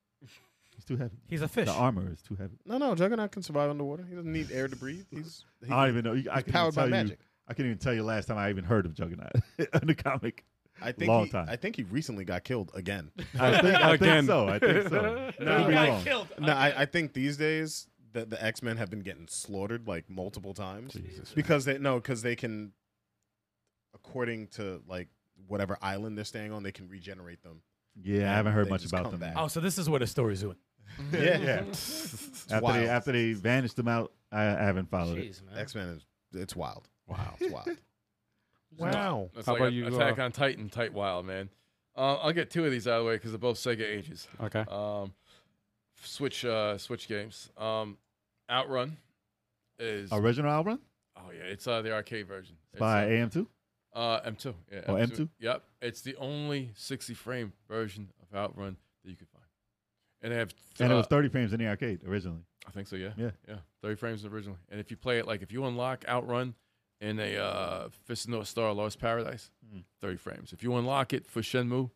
He's too heavy.
he's a fish.
The armor is too heavy.
No, no, Juggernaut can survive underwater. He doesn't need air to breathe. He's he,
I don't even know. You- I
he's
can
powered by
tell you,
magic.
I couldn't even tell you last time I even heard of Juggernaut in the comic.
I think
Long
he,
time.
I think he recently got killed again.
I think, I
Again.
think so. I think so.
He
Could be
got
wrong.
killed.
no, I, I think these days the, the X Men have been getting slaughtered like multiple times because they no because they can, according to like whatever island they're staying on, they can regenerate them.
Yeah, I haven't heard
They
much
just
about
come
them.
back.
Oh, so this is where the story's doing.
Yeah,
After
wild.
they, after they vanished them out, I, I haven't followed it.
Jeez, man.
X Men is it's wild. Wow, it's wild.
Wow. That's
How
like
about
a-
you,
Attack
uh,
on Titan, Tight Wild, man. Uh, I'll get two of these out of the way because they're both Sega ages.
Okay.
Um, switch, uh, switch games. Um, Outrun is.
Original Outrun
Oh yeah, it's uh, the arcade version. It's,
by
uh,
AM2.
Uh, M2. Yeah.
Oh, M2?
Yep. It's the only 60 frame version of Outrun that you can find. And they have.
And it
uh,
was 30 frames in the arcade originally.
I think so. Yeah.
Yeah.
Yeah. 30 frames originally. And if you play it, like if you unlock Outrun in a uh, Fist of North Star Lost Paradise,
Hmm.
30 frames. If you unlock it for Shenmue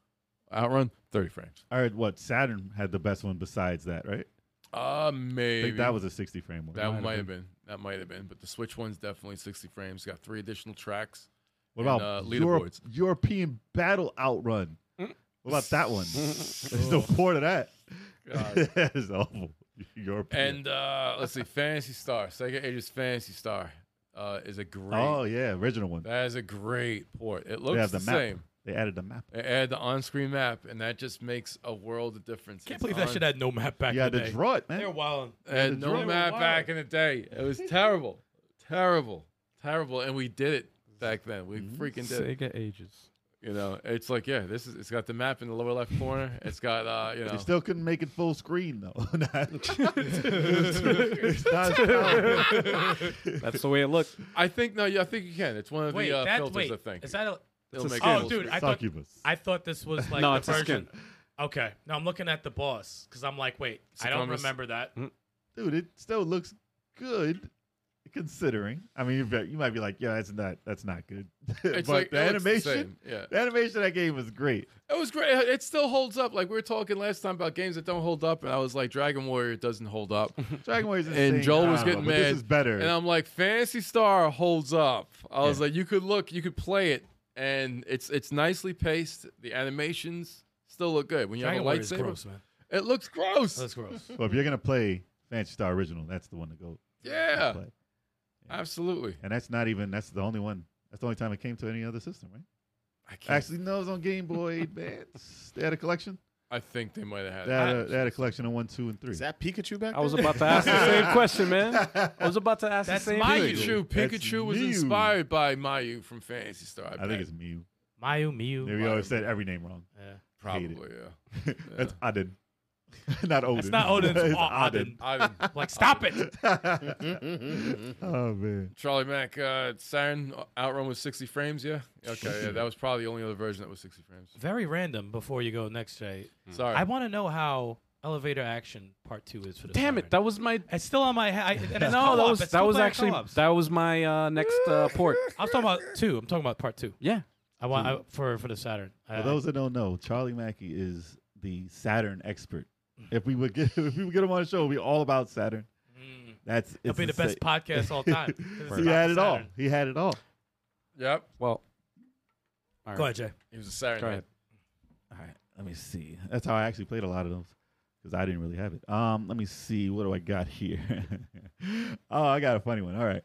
Outrun, 30 frames.
I heard what Saturn had the best one besides that, right?
Uh,
I
maybe.
think that was a 60 frame one.
That one might have been. That might have been. But the Switch one's definitely 60 frames. Got three additional tracks.
What
and,
about
uh,
Europe,
leaderboards.
European Battle Outrun? What about that one? There's no port of that.
Oh. God.
that is awful. European.
And uh, let's see, Fantasy Star, Sega Ages Fantasy Star uh, is a great.
oh yeah, original one.
That is a great port. It
They
looks
have
the,
the map.
same.
They added the map.
They add the on-screen map, and that just makes a world of difference.
Can't
It's
believe that
on-
shit had no map back
You had
in the
to
day.
draw it,
They're
man.
wild.
They had
the
no
drum.
map back in the day. It was terrible, terrible, terrible, and we did it back then. We
Mm-hmm.
freaking did. it.
Sega Ages.
You know, it's like yeah, this is. It's got the map in the lower left corner. It's got uh, you know.
They still couldn't make it full screen though. It's
Oh,
not-
That's the way it looked.
I think no, yeah, I think you can. It's one of
Wait,
the uh,
that
filters.
wait.
I think.
Is that a?
It's
It'll
a
make
skin.
it
Oh,
full
dude,
screen.
I thought
Succubus.
I thought this was like
No,
the
it's a
version.
skin.
Okay, no, I'm looking at the boss because I'm like, wait, I don't
Succumbus.
remember that.
Dude, it still looks good considering. I mean, you bet- you might be like, yeah, that's not that's not good. but
It's like
the
it looks
animation,
same, yeah.
the animation of that game was great.
It was great. It still holds up. Like we were talking last time about games that don't hold up, and I was like, Dragon Warrior doesn't hold up.
Dragon Warrior's insane.
and Joel was
I don't
getting
know, but
mad.
This is better.
And I'm like, Fantasy Star holds up. I was
Yeah.
like, you could look, you could play it, and it's it's nicely paced. The animations still look good. When you
Dragon Warrior is
have a lightsaber,
gross, man.
it looks gross.
That's gross.
Well, if you're gonna play Fantasy Star Original, that's the one to go
yeah,
play.
absolutely.
And that's not even that's the only one. That's the only time it came to any other system, right?
I can't.
Actually, no, it was on Game Boy Advance. They had a collection.
I think they might have had.
They had a,
it.
they had a collection of one, two, and three.
Is that Pikachu back?
I was
there?
about to ask the same question, man. I was about to ask
That's
the same
my
thing.
Pikachu.
That's
Pikachu was
Mew.
inspired by Mayu from Fantasy Star.
I think it's Mew.
Mayu Miu.
Maybe I always said every name wrong.
Yeah.
probably yeah.
That's Odin. not Odin.
It's not Odin. It's Odin.
Ivan.
Like, stop it.
Oh man.
Charlie Mack, uh, Siren Outrun was 60 frames, yeah? Okay, yeah, that was probably the only other version that was 60 frames.
Very random. Before you go next, Jay,
Mm-hmm.
Sorry.
I want to know how Elevator Action Part Two is for the.
Damn
Siren.
it! That was my.
it's still on my. he- I, and it's
No, that
co-op.
was
It's
that
two
was
player
actually
co-ops.
that was my uh, next uh, port.
I was talking about two. I'm talking about Part Two.
Yeah.
I want I, for for the Saturn. I-
For those that don't know, Charlie Mackey is the Saturn expert. If we would get if we would get him on the show, it'd be all about Saturn.
Mm.
That's
It'll
it's
be the
insane.
best podcast all time. 'cause it's
He
about
had
the
it all.
Saturn.
He had it all.
Yep.
Well, All
Go ahead, Jay.
He was a Saturday.
Go ahead.
All right, let me see. That's how I actually played a lot of those because I didn't really have it. Um, let me see. What do I got here? oh, I got a funny one. All right,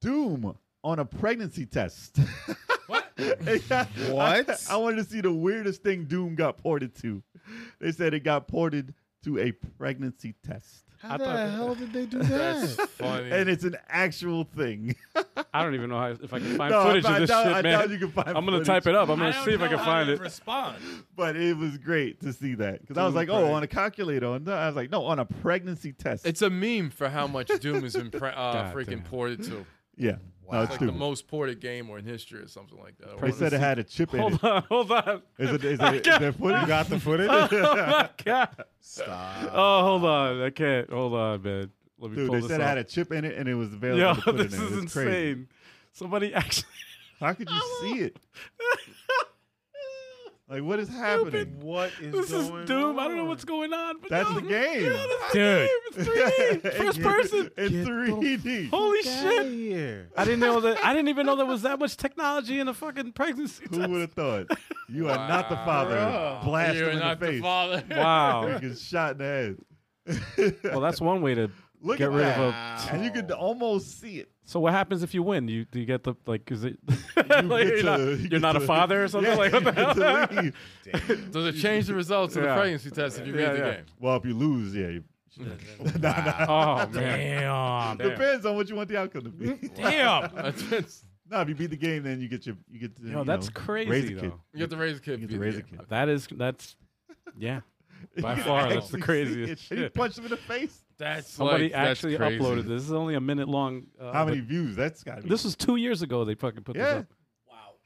Doom on a pregnancy test.
What?
Yeah, I-
What?
I, wanted to see the weirdest thing Doom got ported to. They said it got ported to a pregnancy test,
How
I
the
thought-
hell did they do
That's
that?
funny.
and it's an actual thing.
I don't even know how, if I can find
No, I
footage
doubt-
of this
I
shit,
doubt
man.
you can find
I'm gonna
footage.
type it up. I'm gonna
don't
see if I
know
can
how
find
to
it.
Respond.
But it was great to see that because I was
Doom
like,
preg.
oh, on a calculator. On the, I was like, no, on a pregnancy test.
it's a meme for how much Doom has been pre- uh,
God
freaking
damn.
ported to.
yeah, no, it's
It's like the
stupid.
most ported game or in history or something like that. I
They
wanna
said it
see-
had a chip in it.
Hold on, hold on.
Is it? Is it? Is there footage?
you got the footage?
Oh my god.
Stop.
Oh, hold on. I can't. Hold on, man. Let me
Dude,
pull
they
this
said it
up.
had a chip in it and it was available.
Yo,
to put
this
in it.
is
It's crazy.
insane. Somebody actually.
How could you see it? Like, what is happening?
What is
This is
going
Doom. I don't know
on?
what's going on. But
That's
yo,
the game.
yo, this is
Dude.
the game. It's 3D. First
It's-
person.
It's
Get the
3D.
Holy
Get
shit.
here.
I didn't know that. I didn't even know there was that much technology in a fucking pregnancy
Who
test.
would have thought? You are not the
Wow.
father. Blast
You're
him in
not
the face.
father.
Wow.
Freaking shot in the head.
Well, that's one way to
Look
get
at
rid
that.
of a.
And you could almost see it.
So what happens if you win? You do you get the like? Is it?
get
like, you're not,
to- you
you're
get
not a
to-
father or something
Yeah,
like what the hell?
you get to leave.
Does it change the results of the
Yeah.
pregnancy test if you
Yeah,
beat the
yeah.
game?
Well, if you lose, yeah. You,
Oh man.
Damn. Damn.
depends on what you want the outcome to
Mm,
be.
That's-
no, if you beat the game, then you get your you get. To,
Yo,
you
that's
know,
crazy
raise a kid.
though.
you have to raise a kid.
You
to
get to
beat
raise
the
a
game.
kid.
That is that's yeah. By
You
far, that's the
actually see
craziest
it. And he
shit.
punched him in the face.
That's
Somebody
like, that's
actually
crazy.
uploaded this. This is only a minute long. Uh,
How
but
many views? That's got to be.
This was two years ago. They fucking put
yeah.
this up.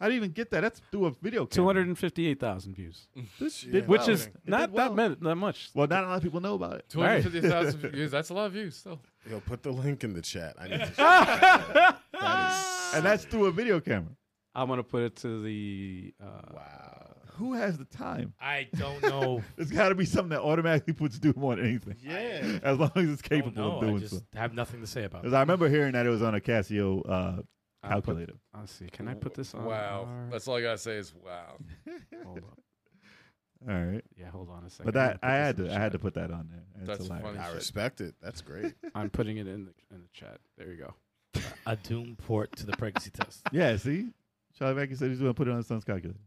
How do you even get that? That's through a video.
Two
camera.
hundred and fifty-eight thousand views,
This
did
which is
It
not
well.
that min- that much.
Well, not a lot of people know about it.
Two hundred fifty thousand views. That's a lot of views. Still,
Yo, put the link in the chat. I need to check that out. That is.
And that's through a video camera.
I'm gonna put it to the. Uh,
Wow.
Who has the time?
I don't know.
There's got to be something that automatically puts Doom on anything,
Yeah.
as long as it's
don't
capable
know.
of doing
Oh, I just
so.
have nothing to say about
Because
it.
I remember hearing that it was on a Casio uh,
I'll put-
calculator.
I'll see. Can I put this on?
wow.
our-
That's all I gotta say is wow.
hold on.
All right,
Yeah, hold on a second.
but that I had to I had to put that on there. It's
That's
hilarious.
funny.
I
shit.
respect it. That's great.
I'm putting it in the in the chat. There you go.
A Doom port to the pregnancy test.
Yeah, see, Charlie Mackey said he's going to put it on his son's calculator.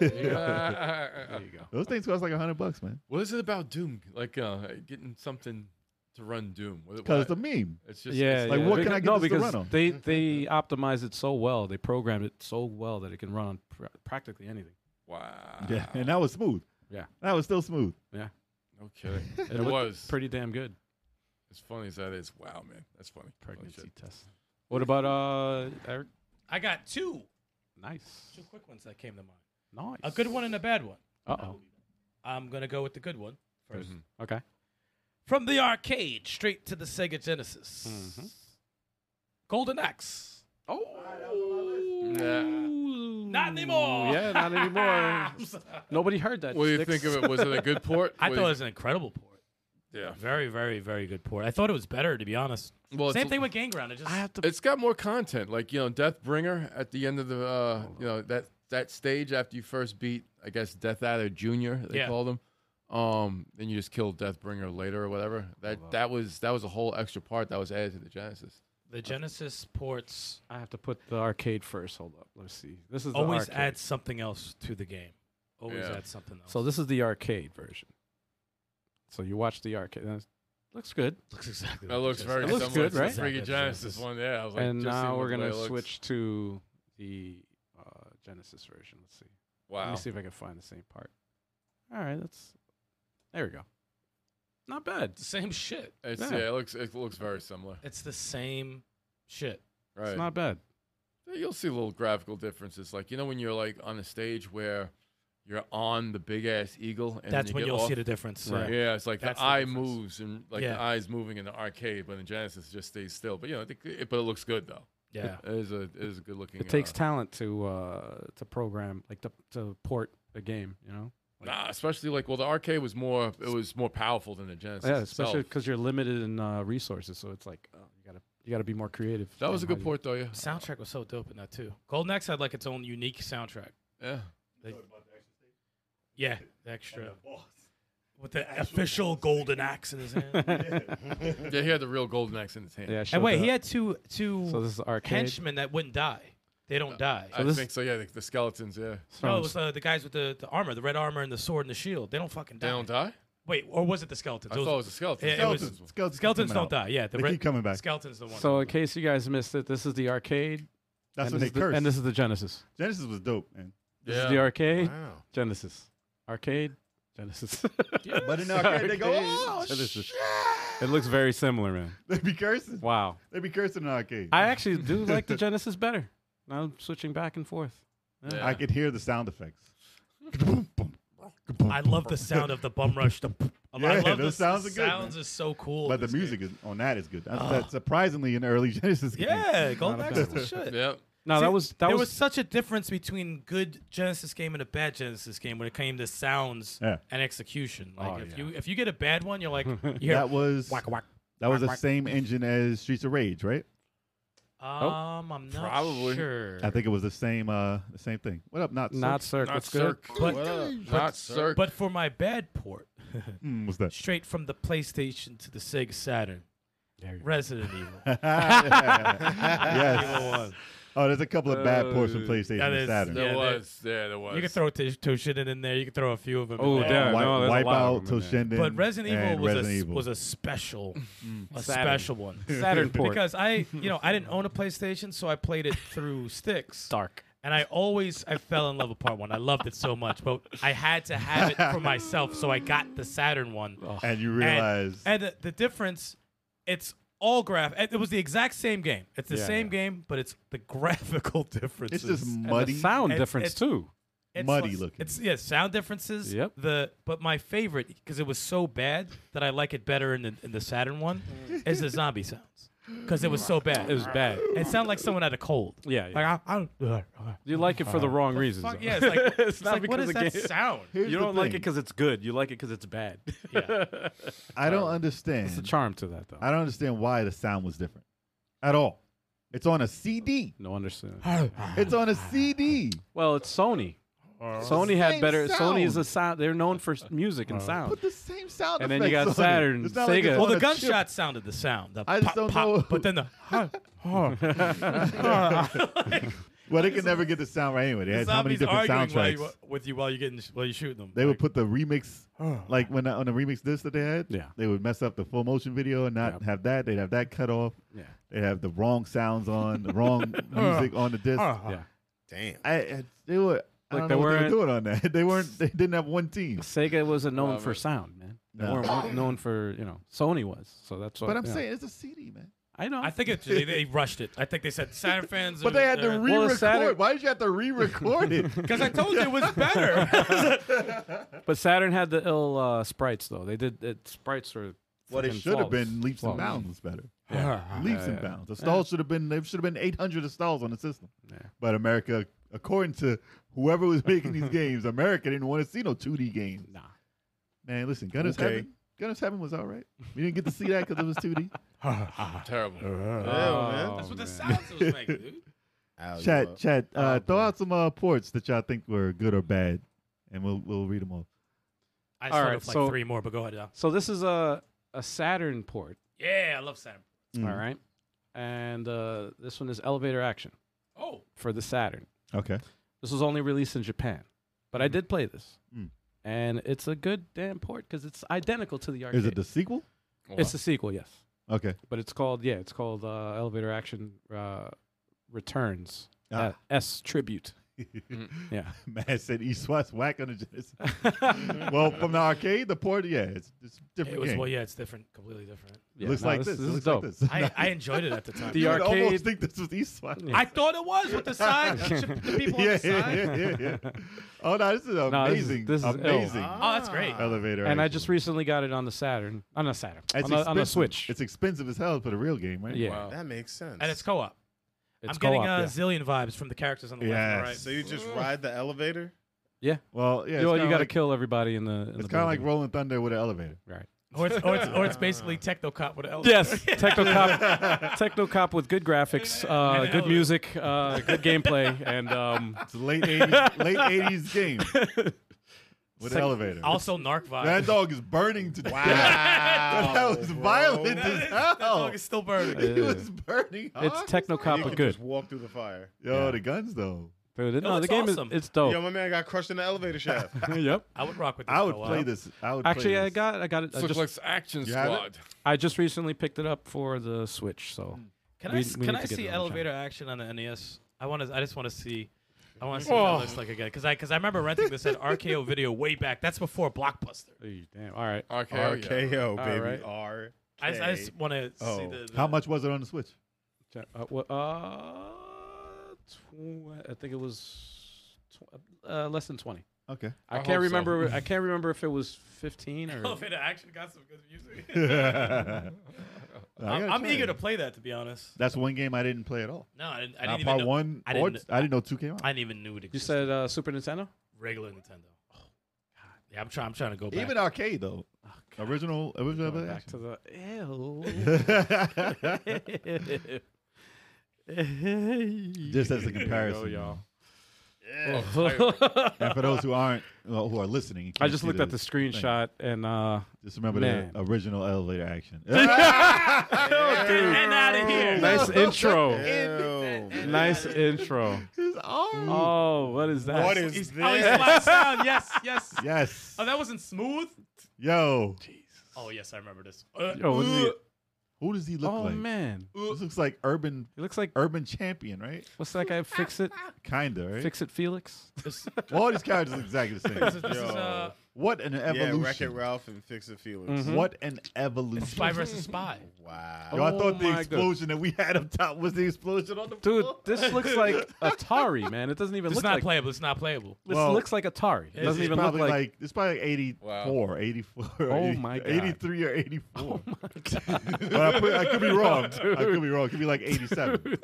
Yeah.
There you go.
Those things cost like hundred bucks, man.
what is it about Doom? Like uh, getting something to run Doom? What-
Because
what-
it's a meme.
it's just
yeah,
it's-
like,
yeah.
what can
Beca-
I get
no,
this to
because
run on?
Mm-hmm.
they they optimize it so well, they programmed it so well that it can run on pr- practically anything.
Wow.
Yeah, and that was smooth.
Yeah.
that was still smooth.
No kidding. It
looked
was
Pretty damn good
as funny as that is. Wow, man, that's funny. Holy
pregnancy
shit.
test. What about uh Eric?
I got two,
Nice,
two quick ones that came to mind.
nice.
A good one and a bad one.
Uh oh.
I'm gonna go with the good one first.
Mhm.
Okay.
From the arcade straight to the Sega Genesis.
Mm-hmm.
Mhm.
Golden Axe.
Oh.
Not anymore.
Yeah, not anymore. Nobody heard that.
What do you
Sticks.
think of it? Was it a good port?
I
What
thought it
do you-
was an incredible port.
yeah.
Very, very, very good port. I thought it was better to be honest.
Well,
Same
it's-
thing with Gang Ground. It just
I have to.
It's got more content, like you know, Deathbringer at the end of the uh, you know that that stage after you first beat, I guess Death Adder Junior, they
Yeah.
called him. Um, then you just killed Deathbringer later or whatever. That that was that was a whole extra part that was added to the Genesis.
the Genesis ports
I have to put the arcade first. Hold up. Let's see. This is the
always
arcade.
add something else to the game. Always
Yeah.
add something else.
So this is the arcade version. So you watch the arcade. That's- looks good.
looks exactly
That looks very
It looks
similar
good, right?
to the freaking Genesis one. Yeah, I was like,
and
just seeing
now
what
we're
the way
gonna
it looks.
switch to the uh, Genesis version. Let's see. Let
Wow,
me see if I can find the same part. All right, that's there we go. Not bad.
It's the same shit.
it's,
Yeah.
yeah. it looks it looks very similar.
It's the same shit.
Right,
It's not bad.
You'll see little graphical differences, like you know when you're like on a stage where you're on the big ass eagle, and
That's
you
when
get
you'll
off,
see the difference.
Right.
Yeah, it's like
That's
the
the
eye
difference.
moves and like
Yeah.
the eye's moving in the arcade, but in Genesis it just stays still. But you know, it, it- but it looks good though.
Yeah.
It is a it is a good looking.
It takes
uh,
talent to uh, to program, like to to port a game. You know.
uh, Nah, especially like well, the arcade was more it was more powerful than the Genesis.
yeah, especially
itself.
because you're limited in uh, resources, so it's like oh, you gotta You got to be more creative.
That was a
on
good
how you-
port, though. Yeah.
Soundtrack was so dope in that too. Golden Axe had like its own unique soundtrack.
Yeah.
Yeah, the extra with the official Golden Axe in his hand.
yeah, he had the real golden axe in his hand.
Yeah, I showed
and wait, he
that.
had two two
So this is arcade.
henchmen that wouldn't die. They
Uh,
don't die.
I
this-
think so. Yeah, the, the skeletons. Yeah,
no,
Sounds-
it was uh, the guys with the, the armor, the red armor and the sword and the shield. They don't fucking die.
they don't die.
Wait, or was it the skeletons?
I
It was-
thought it was the skeletons.
Yeah, it was-
Skeletons.
skeletons,
skeletons
coming
don't
out.
die. Yeah, the
They
red,
keep coming back.
skeletons the one.
so, in case you guys missed it, this is the arcade. and
That's when
this
they
is the-
curse.
And this is the Genesis.
Genesis was dope, man.
This
Yeah.
is the arcade.
Wow.
Genesis. Arcade. Genesis.
But in the arcade, they go, oh,
Genesis. It looks very similar, man.
they be cursing.
Wow.
They be cursing in the arcade.
I actually do like the Genesis better. Now I'm switching back and forth.
Yeah.
I could hear the sound effects.
I love the sound of the bum rush. The
Yeah,
I love
those
the
sounds are
the
good, man.
Sounds is so cool.
But the
in this
music
game.
is, on that is good. That's, that's surprisingly an early Genesis game.
Yeah, Golden
Not a
Axe
bad
is the shit.
Yeah.
No, that
See,
was that
there
was,
was, such a difference between good Genesis game and a bad Genesis game when it came to sounds
Yeah.
and execution. Like
Oh,
if
yeah.
you if you get a bad one, you're like you hear
That was
whack whack.
that was the same engine as Streets of Rage, right?
Um, I'm not
Probably.
sure.
I think it was the same uh the same thing. What up, not
not
Cirque?
Cirque.
Not
What's good?
Cirque.
But-
What up? Not Cirque.
But for my bad port,
Hmm, what's that?
straight from the PlayStation to the Sega Saturn, Resident Evil.
yes.
Evil
Oh, there's a couple of bad ports from
Uh,
PlayStation
that
and
is-
Saturn.
there
Yeah, they-
was. Yeah, there
1.
was.
You can throw T- Toshinden in there. You can throw a few of them. in
Oh,
there.
damn.
Wipe,
no, there's a
wipe
lot
out
of them in there.
Toshinden.
But Resident Evil
and
was
Resident
a
Evil.
was a special, a
Mm. Saturn.
special one.
Saturn port.
because I, you know, I didn't own a PlayStation, so I played it through sticks.
Dark.
And I always I fell in love with part one. I loved it so much, but I had to have it for myself, so I got the Saturn one.
Oh.
and you
And-
realize
and, the, the difference, it's all graph. It it was the exact same game. It's the
Yeah,
same
yeah.
game, but it's the graphical differences.
it's just
And the
muddy.
sound
It-
difference
it's-
too.
It's
muddy
like-
looking.
It's yeah, sound differences.
Yep.
The but my favorite because it was so bad that I like it better in the in the Saturn one
Mm.
is the zombie sounds because it was so bad.
It was bad.
It sounded like someone had a cold.
Yeah, yeah.
Like I, I don't.
You like it for the wrong reasons.
Fuck
though.
yeah! It's like it's,
not
like what
because of game.
is that sound?
Here's
you
the
don't like it
thing.
because it's good. You like it because it's bad.
Yeah.
I don't understand.
It's a charm to that though.
I don't understand why the sound was different at all. It's on a CD.
No understand.
It's on a CD.
Well, it's Sony. Sony had
Same
better. Sony is
sound.
a sound. They're known for s- music
Uh,
and sound.
Put the same sound
Ah. And then you
effects
got
on it.
Saturn,
It's not like it's
Sega.
on
Well,
a
the
chip.
gunshot sounded the sound. The
I just
pop,
don't
pop,
know.
But then the.
Well, they could never get the sound right anyway. They had how many
zombies
different
arguing while you,
soundtracks.
with you while you're getting while you're shooting them.
They
Like, uh,
would put the remix, like when on the remix disc that they had.
Yeah.
They would mess up the full motion video and not
Yep.
have that. They'd have that cut off.
Yeah.
They'd have the wrong sounds on, the wrong music on the disc.
uh,
Yeah.
Damn.
I, I, they were. I
Like, they
don't know what they were
weren't-
doing on that. They weren't. They didn't have one team.
Sega wasn't known
Wow,
for
man.
sound, man. They
No.
weren't wa- known for you know. Sony was, so that's what.
But I'm
yeah.
saying it's a CD, man.
I know.
I think it, they, they rushed it. I think they said Saturn fans.
But they had to
Well, it's
re-record.
Saturn-
Why did you have to re-record it?
because I told you it was better.
but Saturn had the ill uh, sprites though. They did it, sprites were.
Well, it
freaking
should have
flawless.
been leaps and
Flawless.
bounds better.
Yeah.
Leaps
Yeah,
and
yeah.
bounds. The stalls should have been. There should have been 800 installs on the system.
Yeah.
But America, according to whoever was making these games, America didn't want to see no 2D games.
Nah.
Man, listen, Gunner's
Okay.
Heaven. Gunner's Heaven was all right. We didn't get to see that because it was 2D.
Terrible.
Uh, man.
Oh,
That's what the
man.
sounds was making, dude.
Ow, you
Chat,
up.
chat. Uh,
Oh,
throw
boy.
out some uh, ports that y'all think were good or bad, and we'll we'll read them all.
I
All
sort
right,
of like
so-
three more, but go ahead. Al.
So this is a a Saturn port.
Yeah, I love Saturn.
Mm.
All right. And uh, this one is elevator action
Oh,
for the Saturn.
Okay.
This was only released in Japan, but I did play this,
Mm.
and it's a good damn port because it's identical to the arcade.
Is it the sequel?
It's a sequel, yes,
Okay.
but it's called yeah, it's called uh, Elevator Action uh, Returns.
Ah.
Uh, S tribute.
Mm,
Yeah.
Man said East West whack on the Genesis. well, from the arcade, the port, yeah, it's, it's a different.
it was
game.
well, yeah, it's different, completely different.
Yeah,
looks
no,
like this.
This,
it
is
looks
dope.
like this.
I, I enjoyed it at the time.
The
you would
arcade-
almost think this was East West.
Yeah.
I thought it was with the sign, the people on
yeah,
the
yeah,
sign.
yeah, yeah, yeah. Oh no, this is amazing.
this is- this is ill. Ah.
amazing
Oh, that's great.
elevator.
And I
action.
just recently got it on the Saturn. On the Saturn.
It's
on, the, on the
expensive.
Switch.
It's expensive as hell for the real game, right?
yeah.
Wow.
That makes sense.
And it's co-op.
It's
I'm getting
co-op,
uh,
yeah.
zillion vibes from the characters on the
Yes.
left.
so
and
you just ride the elevator?
Well, yeah.
Yo, you
it's kinda
got to
like,
kill everybody in the. In
It's
kind of
like Rolling Thunder with an elevator.
Right.
Or it's, or it's, or it's basically Technocop with an L.
Yes, Technocop, Technocop with good graphics, uh, good music, uh, good gameplay, and um,
It's a late 80s, late 80s game with an
Sec-
elevator.
Also, Narc vibe.
that dog is burning to
Wow.
death. that was
bro.
violent
That
as hell.
is- that dog is still burned.
He was burning.
it's
hard.
Technocop
You
but
could
good.
just walk through the fire.
Yo, the guns though.
Dude,
No,
no, the
it's
game
awesome.
is it's
Yo,
dope.
my man got crushed in the elevator shaft.
yep.
I would rock with this.
I
for
would
a
play
while.
this. I would play
Actually, I
this.
got I got it.
This
I
looks
just,
like Action
You have it?
Squad.
I just recently picked it up for the Switch. So
Can
We-
I s
we
can
need
I
to get
see
it on the
elevator action on the NES? I want to. I just want to see. I want to see what it looks like again because I because I remember renting this at RKO Video way back. That's before Blockbuster.
damn. All right.
Okay, oh, yeah.
RKO, baby.
right.
R.
I, just- I just want to see
Oh.
the, the
How much was it on the Switch?
Uh, what, uh, tw- I think it was tw- uh, less than twenty.
Okay.
I,
I
can't
hope so.
remember. I can't remember if it was fifteen or.
elevator action got some good music.
I
I'm,
gotta
I'm
try
eager
it.
to play that to be honest.
That's one game I didn't play at all.
No, I didn't, I
Not
didn't even
part
know.
one.
I
I
didn't
didn't,
kn-
I didn't know two came out.
I didn't even knew it existed.
You said uh, Super Nintendo.
regular Nintendo. Oh, God. Yeah, I'm trying. I'm trying to go back. Oh,
Even arcade though. original original
Going Oh, back
action.
to the ew.
Just as a
There
comparison,
you go, y'all.
and for those who aren't well, who are listening,
Oh,
you
I
can't
just
see
looked at the screenshot and uh,
Just remember
Man.
the original elevator action.
uh,
and out of here.
nice intro.
Ew.
Nice intro.
His arm.
Oh, what is that?
What is
Oh, he's
this?
flat sound. Yes, yes.
Yes.
Oh, that wasn't smooth.
Yo,
Oh yes, I remember this. Uh,
Yo, what is he-
who does he look
Oh
like?
man,
This looks like urban
it looks like
urban champion, right?
what's that guy? Fix it,
Kinda, right?
fix it, Felix.
this,
All these characters look exactly the
this is,
same.
this is, uh,
What an
Yeah, Wreck It
evolution!
Ralph and Fix It Felix.
Mhm.
What an evolution!
Spy versus Spy.
Wow.
Yo, I
Oh
thought
my
the explosion that we had up top was the explosion on the
Dude,
floor.
this looks like Atari, man. It doesn't even
It's
look
not
like
playable. It's not playable.
this
Well,
looks like Atari. It
it's
doesn't
It's
even look
probably
like,
it's probably like 84, 84,
Oh my God.
83 or 84. Oh my God. I, put- I could be wrong. I could be wrong. It could be like 87.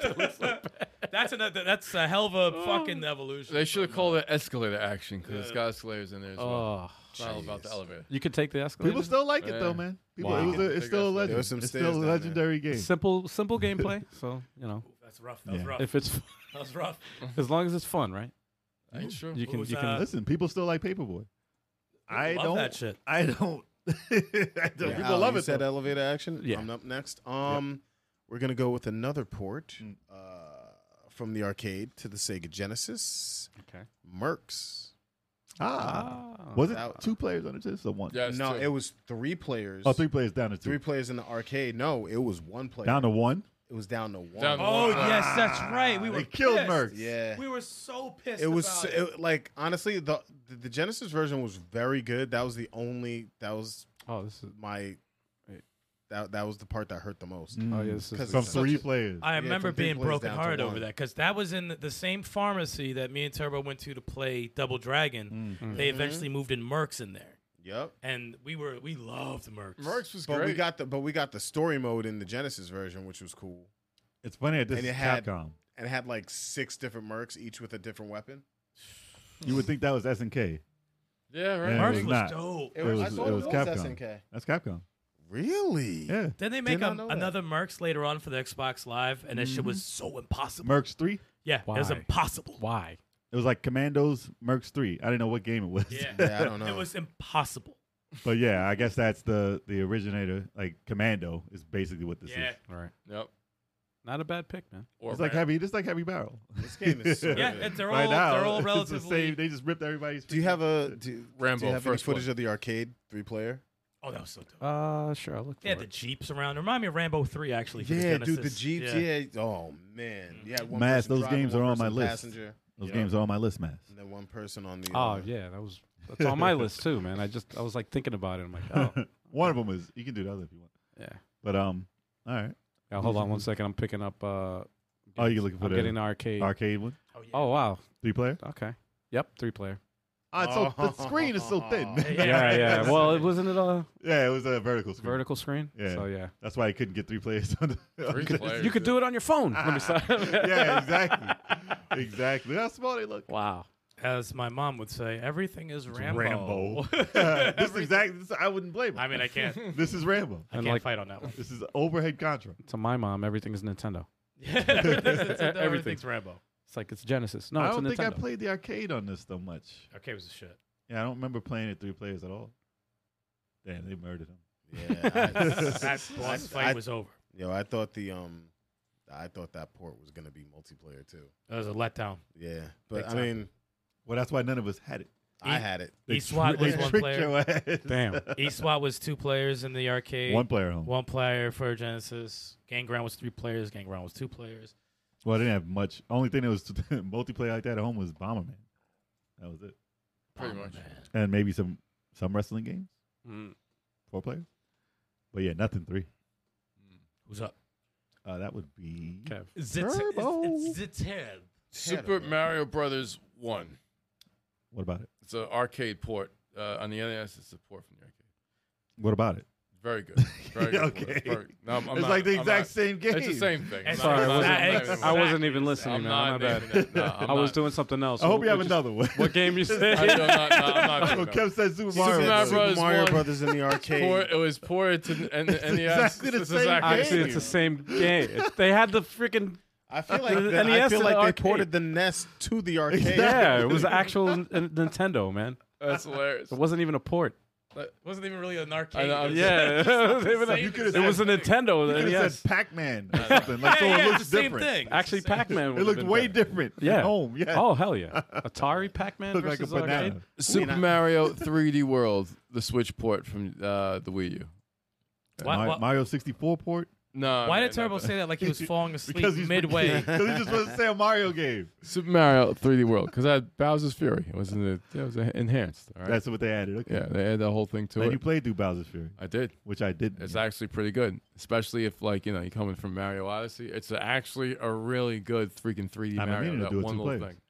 That's an, that's a hell of a fucking evolution.
They should have called it escalator action because it's got escalators in there as well.
oh,
It's not all about the elevator.
you could take the escalator.
People still like it
Yeah.
though, man. People,
Wow.
it was a, it's still a
There
legend.
was some
It's
stairs
still
down
a
there.
legendary game.
simple, simple gameplay. So you know,
That's rough. That was
Yeah.
rough.
if it's
that was rough.
as long as it's fun, right?
Ain't true.
You can,
was
you
that?
can.
Listen, people still like Paperboy. I
love
don't.
that shit.
I don't. I don't.
Yeah,
people
Al,
love
Oh, you
it.
Said
though.
elevator action.
Yeah.
I'm up next. Um, we're gonna go with another port uh, from the arcade to the Sega Genesis.
Okay.
Mercs.
Ah,
Oh,
was it two players on the chest or one?
Yeah, it's
no,
true.
it was three players.
Oh, three players down to two.
Three players in the arcade. No, it was one player.
down to one.
it was down to one.
Down to
Oh yes, that's right. We were
They killed
pissed.
Mercs.
yeah.
We were so pissed.
it was
about
so-
it.
it- like honestly the the Genesis version was very good. That was the only that was
Oh, this is.
my
Wait.
that that was the part that hurt the most.
Oh, yeah, this is.
Because
From
Such
three
a-
players.
I remember
from three
being
plays
broken
down to
hearted over
one.
that because that was in the same pharmacy that me and Turbo went to to play Double
Mm-hmm. Mm.
Dragon. They eventually moved in Mercs in there,
Yep.
and we were we loved Mercs.
Mercs was
But
great.
we got the but we got the story mode in the Genesis version, which was cool.
It's funny that this
And
is
it had-
Capcom.
And it had like six different mercs, each with a different weapon.
You would think that was SNK.
yeah, right.
Yeah.
Mercs
it
was
was not.
dope.
It was-
I thought
it was Capcom.
SNK.
That's Capcom.
Really?
Yeah.
Then they make
not
um,
know that.
another Mercs later on for the Xbox Live, and that shit was so impossible.
Mercs 3.
yeah, it was
Why?
impossible.
Why?
It was like Commandos Mercs 3. I didn't know what game it was.
Yeah.
Yeah, I don't know.
It was impossible.
But yeah, I guess that's the the originator. Like Commando is basically what this
yeah,
is.
All right.
Yep.
Not a bad pick, man.
Or
It's like
Ram-
heavy. It's like heavy barrel.
this game is so
yeah.
good.
and They're all
right now,
they're all
it's the
relatively.
same. They just ripped everybody's.
Do you have a do,
Rambo,
do you have any
first one.
footage of the arcade three player?
oh, that was so dope.
Uh, sure. I'll look for
They had the
it.
jeeps around. Remind me of Rambo Three actually. For
Yeah,
the
dude, the
Genesis.
Jeeps. Yeah. Oh man.
Mm.
Yeah. One
Mass,
person
those
driving,
games
one
are on
person
my list.
Passenger,
Those
Yeah.
games are on my list, man.
and then one person on the.
Oh
uh,
yeah, that was that's on my list too, man. I just I was like thinking about it. I'm like, oh
One of them is you can do the other if you want.
yeah.
But um, all right,
Now, hold on one second. I'm picking up. Uh,
Oh, you're looking for
I'm
the
getting the arcade.
arcade one,
Oh, yeah.
Oh wow.
three player.
Okay. Yep. Three player.
Ah, it's so the screen is so thin.
Yeah.
Yeah, yeah. Well, it wasn't it a
yeah, it was a vertical screen.
vertical screen.
Yeah.
So yeah,
That's why I couldn't get three players on the. on
Three
the-
players.
you could do it on your phone. Let me stop.
yeah, exactly, exactly. Look how small they look.
Wow.
as my mom would say, everything is Rambo.
Rambo. this is exactly. This, I wouldn't blame him.
I mean, I can't. I
this is Rambo.
can't
like-
fight on that one.
This is overhead contra.
To my mom, everything is Nintendo.
everything's, everything's
Everything.
Rambo.
It's like it's Genesis. No,
I
it's a
don't think I
Nintendo.
played the arcade on this though much.
Okay, it was a shit.
Yeah, I don't remember playing it three players at all. Damn, they murdered him.
that boss fight
I-
was over.
Yo, I thought the um, I thought that port was gonna be multiplayer too.
That was a letdown.
Yeah, but
Big
I
time.
mean,
Well, that's why none of us had it.
I
E-
had it.
E-SWAT
They
was one
tricked
player.
your ass.
Damn.
E-SWAT was two players in the arcade.
One player home.
One player for Genesis. Gang Ground was three players. Gang Ground was two players.
Well, I didn't have much. Only thing that was multiplayer like that at home was Bomberman. That was it.
Pretty
Oh,
much.
man.
And maybe some some wrestling games,
Mm.
four players. But yeah, nothing three.
Hmm. Who's up?
Uh, that would be
Kev.
Turbo.
Super Mario Brothers One.
What about it?
It's an arcade port. Uh, on the NES, it's a port from the arcade.
What about it?
Very good. Very good. port.
Okay.
Very- no, I'm, I'm
it's
not-
like the
I'm
exact
not-
same game.
It's the same thing. I'm
It's
Sorry,
not-
I
I'm
wasn't,
not naming
Exactly.
it.
I wasn't even listening,
I'm
man.
not
My bad.
naming it. No, I'm
I was
not.
doing something else.
I hope you have
What-
another one.
What game you
I
said?
don't- I'm not- I'm not
That's
naming
what
it.
Kev said Super
Super
Mario.
Mario
Bros.
Bros.
Mario
one.
Brothers in the arcade.
Poor- it was poured to and, and the E
exactly the
it's
same
Obviously,
game.
it's the same game. They had the freaking
I feel like
The
the, I
NES
feel
to
like
the
they
arcade.
ported the NES to the arcade.
yeah. It was actual N- Nintendo, man.
That's hilarious.
It wasn't even a port.
Like,
wasn't even really an
I
arcade.
know, I'm
Yeah, it was, even a-
You
could've
it was a
said-
Nintendo. the
You could have
NES.
said Pac-Man or something. Like, so
yeah,
it
it's
looks
the same
different.
thing.
Actually, Pac-Man.
It looked way
different.
different.
Yeah.
At home. Yeah.
Oh hell yeah! Atari Pac-Man
looked like a
versus
banana.
arcade.
Super Mario 3D World, the Switch port from uh, the Wii U.
Why-
Mario,
why-
Uh, Mario 64 port
No.
Why
no,
did Turbo
no.
say that like he was falling asleep
because he's
midway?
Because he just wants to say a Mario game.
Super Mario 3D World because I had Bowser's Fury. It was in the yeah, it was enhanced. All right.
That's what they added. Okay.
yeah, they added the whole thing to
Then
it.
you played through Bowser's Fury,
I did.
which I didn't.
It's
Yeah.
actually pretty good, especially if like you know you're coming from Mario Odyssey. It's actually a really good freaking 3D
I'm
Mario.
meaning to
That
do it
one
two
little
players.
thing.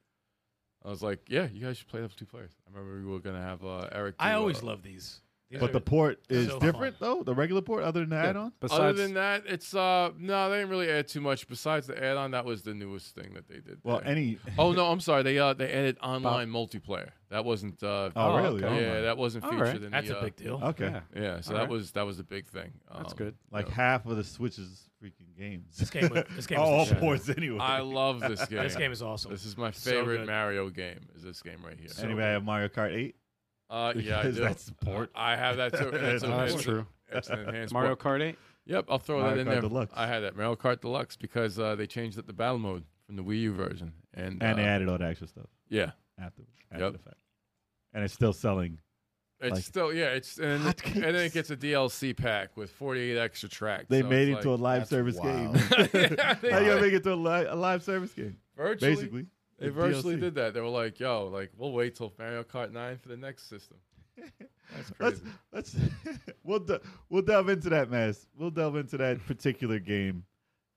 I was like, yeah, you guys should play that for two players. I remember we were gonna have uh, Eric.
I
do,
always
uh,
love these. These
But
are-
the port is
So
different though. The regular port, other than the add-on.
Other
Besides,
than that, it's uh no, they didn't really add too much. Besides the add-on, that was the newest thing that they did.
Well,
there.
any.
oh no, I'm sorry. They uh they added online multiplayer. That wasn't uh
Oh,
Oh,
really?
okay.
Oh,
yeah
my.
that wasn't
All
featured
right.
in
That's
the
a big deal.
Okay.
yeah,
uh, yeah. So
All
that
right.
was that was the big thing.
that's
Um,
good.
Like
Yeah.
half of the Switch's freaking games.
This game was- this game
Oh, all
was the shit.
ports anyway.
I love this game.
This game is awesome.
This is my
So
favorite
good.
Mario game. Is this game right here?
Anybody have Mario Kart 8?
uh, yeah, I do.
Because that's the port.
I have that too. It's a-
Oh,
that's
it's a-
true.
It's an enhanced
Mario Kart
port.
8.
Yep, I'll throw
Mario
that in
Kart
there.
Deluxe.
I had that Mario Kart Deluxe because uh, they changed up the battle mode from the Wii U version, and,
And they
uh,
added all the extra stuff
yeah,
after, after
Yep.
the fact. And it's still selling.
it's
Like-
still yeah, it's and, and
Hotcakes.
then it gets a DLC pack with 48 extra tracks.
They
so
made it
it's
to a
like-
live
that's
service
wild.
game. How
yeah,
you
they,
gonna make it to a, li- a live service game?
virtually,
Basically,
they
It's
virtually
DLC.
did that. They were like, "Yo, like we'll wait till Mario Kart 9 for the next system." That's
Let's
crazy.
let's we'll de- we'll delve into that mess. We'll delve into that particular game,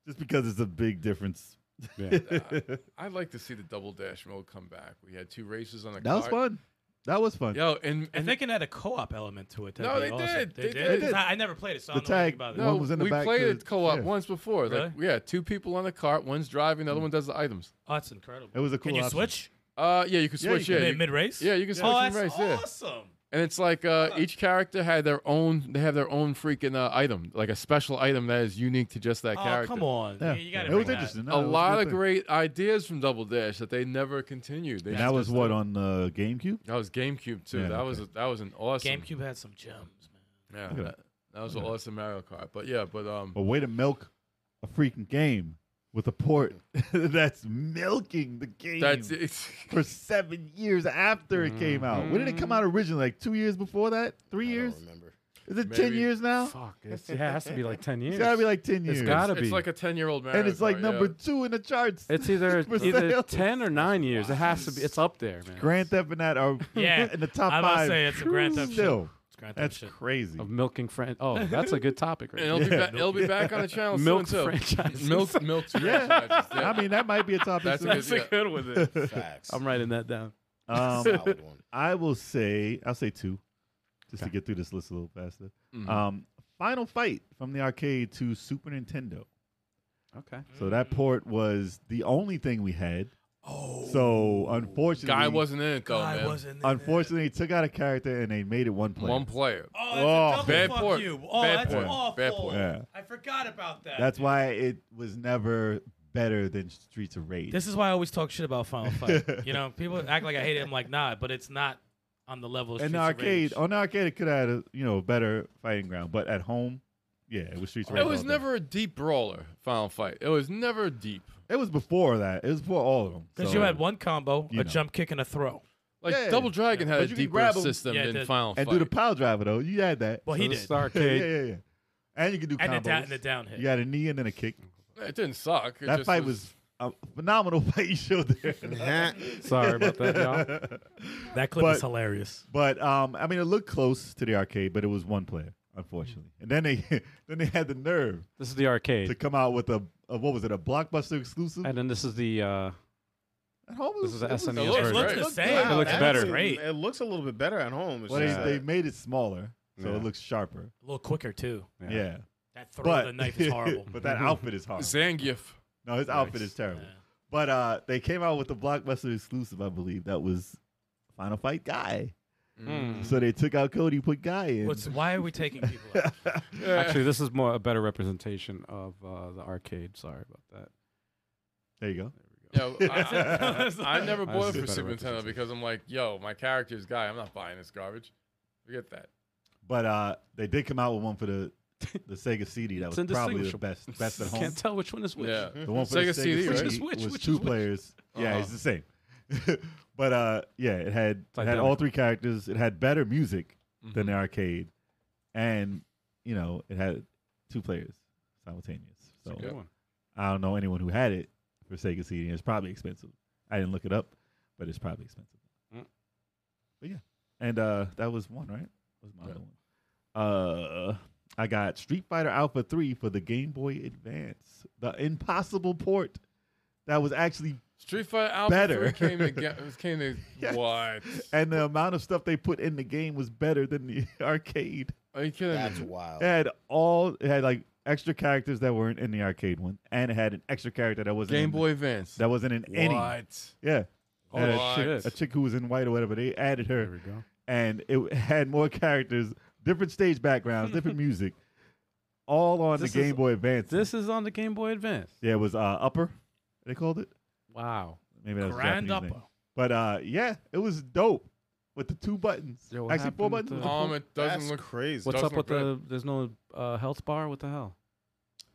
just because it's a big difference.
Yeah.
that
I'd like to see the double dash mode come back. We had two races on the
was
cart.
fun. That was fun.
Yo, and,
And
and
they can add a co-op element to it. That'd
No,
be
they
awesome.
did.
They,
They
did.
did.
They did.
I I never played it, so I
The
don't know
tag-
anything about it.
no,
one was in the
we
back
played
to-
it co-op
yeah.
once before. Like, yeah, two people on the cart. One's driving,
Mm.
the other one does the items.
Oh, that's incredible.
It was a cool
Can you
option.
switch
Uh, yeah, you can
Yeah, you
switch.
can.
Yeah, you-
mid mid race?
yeah, you can switch
Oh,
and
that's
race. Yeah,
awesome.
and it's like uh, each character had their own. They have their own freaking uh, item, like a special item that is unique to just that
Oh,
character.
come on.
Yeah.
You- You got to
it was interesting. No,
A
it was
lot
good
of
thing.
great ideas from Double Dash that they never continued. They
And that was
just-
what on uh, GameCube.
That was GameCube too.
Yeah,
that was that was an awesome.
GameCube had some gems, man.
Yeah,
Look at
that, that was an awesome Mario Kart. But yeah, but um,
A way to milk a freaking game with a port that's milking the game
that's it.
for seven years after it came out. When did it
Mm-hmm.
come out originally? Like two years before that? Three
I
years?
don't remember.
Is it ten
Maybe.
years now?
Fuck, it's, yeah, it has to be like 10 years.
It's gotta be like ten years.
gotta
It's
be.
like a ten-year-old Mario.
and it's like
Kart,
number
yeah.
two in the charts.
It's either
For
either
sale.
10 or 9 years. It has to be. It's up there, man.
Grand Theft and that are
Yeah,
in the top
I'm about to
five.
say it's a Grand Theft shit.
Still,
It's Grand Theft
that's
shit.
crazy.
Of milking friend. Oh, that's a good topic
And
right
it'll, be
Yeah.
back, it'll be back on the channel
Milk
soon too.
franchises.
Milk, milk
Yeah.
franchises. Yeah.
I mean, that might be a topic.
That's a
soon.
good-
That's a good one. then.
Facts.
I'm writing that down.
um,
Solid one.
I will say, I'll say two, just to get through this list a little faster.
Mhm.
Um, Final Fight from the arcade to Super Nintendo.
Okay.
So that port was the only thing we had.
Oh,
So unfortunately,
Guy wasn't in it though,
I
man.
wasn't. in there.
Unfortunately, he took out a character and they made it one player.
One player.
Oh,
Oh,
that's a double
bad
fuck
point.
you. Oh,
Bad
that's
point.
awful.
Bad point.
Yeah.
I forgot about that.
That's why it was never better than Streets of Rage.
This is why I always talk shit about Final Fight. you know, people act like I hate it. I'm like, nah, but it's not on the level of
in the
Streets of
arcade,
Rage.
on the arcade, it could have had a you know better fighting ground, but at home, yeah, it was Streets of Rage.
It was
all day.
never a deep brawler. Final fight. It was never deep.
It was before that. It was before all of them.
Because
So-
you had one combo,
you
a
know.
jump kick, and a throw.
Like
Yeah.
Double Dragon
But
had a
you can
deeper
grab 'em.
system
Yeah, it
than
did.
Final
and
Fight.
do the pile driver though. You had that.
Well, he
So this
did.
is arcade.
Yeah, yeah, yeah. And you could do
And a,
combos.
down, and a down hit.
you got a knee and then a kick.
it didn't suck. It
that
just
fight was, a phenomenal fight you showed there.
Sorry about that, y'all.
That clip
But-
is hilarious.
But um, I mean, it looked close to the arcade, but it was one player, unfortunately. And then they then they had the nerve
This is the
to
arcade,
come out with a, a what was it, a blockbuster exclusive?
and then this is the uh,
At home, it
this
was-
is the
it was-
E
SNES
it looks
version.
the
same.
It looks
that's
better.
Great.
It looks a little bit better at home. It's
Well,
just
they, they
that-
made it smaller, so
Yeah.
it looks sharper.
A little quicker, too.
Yeah,
That throw
but
of the knife is horrible.
but that outfit is horrible.
Zangief.
No, his outfit is terrible.
Yeah.
But uh, they came out with the blockbuster exclusive, I believe. That was Final Fight Guy.
Mm.
So they took out Cody, put Guy in.
What's, why are we taking people out?
Actually, this is more a better representation of uh, the arcade. Sorry about that.
there you go.
Yo, I, I- I never
That's
bought
a
it for
better
Super Nintendo
representation.
because I'm like, yo, my character's guy. I'm not buying this garbage. Forget that.
But uh, they did come out with one for the the Sega CD. That
It's
was probably the
indistinguishable.
best best at home.
Can't tell which one is which.
Yeah.
The one for
Sega
the Sega
CD,
CD,
right?
Which is which,
was
which
two
is which?
players. Yeah,
Uh-huh.
it's the same. but uh, yeah, it had
It's
it had all
identical.
three characters. It had better music than
Mhm.
the
Mm-hmm.
arcade, and you know it had two players simultaneous. So
Good one.
I don't know anyone who had it for Sega CD. It's probably expensive. I didn't look it up, but it's probably expensive.
Mm.
But yeah, and uh, that was one, right? That was my
Yeah.
other one. Uh, I got Street Fighter Alpha Three for the Game Boy Advance, the impossible port. That was actually,
Street Fighter Alpha
Better.
3 came to get, came to
Yes.
what?
and the amount of stuff they put in the game was better than the arcade.
Are you kidding
that's
me?
It
wild.
had all, it had like extra characters that weren't in the arcade one, and it had an extra character that wasn't
Game
in,
Boy Advance.
that wasn't in
what?
any. Yeah,
Oh,
And a
What?
chick- a chick who was in white or whatever. They added
There
her,
we go.
and it had more characters, different stage backgrounds, different music, all on
This
the Game
is-
Boy Advance.
This is on the Game Boy Advance.
yeah, it was uh, Upper. They called it
Wow.
maybe that was the
Grand
Japanese
Upper.
name. But uh, yeah, it was dope with the two buttons.
Yo, what
Actually, four
happened
buttons.
to-
with the
Um,
four-
it doesn't
That's
look.
crazy.
What's
does
up
look
with the? There's no uh, health bar. What the hell?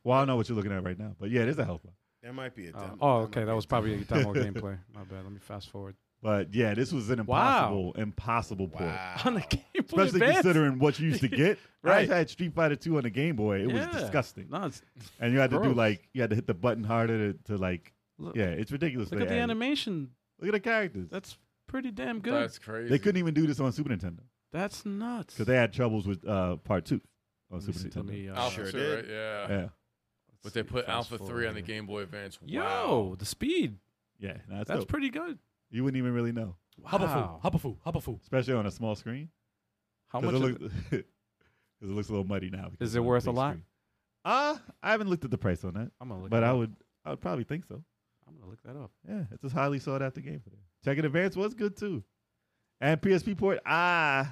well, I don't know what you're looking at right now, but yeah, it is a help.
There might be a
Uh,
demo.
oh,
There
okay.
might
That
be
was
a
probably a
demo.
demo gameplay. My bad. Let me fast forward.
But yeah, this was an impossible, impossible port.
On the
Wow.
Game Boy
Especially
Advance.
considering what you used to get.
Right.
I had Street Fighter 2 on the Game Boy. It
Yeah.
was disgusting.
No, it's,
And you had to do
Gross.
like you had to hit the button harder to, to like
look,
yeah, it's ridiculous.
look
they
at the
added.
animation.
Look at the characters.
That's pretty damn good.
That's
That's,
crazy.
they couldn't even do this on Super Nintendo
nuts.
because they had troubles with uh, part two on
Let me
Super
see-
Nintendo.
let me, uh,
Alpha
Sure
2,
did.
right? Yeah.
yeah,
But they
see,
put
fast
Alpha 3 on
forward
the
here.
Game Boy Advance.
Yo,
Wow.
the speed.
yeah, nah, that's,
That's
dope.
pretty good.
you wouldn't even really know,
Wow.
Hubba foo, hubba foo,
especially on a small screen.
How
'cause
much? is
it looks because it looks a little muddy now. because
Is it
it's on a
worth a
big
lot?
screen. Uh I haven't looked at the price on that,
I'm gonna look.
but
it
I
up.
would I would probably think so.
I'm gonna look that up.
Yeah, it's a highly sought after game for them. Tekken Advance was good too, and PSP port. Ah,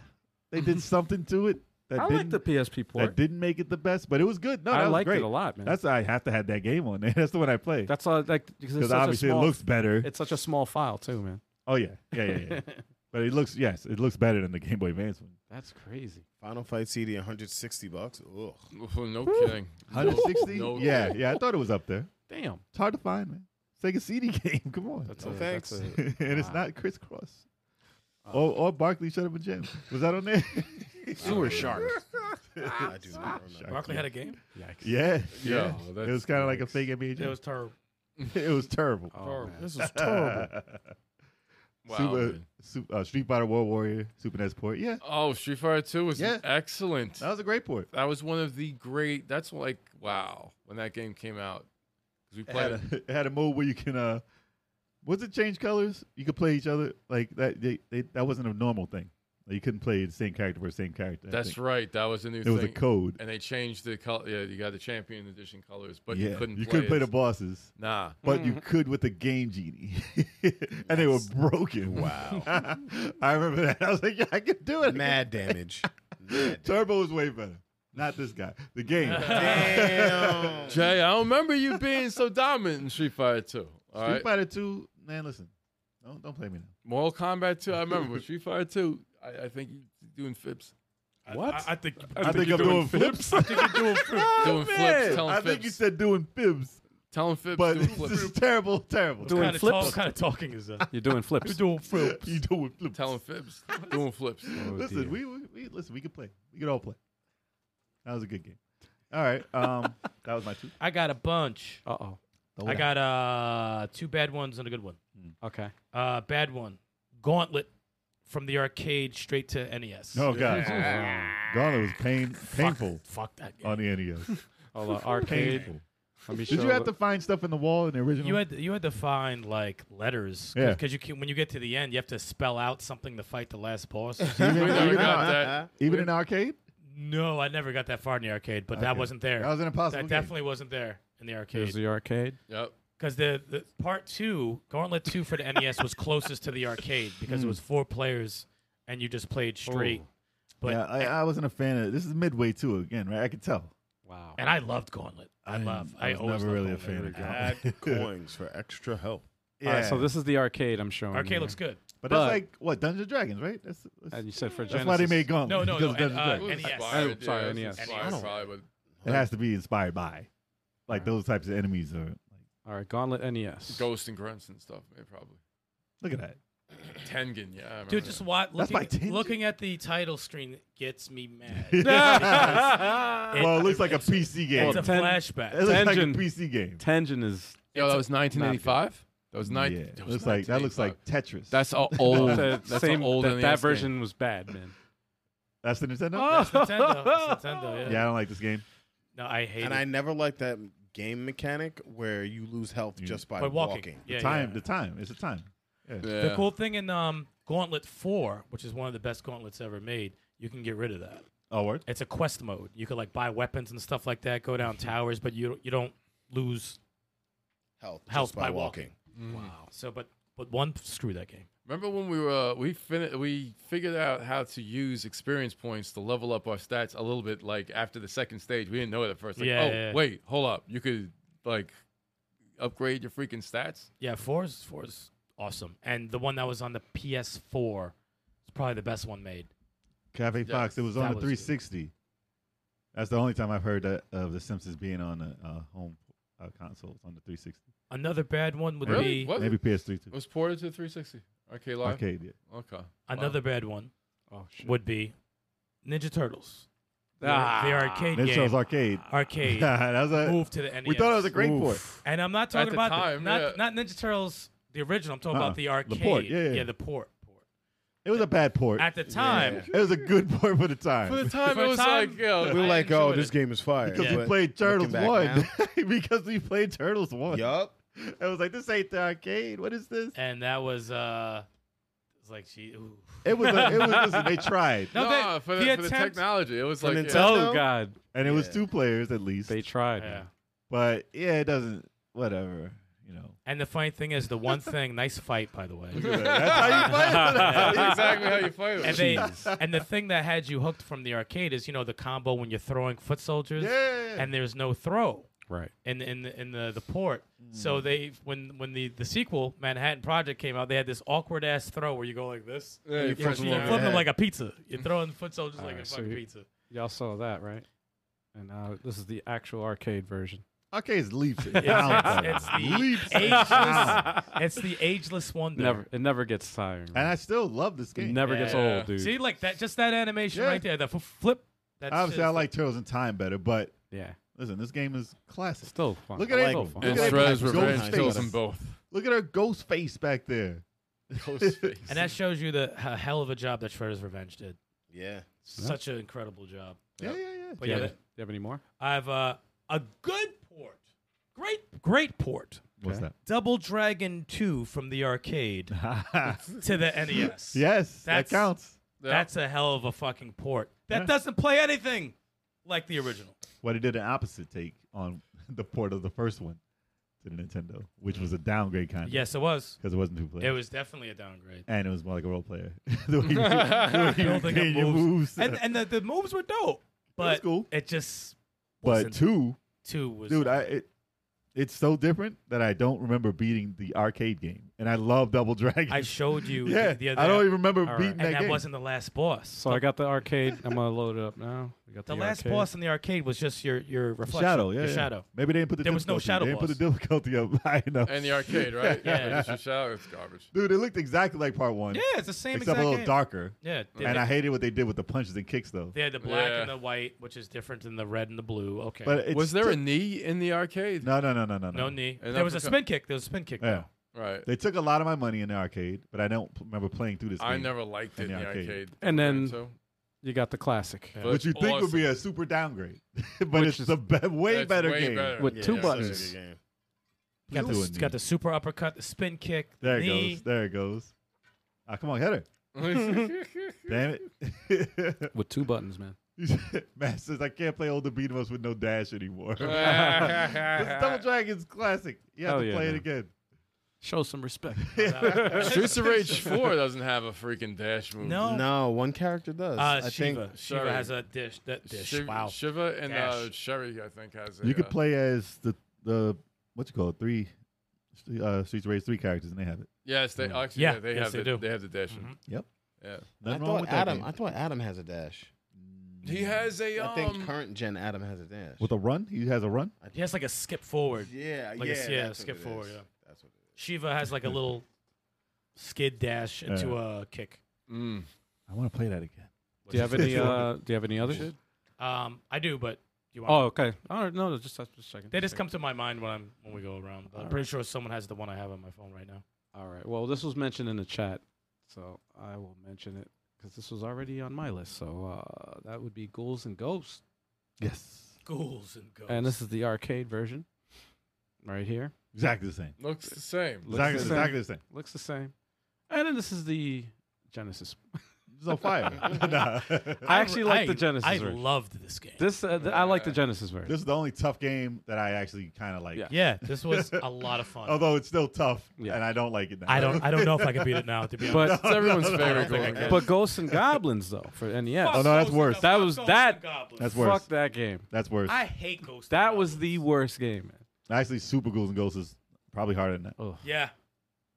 they did something to it that
I
didn't
like the PSP
That
port.
didn't make it the best, but it was good. No, that
I
was
liked
great.
it a lot, man.
That's I have to have that game on there. That's the one I play
That's all, like because it's
because
such a
obviously
small-
it looks better.
It's such a small file too, man.
Oh yeah, yeah, yeah, yeah. but it looks yes, it looks better than the Game Boy Advance one.
That's crazy.
Final Fight CD, 160 bucks. Ugh.
no kidding. No-
160.
no
yeah,
kidding.
yeah. I thought it was up there.
Damn.
It's hard to find, man. Sega CD game. Come on.
That's
No
a, Ah.
thanks.
That's a,
and it's
wow.
not crisscross.
Ah.
or or Barkley shut up a gym. Was that on there?
Sewer shark. I do not remember.
Barkley had a game.
yikes.
yeah, yeah.
Yeah,
it
that's-
was kind of like a
that's-
fake NBA
It
jam.
was terrible.
it was terrible.
Oh, man.
This is terrible.
Wow.
Super,
man.
Sup- uh, Street Fighter War Warrior, Super NES port. Yeah,
Oh, Street Fighter 2 was
Yeah. Oh.
excellent.
that was a great port.
That was one of the great. That's like wow when that game came out 'Cause we
It
played
had,
it.
a, it had a mode where you can uh, was it change colors? You could play each other like that. They, they, that wasn't a normal thing. You couldn't play the same character for the same character. I
That's
think.
right. That was the new
It
thing.
was a code.
And they changed the color. Yeah, you got the champion edition colors, but
yeah,
you couldn't.
you
play
couldn't play
it.
the bosses,
Nah.
but you could with the game genie, and they were broken. Wow, I remember that. I was like, yeah, I could do it.
Mad damage.
Turbo was way better. Not this guy. The game.
Damn.
Jay, I remember you being so dominant in Street Fighter 2. All
Street
right.
Fighter Two. Man, listen, don't don't play me now.
Mortal Kombat 2. I remember with Street Fighter 2. I, I think you doing flips.
What?
I, I think
I, think, I'm doing flips. I think you're doing flips.
Doing flips, telling
Oh, I think
flips.
you said doing fibs,
Telling flips,
but
doing
this
flips.
is terrible, terrible.
Doing
kind of
flips?
talk, what kind of talking is that?
You're doing flips.
doing flips.
you doing flips.
telling flips. doing flips.
Oh,
listen,
dear.
we, we, we listen. We could play. We could all play. That was a good game. All right. Um, that was my two.
I got a bunch.
Uh-oh.
Oh,
I got uh two bad ones and a good one.
Okay.
Uh, bad one, Gauntlet, from the arcade straight to E NES.
Oh god, Gauntlet was pain painful
Fuck, fuck that game.
on the NES.
Hold on. Arcade.
Painful.
Let me
Did
show
you have to find stuff in the wall in the original?
You had you had to find like letters
Yeah.
because you can, when you get to the end you have to spell out something to fight the last boss.
even,
We never
even,
got
in,
that.
even in arcade.
no, I never got that far in the arcade, but that
Okay.
wasn't there.
That was an
That
impossible. game.
definitely wasn't there in the
Here's
arcade
the arcade.
Yep.
because the, the part two Gauntlet two for the NES was closest to the arcade because it was four players and you just played straight.
Oh,
But
yeah, I, I wasn't a fan of. This is midway too again, right? I could tell.
Wow.
and I loved Gauntlet. I,
didn't-
love.
I
I,
was
always
never
loved
really a
Gauntlet.
fan of
Add
Gauntlet.
coins for extra help.
Yeah,
All right, so this is the arcade I'm
Oh,
showing.
Arcade
you.
looks good.
but
but-
that's like what Dungeons and Dragons, right? That's that's,
And you said for
that's
Genesis.
why they made Gauntlet.
No, no,
because
no,
of Dungeons
and,
and
uh,
It was
NES.
inspired,
Oh, sorry,
yeah, it was
E
NES.
inspired
NES.
probably, but
It has to be inspired by, like those types of enemies are. Like,
All right, Gauntlet E NES.
Ghost and Grunts and stuff, man, probably.
look at that.
Tengen, yeah. I remember
Dude, just
that.
watch.
That's my
Looking,
tangent.
looking at the title screen gets me mad.
well, it looks like a PC game.
It's a
it
ten-
flashback.
looks like a
Tangent.
PC game.
Tengen is
Yo, that was 1985? That was
Yeah,
19. that was
looks like that looks
1985.
like Tetris.
That's a old.
the
that's a
same.
old E
that,
NES
that
game.
version was bad, man.
that's the Nintendo.
It's Nintendo. It's Nintendo. Yeah.
Yeah, I don't like this game.
No, I hate
And
it.
I never liked that game mechanic where you lose health just by
By walking.
walking.
Yeah,
time,
yeah.
the time, it's a time.
Yeah.
The cool thing in um, Gauntlet Four, which is one of the best Gauntlets ever made, you can get rid of that.
Oh, word.
It's a quest mode. You could like buy weapons and stuff like that, go down
Mm-hmm.
towers, but you you don't lose
Health, just
Health
by,
by walking.
walking.
Mm.
Wow. So, but but one screw that game.
Remember when we were uh, we fin- we figured out how to use experience points to level up our stats a little bit. Like after the second stage, we didn't know it at first. Like,
Yeah,
oh
yeah, yeah.
wait, hold up, you could like upgrade your freaking stats.
Yeah, four is four is awesome, and the one that was on the PS4 is probably the best one made.
Cafe
Yeah,
Fox. It was on
that
the
was good.
360. That's the only time I've heard that, of the Simpsons being on the uh, home uh, consoles on the 360.
Another bad one would
Really?
be
What?
Maybe PS3
It
too.
was ported to 360. Arcade Live. Okay.
Arcade. Yeah.
Okay.
another bad one
Oh shit.
would be Ninja Turtles. The,
Ah.
the arcade
Ninja Turtles
game
Arcade.
arcade
that was a,
moved to the NES.
we thought it was a great port.
and I'm not
At
talking
the
about
time,
not
yeah.
not Ninja Turtles the original. I'm talking
Uh-uh.
about the
The
arcade.
port, yeah, yeah.
the port. port.
It was a bad port.
At the time,
Yeah.
It was a good port for the
For
time.
the time,
For
it
the
was
time,
like yo,
We were
I
like, oh,
enjoyed
this
it.
game is fire.
Because we
But
played Turtles
looking back
1.
now-
because we played Turtles 1.
Yup.
I was like, this ain't the arcade. What is this?
and that was uh, it was like she. Ooh.
It was, a, it was listen, they tried.
No, they-
Nah, for, the,
the
for the
attempt-
technology, it was like
Nintendo-
yeah.
Oh god,
And it was
Yeah.
two players at least.
they tried.
Yeah.
man.
but yeah, it doesn't, whatever. You know.
And the funny thing is, the one thing, nice fight, by the way.
That's how you play
That's exactly how you fight it.
And, they, and the thing that had you hooked from the arcade is, you know, the combo when you're throwing foot soldiers,
Yeah.
and there's no throw
Right.
in in the, in the, the port.
Mm.
So they when when the, the sequel Manhattan Project came out, they had this awkward ass throw where you go like this,
Yeah, you
you
flip
flip,
them
you
over
flip
the
them
head.
like a pizza. You're throwing foot soldiers like
Alright,
a
so
fucking
you-
pizza.
Y'all saw that, right? And now this is the actual arcade version.
Arcade's leaps and bounds.
It's, it's, it's the
leaps and bounds.
ageless. it's the ageless wonder.
Never. It never gets tired.
And I still love this
It
game.
never gets
Yeah.
old, dude.
See, like that, just that animation
Yeah.
right there, the f- flip. That's
Obviously, I
just-
like Turtles in Time better, but
Yeah.
listen, this game is classic.
Still fun.
Look at
I
it.
like
it.
Look at
and
that
Shredder's
ghost
Revenge
face.
kills them both.
Look at her ghost face back there.
Ghostface.
And that shows you the a hell of a job that Shredder's Revenge did.
Yeah.
Such an incredible job.
Yeah, yeah, yeah.
But
Do
yeah,
you have-
that-
do you have any more?
I've uh, a good port, great, great port.
What's
Okay.
Double Dragon 2 from the arcade
that?
to the NES.
yes,
That's-
that counts.
That's a hell of a fucking port. That doesn't play anything like the original.
Well, they did an opposite take on the port of the first one to the Nintendo, which was a downgrade kind of.
Mm. Yes, it was.
Because it wasn't two
It
players.
was definitely a downgrade.
and it was more like a role player. the way you, the way you
Building up
did your moves.
moves. And and the, the moves were dope, but
cool.
it just
but
wasn't-
two,
two was
dude, I it, it's so different that I don't remember beating the arcade game. And I love Double Dragon.
I showed you the-
yeah,
the, other
I don't even remember
right.
beating
and that,
that, game.
wasn't the last boss.
So I got the arcade. I'm gonna load it up now. We got
the
the,
last
arcade.
boss in the arcade was just your your reflection,
Shadow, yeah,
your
yeah.
shadow.
Maybe they didn't put the
There was no
difficulty-
shadow
They didn't put the difficulty up high enough.
And the arcade, right?
Yeah.
It's just out. It's garbage.
Dude, it looked exactly like part one,
Yeah, it's the same
except
exact
a little
game.
darker.
Yeah, they,
And I hated what they did with the punches and kicks, though.
they had the black
Yeah.
and the white, which is different than the red and the blue. Okay,
But it's
Was there
still-
a knee in the arcade?
No, no, no, no, no, no.
no knee.
And
there was a
uppercut.
spin kick. There was a spin kick.
Yeah.
though.
Right.
They took a lot of my money in the arcade, but I don't p- remember playing through this
I
game.
never liked it in the arcade.
And then-
so,
You got the classic
but
Which you think would be a super downgrade, but it's the be- way
That's
better game.
with
Yeah,
two
yeah.
buttons.
game.
Got
Got the,
the-
got the super uppercut, the spin kick. the
There it
knee.
goes. There it goes. Ah, come on, header. Damn it.
with two buttons, man.
Matt says, I can't play older beat 'em ups with no dash anymore. this is Double Dragon's classic. You have
Hell
to
yeah,
play
man.
it again.
Show some respect.
Streets of Rage 4 doesn't have a freaking dash move.
Oh.
No.
No, one character does.
Uh,
I
Shiva.
think
Shiva
Sorry.
has a dish. That dish.
Shiv-
wow.
Shiva and uh,
Dash.
Sherry, I think, has a.
You could
uh,
play as the, the what you call it, three, uh, Streets of Rage 3 characters, and they have it.
Yes, they actually
Yeah,
yeah, they
yes,
have
they
the,
do.
have the dash. move.
Mm-hmm.
Yep.
Yeah.
I
Nothing wrong
thought
with that
Adam.
game. Mm.
I thought Adam has a dash.
He has a um
I think current gen Adam has a dash.
With a run? He has a run?
He has like a skip forward.
yeah,
Like a-
yeah,
yeah,
that's what
skip
it
forward,
is.
yeah.
That's what it
Shiva has like a little skid dash into a kick.
mm.
I want to play that again.
Do you have any? Uh, do you have any others?
Um, I do, but you want?
Oh, okay. All right. No, just just checking.
they just
checking.
come to my mind when I'm when we go around. But I'm pretty sure someone has the one I have on my phone right now.
All right. Well, this was mentioned in the chat, so I will mention it because this was already on my list. So uh, that would be Ghouls and Ghosts,
Yes.
Ghouls and ghosts.
and this is the arcade version, right here.
Exactly the same.
looks the same.
Looks the
Exactly,
same.
exactly the same.
Looks the same. And then this is the Genesis.
It's on fire. Nah.
I actually like the Genesis
I
version.
loved this game.
This uh, th- I like the Genesis version.
This is the only tough game that I actually kind of like.
Yeah.
yeah, this was a lot of fun.
Although it's still tough,
Yeah.
and I don't like it now.
I don't I don't know if I could beat it now. To be honest,
But
It's everyone's favorite
think I
goal.
can.
but Ghosts and Goblins though for NES.
Oh, no, that's worse.
That was- that- Fuck
That's worse.
that game.
That's worse.
I hate ghosts. and
That was
Goblins.
the worst game. Man.
actually, Super Ghouls and Ghosts is probably harder than that.
Oh,
yeah.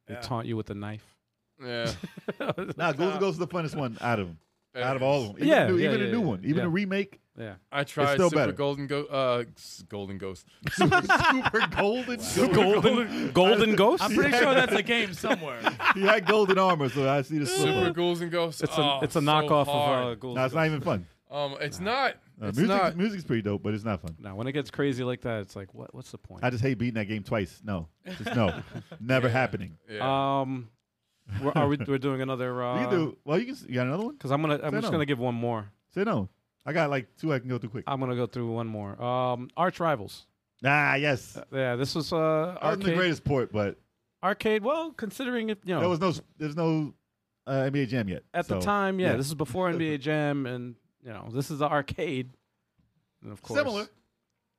they
Yeah.
taunt you with a knife.
Yeah.
Nah, Ghouls and Ghosts is the funnest one out of them. Out of all of them. Even
Yeah,
the new,
yeah,
even
yeah,
the new
yeah.
one. Even
Yeah.
the remake.
Yeah.
I tried
still
Super
better.
Golden Ghost. Uh, s- Golden Ghost.
Super, super Golden. Super
Golden Golden Ghost.
I'm pretty sure that's a game somewhere.
He had golden armor, so I see the
Super
slip.
Ghouls and Ghosts.
It's a
oh,
it's a
so
knockoff
hard.
of uh, Ghouls.
No,
and
it's not even fun.
Um, it's not.
Uh,
it's
music,
not.
music's pretty dope, but it's not fun.
Now, when it gets crazy like that, it's like, what? What's the point?
I just hate beating that game twice. No, just no, never happening.
yeah.
Um, we're, are we? We're doing another.
you
Uh,
can do well. You can. s- You got another one?
Because I'm gonna. I'm
Say
just
no.
gonna give one more.
Say no. I got like two I can go through quick.
I'm gonna go through one more. Um, Arch Rivals.
Ah, yes.
Uh, yeah, this was uh
I wasn't the
arcade.
greatest port, but
arcade. Well, considering if you know
there was no. There's no uh, NBA Jam yet.
at the
so-
time, yeah,
yeah.
this is before NBA Jam, and you know this is the arcade. And of course,
similar.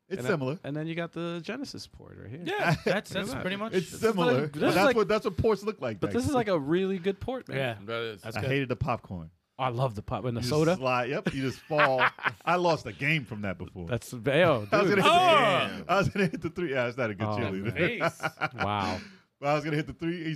It's
and then-
similar.
and then you got the Genesis port right here.
Yeah, that's that's
that.
pretty much.
It's
is
similar.
like-
but
this is
that's
like-
what that's what ports look like.
But
back
this is
then.
like a really good port, man.
yeah,
That is.
that's
I
good.
hated the popcorn.
I love the pop and the
You just
soda.
Slide. Yep. You just fall. I lost a game from that before.
That's oh,
I was
dude.
gonna hit
Oh!
the, I was gonna hit the three. Yeah, it's not a good
Oh,
cheerleader.
wow.
But I was gonna hit the three. He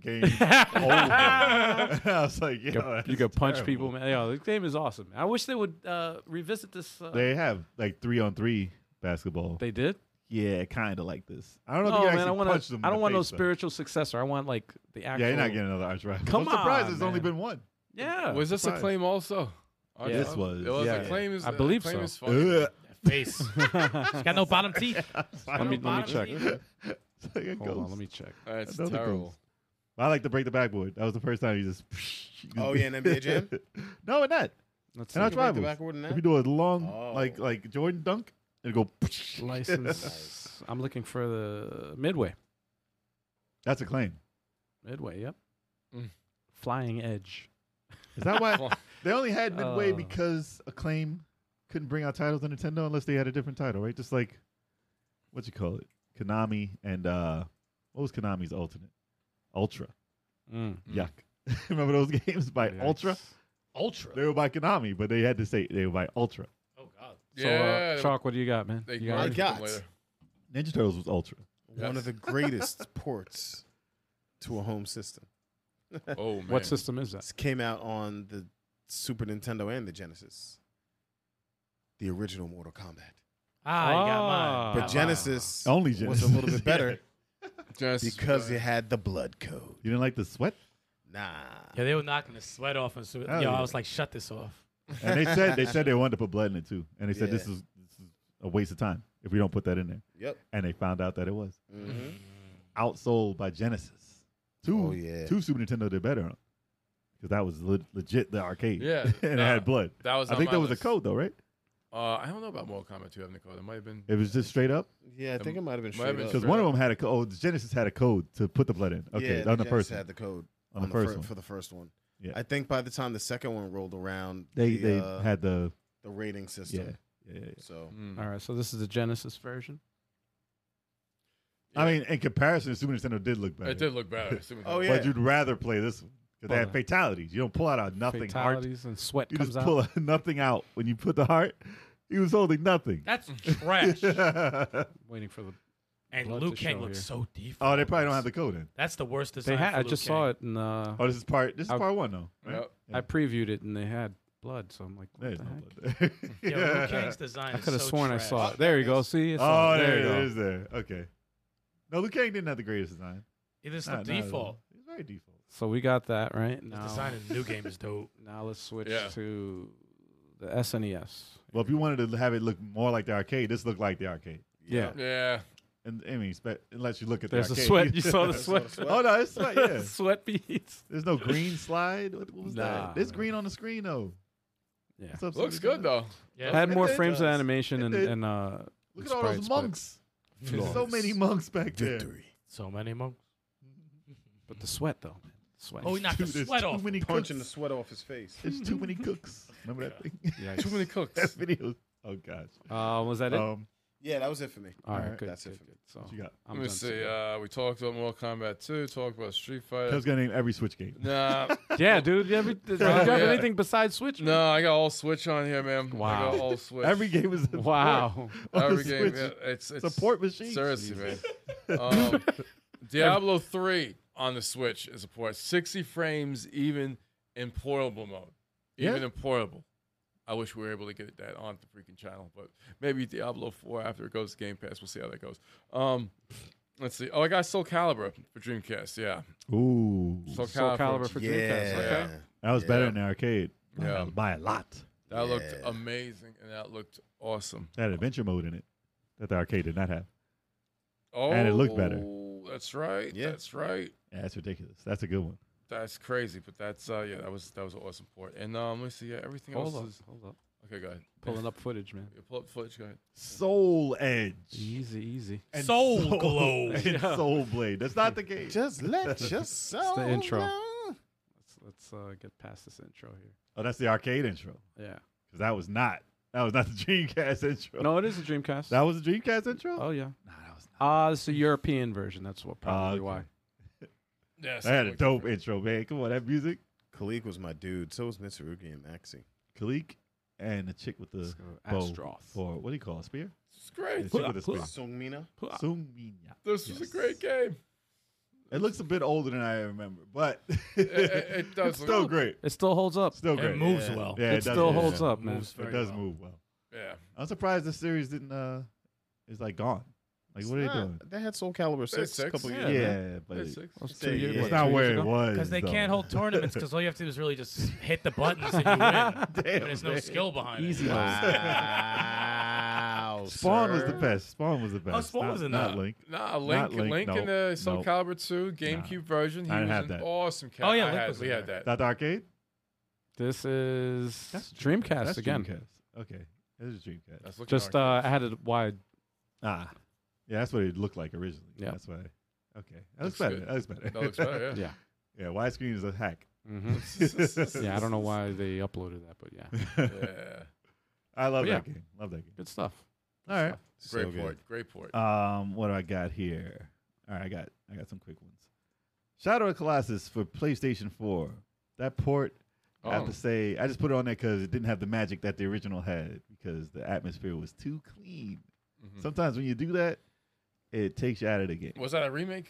Game. over. I was like,
You
yeah,
could, you could punch people, man. Yo, this game is awesome. I wish they would uh, revisit this. Uh,
They have like three on three basketball.
they did.
yeah, kind of like this. I don't know.
No,
if you
man, I
want
want
to.
to. I don't want no spiritual successor. I want like the actual.
Yeah, you're not getting another arch rival.
Come
I'm surprised
on,
there's only
man.
been one.
Yeah,
Was this a
Surprise.
claim also? Arch
This
Rivals?
was,
It was
yeah.
Acclaim is,
I believe
Acclaim
so.
is funny.
Ugh.
Face. She's got no bottom teeth.
Let me, let me
Bottom
check.
teeth.
It's like a
Hold on,
ghost.
let me check.
That's
Another
terrible.
ghost. I like to break the backboard. That was the first time you just. you just-
Oh, yeah, in NBA Jam?
no, it not.
Let's
And
see.
arch
break the
rivals.
backboard in
If
that?
you do a long
Oh.
like like Jordan dunk and go.
License. I'm looking for the Midway.
That's a claim.
Midway. Yep.
Mm.
Flying Edge.
Is that why? They only had midway
Oh.
because Acclaim couldn't bring out titles to Nintendo unless they had a different title, right? Just like what you call it, Konami and uh, what was Konami's alternate? Ultra.
Mm.
Yuck. Remember those games by Ultra?
Ultra.
They were by Konami, but they had to say they were by Ultra.
oh God.
So,
Yeah,
uh, Chalk, what do you got, man?
They
You got
merged
anything?
got-
them later.
Ninja Turtles was Ultra.
One
Yes.
of the greatest ports to a home system.
Oh man,
what system is that?
This came out on the Super Nintendo and the Genesis. The original Mortal Kombat.
Ah, you got mine.
Ah.
But Genesis
Only
was
Genesis.
a little bit better
Genesis,
because
right.
it had the blood code.
You didn't like the sweat?
Nah.
Yeah, they were knocking the sweat off, and so,
Hell
yo,
yeah.
I was like, shut this off.
And they said they said they wanted to put blood in it too. And they said
Yeah.
this is this is a waste of time if we don't put that in there.
Yep.
And they found out that it was.
Mhm.
outsold by Genesis. Two,
Oh, yeah.
two Super Nintendo did better on because that was le- legit the arcade.
Yeah,
and it
nah,
had blood.
That was.
I
on
think
my
that was
list.
a code though, right?
Uh, I don't know about Mortal Kombat 2 having a code. It might have been.
It was just straight up
Yeah, I think it might have
Might
been
have
straight
been
up.
because one of them had a code. Oh, the Genesis had a code to put the blood in. Okay,
yeah,
on the
Genesis
first, one.
had the code
on, the first
fir-
one,
for the first one.
Yeah.
I think by the time the second one rolled around,
they
the,
they
uh,
had the
the rating
yeah.
system.
yeah, yeah, yeah.
So
Mm.
All right, so this is the Genesis version.
I mean, in comparison, Super Nintendo did look better.
It did look better. Super
Oh,
Nintendo.
yeah.
But you'd rather play this one because they had
Well,
fatalities. You don't pull out a nothing heart.
Fatalities and sweat
You
comes
just
out.
pull a nothing out when you put the heart. He was holding nothing.
That's trash.
Waiting for the.
and
Blood
Liu
to
Kang
show
looks
here.
so deep.
Oh, they probably don't have the code in.
That's the worst design.
They had.
For
I
Liu
just
Kang.
saw it, and uh,
Oh, this is part. This is
I'll-
part one though. right?
Yep.
I previewed it, and they had blood. So I'm like, what
There's
the
no
heck?
blood there.
Yo, Liu Kang's design.
I
is
could have
so
sworn I
trash. Oh,
saw it. There you go. See, I saw
oh,
it.
there,
there you
it
go.
is there. Okay. No, Luke Kang didn't have the greatest design.
It is the
Nah, nah,
default.
It's very default.
So we got that right
The
now.
design in the new game is dope.
Now let's switch
Yeah.
to the E SNES.
Well, if you wanted to have it look more like the arcade, this looked like the arcade.
Yeah.
Yeah.
And I mean, spe- unless you look at
There's
the
a
arcade.
sweat. You saw the sweat.
oh no, it's sweat. Yeah.
sweat beads.
There's no green slide. What, what was
Nah.
that? There's green on the screen though.
Yeah.
What's up,
Looks
Super
good though.
I
Yeah,
had more
It
frames of
does.
animation and,
It- it-
and uh,
Look at all those
sprites, but-
monks. There's so many monks back there.
victory.
so many more.
But the sweat though, man. sweat.
Oh, he knocked
Dude,
the
there's
sweat
too
off.
many
Punching the
cooks.
sweat off his face.
There's too many cooks. Remember that thing?
Too many cooks.
that video. Oh gosh.
Uh, was that it?
Um,
Yeah, that was it for me.
All right,
alright,
good.
that's it
good,
for me.
good. So
what you got?
I'm
Let me
done
see.
today.
Uh, we talked about Mortal Kombat 2. Talked about Street
I
Fighter.
was gonna name every Switch game.
Nah,
yeah, dude. You ever, did you
Oh,
have
yeah.
anything besides Switch?
no, I got all Switch on here, man.
Wow.
I got all Switch.
Every game is a
Wow.
port on the
Every game.
Switch.
Yeah, it's, it's
It's a port machine.
Seriously, man. Um, Diablo 3 on the Switch is a port. 60 frames, even in portable mode. Even
Yeah.
in portable. I wish we were able to get that on the freaking channel, but maybe Diablo 4 after it goes to Game Pass. We'll see how that goes. Um, let's see. Oh, I got Soul Calibur for Dreamcast. Yeah.
Ooh,
Soul
Soul, Calibur.
Calibur for
yeah.
Dreamcast. Okay.
that was better
Yeah.
in the arcade.
Yeah.
by a lot.
That looked
Yeah.
amazing and that looked awesome.
That had adventure mode in it that the arcade did not have.
Oh,
it looked better.
That's right.
Yeah.
That's right.
Yeah, that's ridiculous. That's a good one.
That's crazy, but that's uh yeah, that was that was an awesome port. And um, let's see, yeah, everything
Hold
else
up.
is
Hold up.
okay. Go ahead,
Pulling up footage, man.
Yeah, pull up footage. Go ahead.
Soul Edge,
Easy, easy.
Soul Glow.
and Soul Blade. That's not the game.
Just let yourself.
the intro.
go.
Let's let's uh, get past this intro here.
Oh, that's the arcade intro.
Yeah.
Because that was not. That was not the Dreamcast intro.
No, it is a Dreamcast.
That was the Dreamcast intro.
oh yeah.
Nah, that was not.
Ah, it's a European version. That's what probably
okay.
why.
Yes,
That had a dope intro, man. Come on, that music.
Khalik was my dude. So was Mitsurugi and Maxi.
Kalik and the chick with the
Let's go.
bow
Astroth.
or what do you call it? Spear?
It's
The
great.
chick with the spear.
Sungmina.
Hua.
Suminya.
This was a great game.
It looks a bit older than I remember, but
it does
it's still
look-
great.
It still holds up.
Still
It
great.
moves
Yeah.
well.
Yeah,
it
does
still
move
holds
well.
up, man.
Moves very
It does
well.
move well.
Yeah,
I'm surprised the series didn't. uh Is like gone. Like what are they
Nah,
doing?
They had Soul Calibur
They had
six,
six,
a couple
yeah.
years.
Yeah,
back.
but
That's
it-
six.
That was
Yeah,
two years- what,
yeah.
it's
two
not
years
where
ago?
it was.
Because they
though.
can't hold tournaments because all you have to do is really just hit the buttons and you win.
Damn,
There's no
man.
skill behind
Easy
it.
mode.
Wow.
Spawn was
sir.
the best. Spawn was the best.
Oh, Spawn
not,
was in
not
that.
Link.
nah,
Not
Link,
Link,
Link, in
no,
the Soul
no.
Calibur 2 GameCube version. He
I didn't
was
have
an
that.
awesome cat.
Oh, yeah,
I
Link
had-
was
we
in
had
there.
that.
Not the arcade.
This is
That's
Dreamcast
That's
again.
Dreamcast. Okay, this is Dreamcast.
That's looking
Just
arcade.
uh, I had it wide.
ah, yeah, that's what it looked like originally.
Yeah.
that's why. Okay, that looks,
Looks
better.
good.
That looks better.
That looks better, yeah.
Yeah. Mm-hmm.
yeah, widescreen is a hack.
yeah, I don't know why they uploaded that, but yeah,
Yeah.
I love
But yeah.
that game. Love that game.
good stuff.
All right.
Great
So good.
port. Great port.
Um, what do I got here? All right, I got I got some quick ones. Shadow of the Colossus for PlayStation 4. That port, I have
Oh.
to say, I just put it on there because it didn't have the magic that the original had because the atmosphere was too clean.
Mhm.
Sometimes when you do that, it takes you out of the game.
Was that a remake?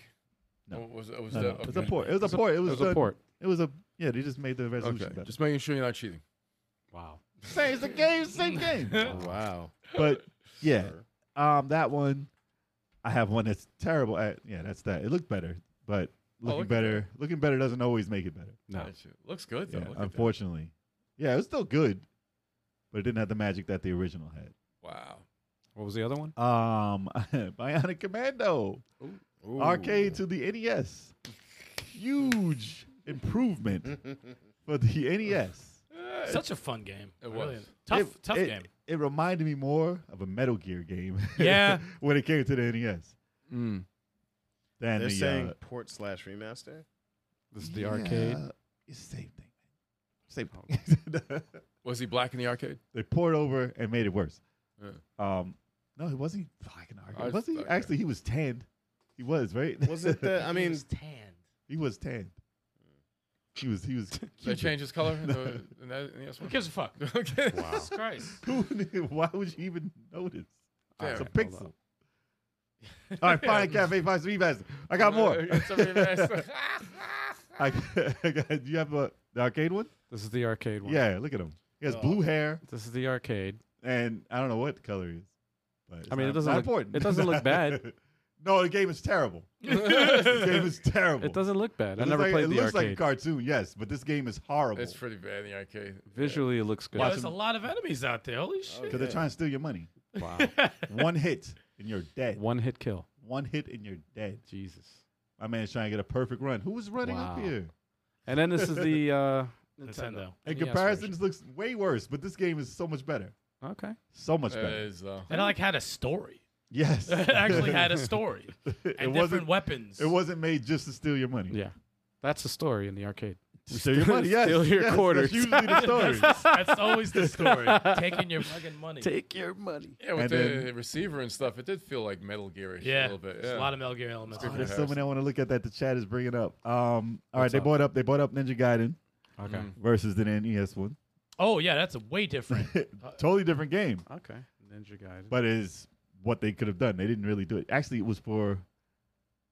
No.
Or Was it was
No, no,
the,
It was a
okay.
port. It was a port. It
It
was,
was a
done-
port.
It was a yeah. They just made the resolution
Okay.
better.
Just making sure you're not cheating.
Wow.
Same, it's the game, same game.
Wow.
But yeah, um, that one, I have one that's terrible. At, yeah, that's that. It looked better, but looking
Oh, look at
better, looking better doesn't always make it better.
No.
Gotcha. Looks good though.
Yeah,
Look at that.
unfortunately, yeah, it was still good, but it didn't have the magic that the original had.
Wow.
What was the other one?
Um, Bionic Commando arcade to the NES, huge improvement for the E NES.
Such a fun game.
It
Really.
was.
tough,
It-
tough
it-
game.
It reminded me more of a Metal Gear game.
Yeah.
when it came to the NES. Than
Mm.
They're
the,
saying
uh,
port slash remaster.
This is the arcade. Oh.
Yeah, It's the same thing. Same thing.
Was he black in the arcade?
they poured over and made it worse.
Yeah.
Um, no, he wasn't black in
I
arcade. Was he?
thought-
Actually, he was tanned. He was right.
Was it the? I mean,
tanned.
he was tanned. He was. He was.
Did they
Cuban.
change his color? in the, in that, in the S1?
Who gives a fuck?
okay.
wow.
Jesus Christ.
Who knew? Why would you even notice?
Fair.
It's a
All right, hold
pixel.
up.
All right, fine. Cafe Five Three Master. I got more.
It's a remaster.
I, I got, do you have a, the arcade one?
This is the arcade one. Uh,
Yeah, look at him. He has blue hair
This is the arcade.
and I don't know what the color is. But it's
I mean, it
not-
doesn't
not
look-
important.
it doesn't look bad.
no, the game is terrible. the game is terrible.
It doesn't look bad.
It
I
looks
never
like,
played
it
the
looks like a
arcade.
cartoon, yes, but this game is horrible.
it's pretty bad in the arcade.
Visually, it looks good.
Yeah, there's a lot of enemies out there. Holy shit.
Because they're trying to steal your money.
Wow.
One hit and you're dead.
one hit kill.
One hit and you're dead.
Jesus.
My man's trying to get a perfect run. Who was running up
Wow.
here?
And then this is the uh, Nintendo.
Nintendo.
In
NES
comparison, this looks way worse, but this game is so much better.
version. Okay.
So much
It
better.
is though.
And I like had a story.
yes.
It Uh, actually had a story. And
it
different
wasn't
weapons.
it wasn't made just to steal your money.
Yeah. That's the story in the arcade.
Steal your money, yes.
Steal your
yes,
quarters.
That's usually the story.
That's, that's always the story. Taking your fucking money.
Take your money.
Yeah,
And
with the
then-
receiver and stuff, it did feel like Metal Gearish a
yeah.
little bit.
There's
Yeah.
A lot of Metal Gear elements.
Oh,
in
there's
there.
so many I want to look at that the chat is bringing up. Um, all right,
What's
they
up?
brought up they brought up Ninja Gaiden
Okay.
Mm.
versus the NES one.
Oh, yeah, that's a way different.
totally different game,
Okay. Ninja Gaiden.
but is what they could have done. They didn't really do it. Actually, it was for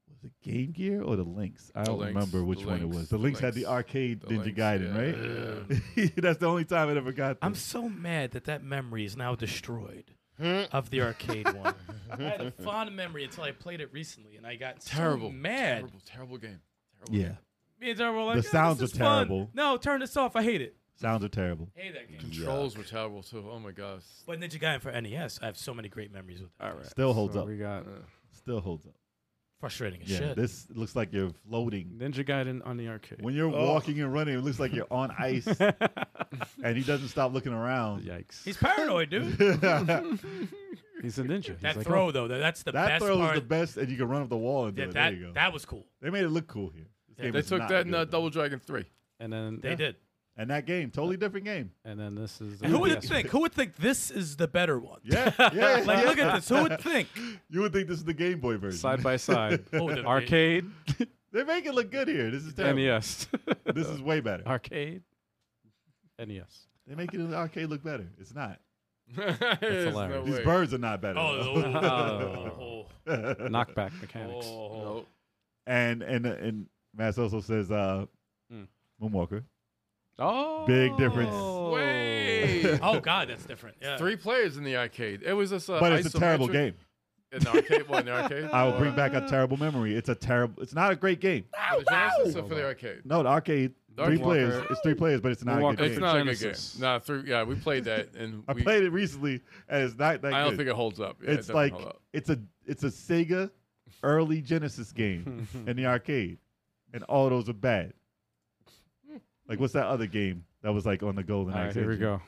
was it Game Gear or the Lynx? I
The
don't
Lynx,
remember
the
which one it
Lynx,
was. The
the
Lynx had the
Lynx,
arcade
the
Ninja
Lynx,
Gaiden,
yeah.
right? That's the only time it ever got.
I'm
this.
so mad that that memory is now destroyed
Oh,
of the arcade one. I had a fond memory until I played it recently, and I got so
Terrible.
mad.
Terrible, terrible game. Terrible
yeah.
game.
Me and Daryl were like,
The
"Oh,
sounds are
this is fun.
terrible.
No, turn this off. I hate it.
Sounds are terrible.
I hate that game.
Controls were terrible too. Oh my gosh.
But Ninja Gaiden for NES, I have so many great memories with. All right.
Still holds
So
up. Uh.
We got
Still holds up.
Frustrating as
Yeah.
shit.
This looks like you're floating.
Ninja Gaiden on the arcade.
When you're walking and running, it looks like you're on ice, and he doesn't stop looking around.
Yikes.
He's paranoid, dude.
He's a ninja. He's
that
like,
throw though, that- that's the
oh, that
best
throw
part.
is the best, and you can run up the wall and do
Yeah,
it. there you go.
that, that was cool.
they made it look cool here. This game
They
is
took
not
that in
good.
uh, Double Dragon 3.
oh. And then
They did.
and that game, totally different game.
And then this is. E
Who would
NES.
think? Who would think this is the better one?
Yeah, yeah.
Like, look at this. Who would think?
You would think this is the Game Boy version.
Side by side.
Oh, the-
arcade. E
They make it look good here. This is terrible.
NES.
This is way better.
arcade. E NES.
They make it in the arcade look better. It's not.
There's no
hilarious.
These
way.
birds are not better.
Oh,
Oh.
oh,
Knockback
oh, oh,
mechanics.
oh.
Nope.
and and and Mass also says uh,
Hmm.
Mm.
Moonwalker.
Oh.
Big difference.
Way.
Oh, God, that's different. Yeah.
Three players in the arcade. It was just a
But it's a terrible
isometric-
game.
In the arcade, one in the arcade.
I will bring back a terrible memory. It's a terrible. It's not a great game.
For the Genesis or for the arcade.
No, the arcade.
Dark
three
Walker.
players. It's three players, but it's not a
Walker.
good
It's
game.
for
not a good
Genesis.
game. Nah, through yeah, we played that and
I
we,
played it recently, and it's not that
I don't
good.
think it holds up. Yeah, it
it's
doesn't
like
hold up.
it's a it's a Sega early Genesis game in the arcade, and all those are bad. Like what's that other game that was like on the Golden
All right,
Axe?
here we
engine?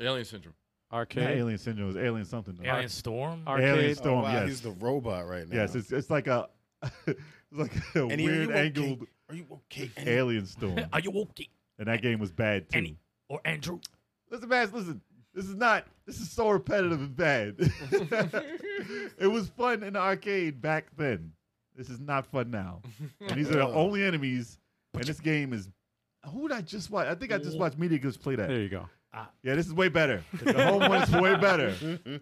go.
Alien Syndrome.
Not
Arcade.
Alien Syndrome. It was Alien something. Though.
Alien Storm.
Arcade.
Alien Storm.
Oh, wow,
yes.
He's the robot right now.
Yes. It's it's like a it's like a
And he-
weird
are you okay?
angled
Are you okay?
Alien Storm.
Are you okay?
and that game was bad too.
Any- or Andrew.
Listen, man, listen. This is not. This is so repetitive and bad. it was fun in the arcade back then. This is not fun now. And these are the only enemies. And this game is. Who did I just watch? I think I just watched Media Gives play
There
that.
you go.
Yeah, this is way better. The home one's way better.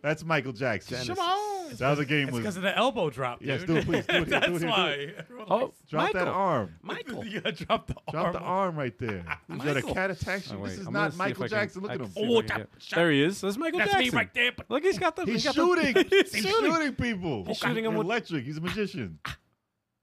That's Michael Jackson.
Genesis.
The other game
It's because
was.
of the elbow drop, dude.
Yes, do it, please. Do it here, do it
That's
here, do it.
why.
Oh,
Drop that
Michael.
arm.
Michael.
you gotta drop the
Drop
arm.
the arm right there. Is that a cat attack?
Oh, wait,
this is
I'm gonna see
not
if
Michael
I can-
Jackson.
I
Look at
can
him.
see if I can
Oh,
get-
shot.
There he is. That's Michael
That's
Jackson.
me right there. But
Look, he's got the.
He's
got
shooting.
The,
He's shooting people.
He's shooting him
He's
with-
electric. He's a magician.
He's
a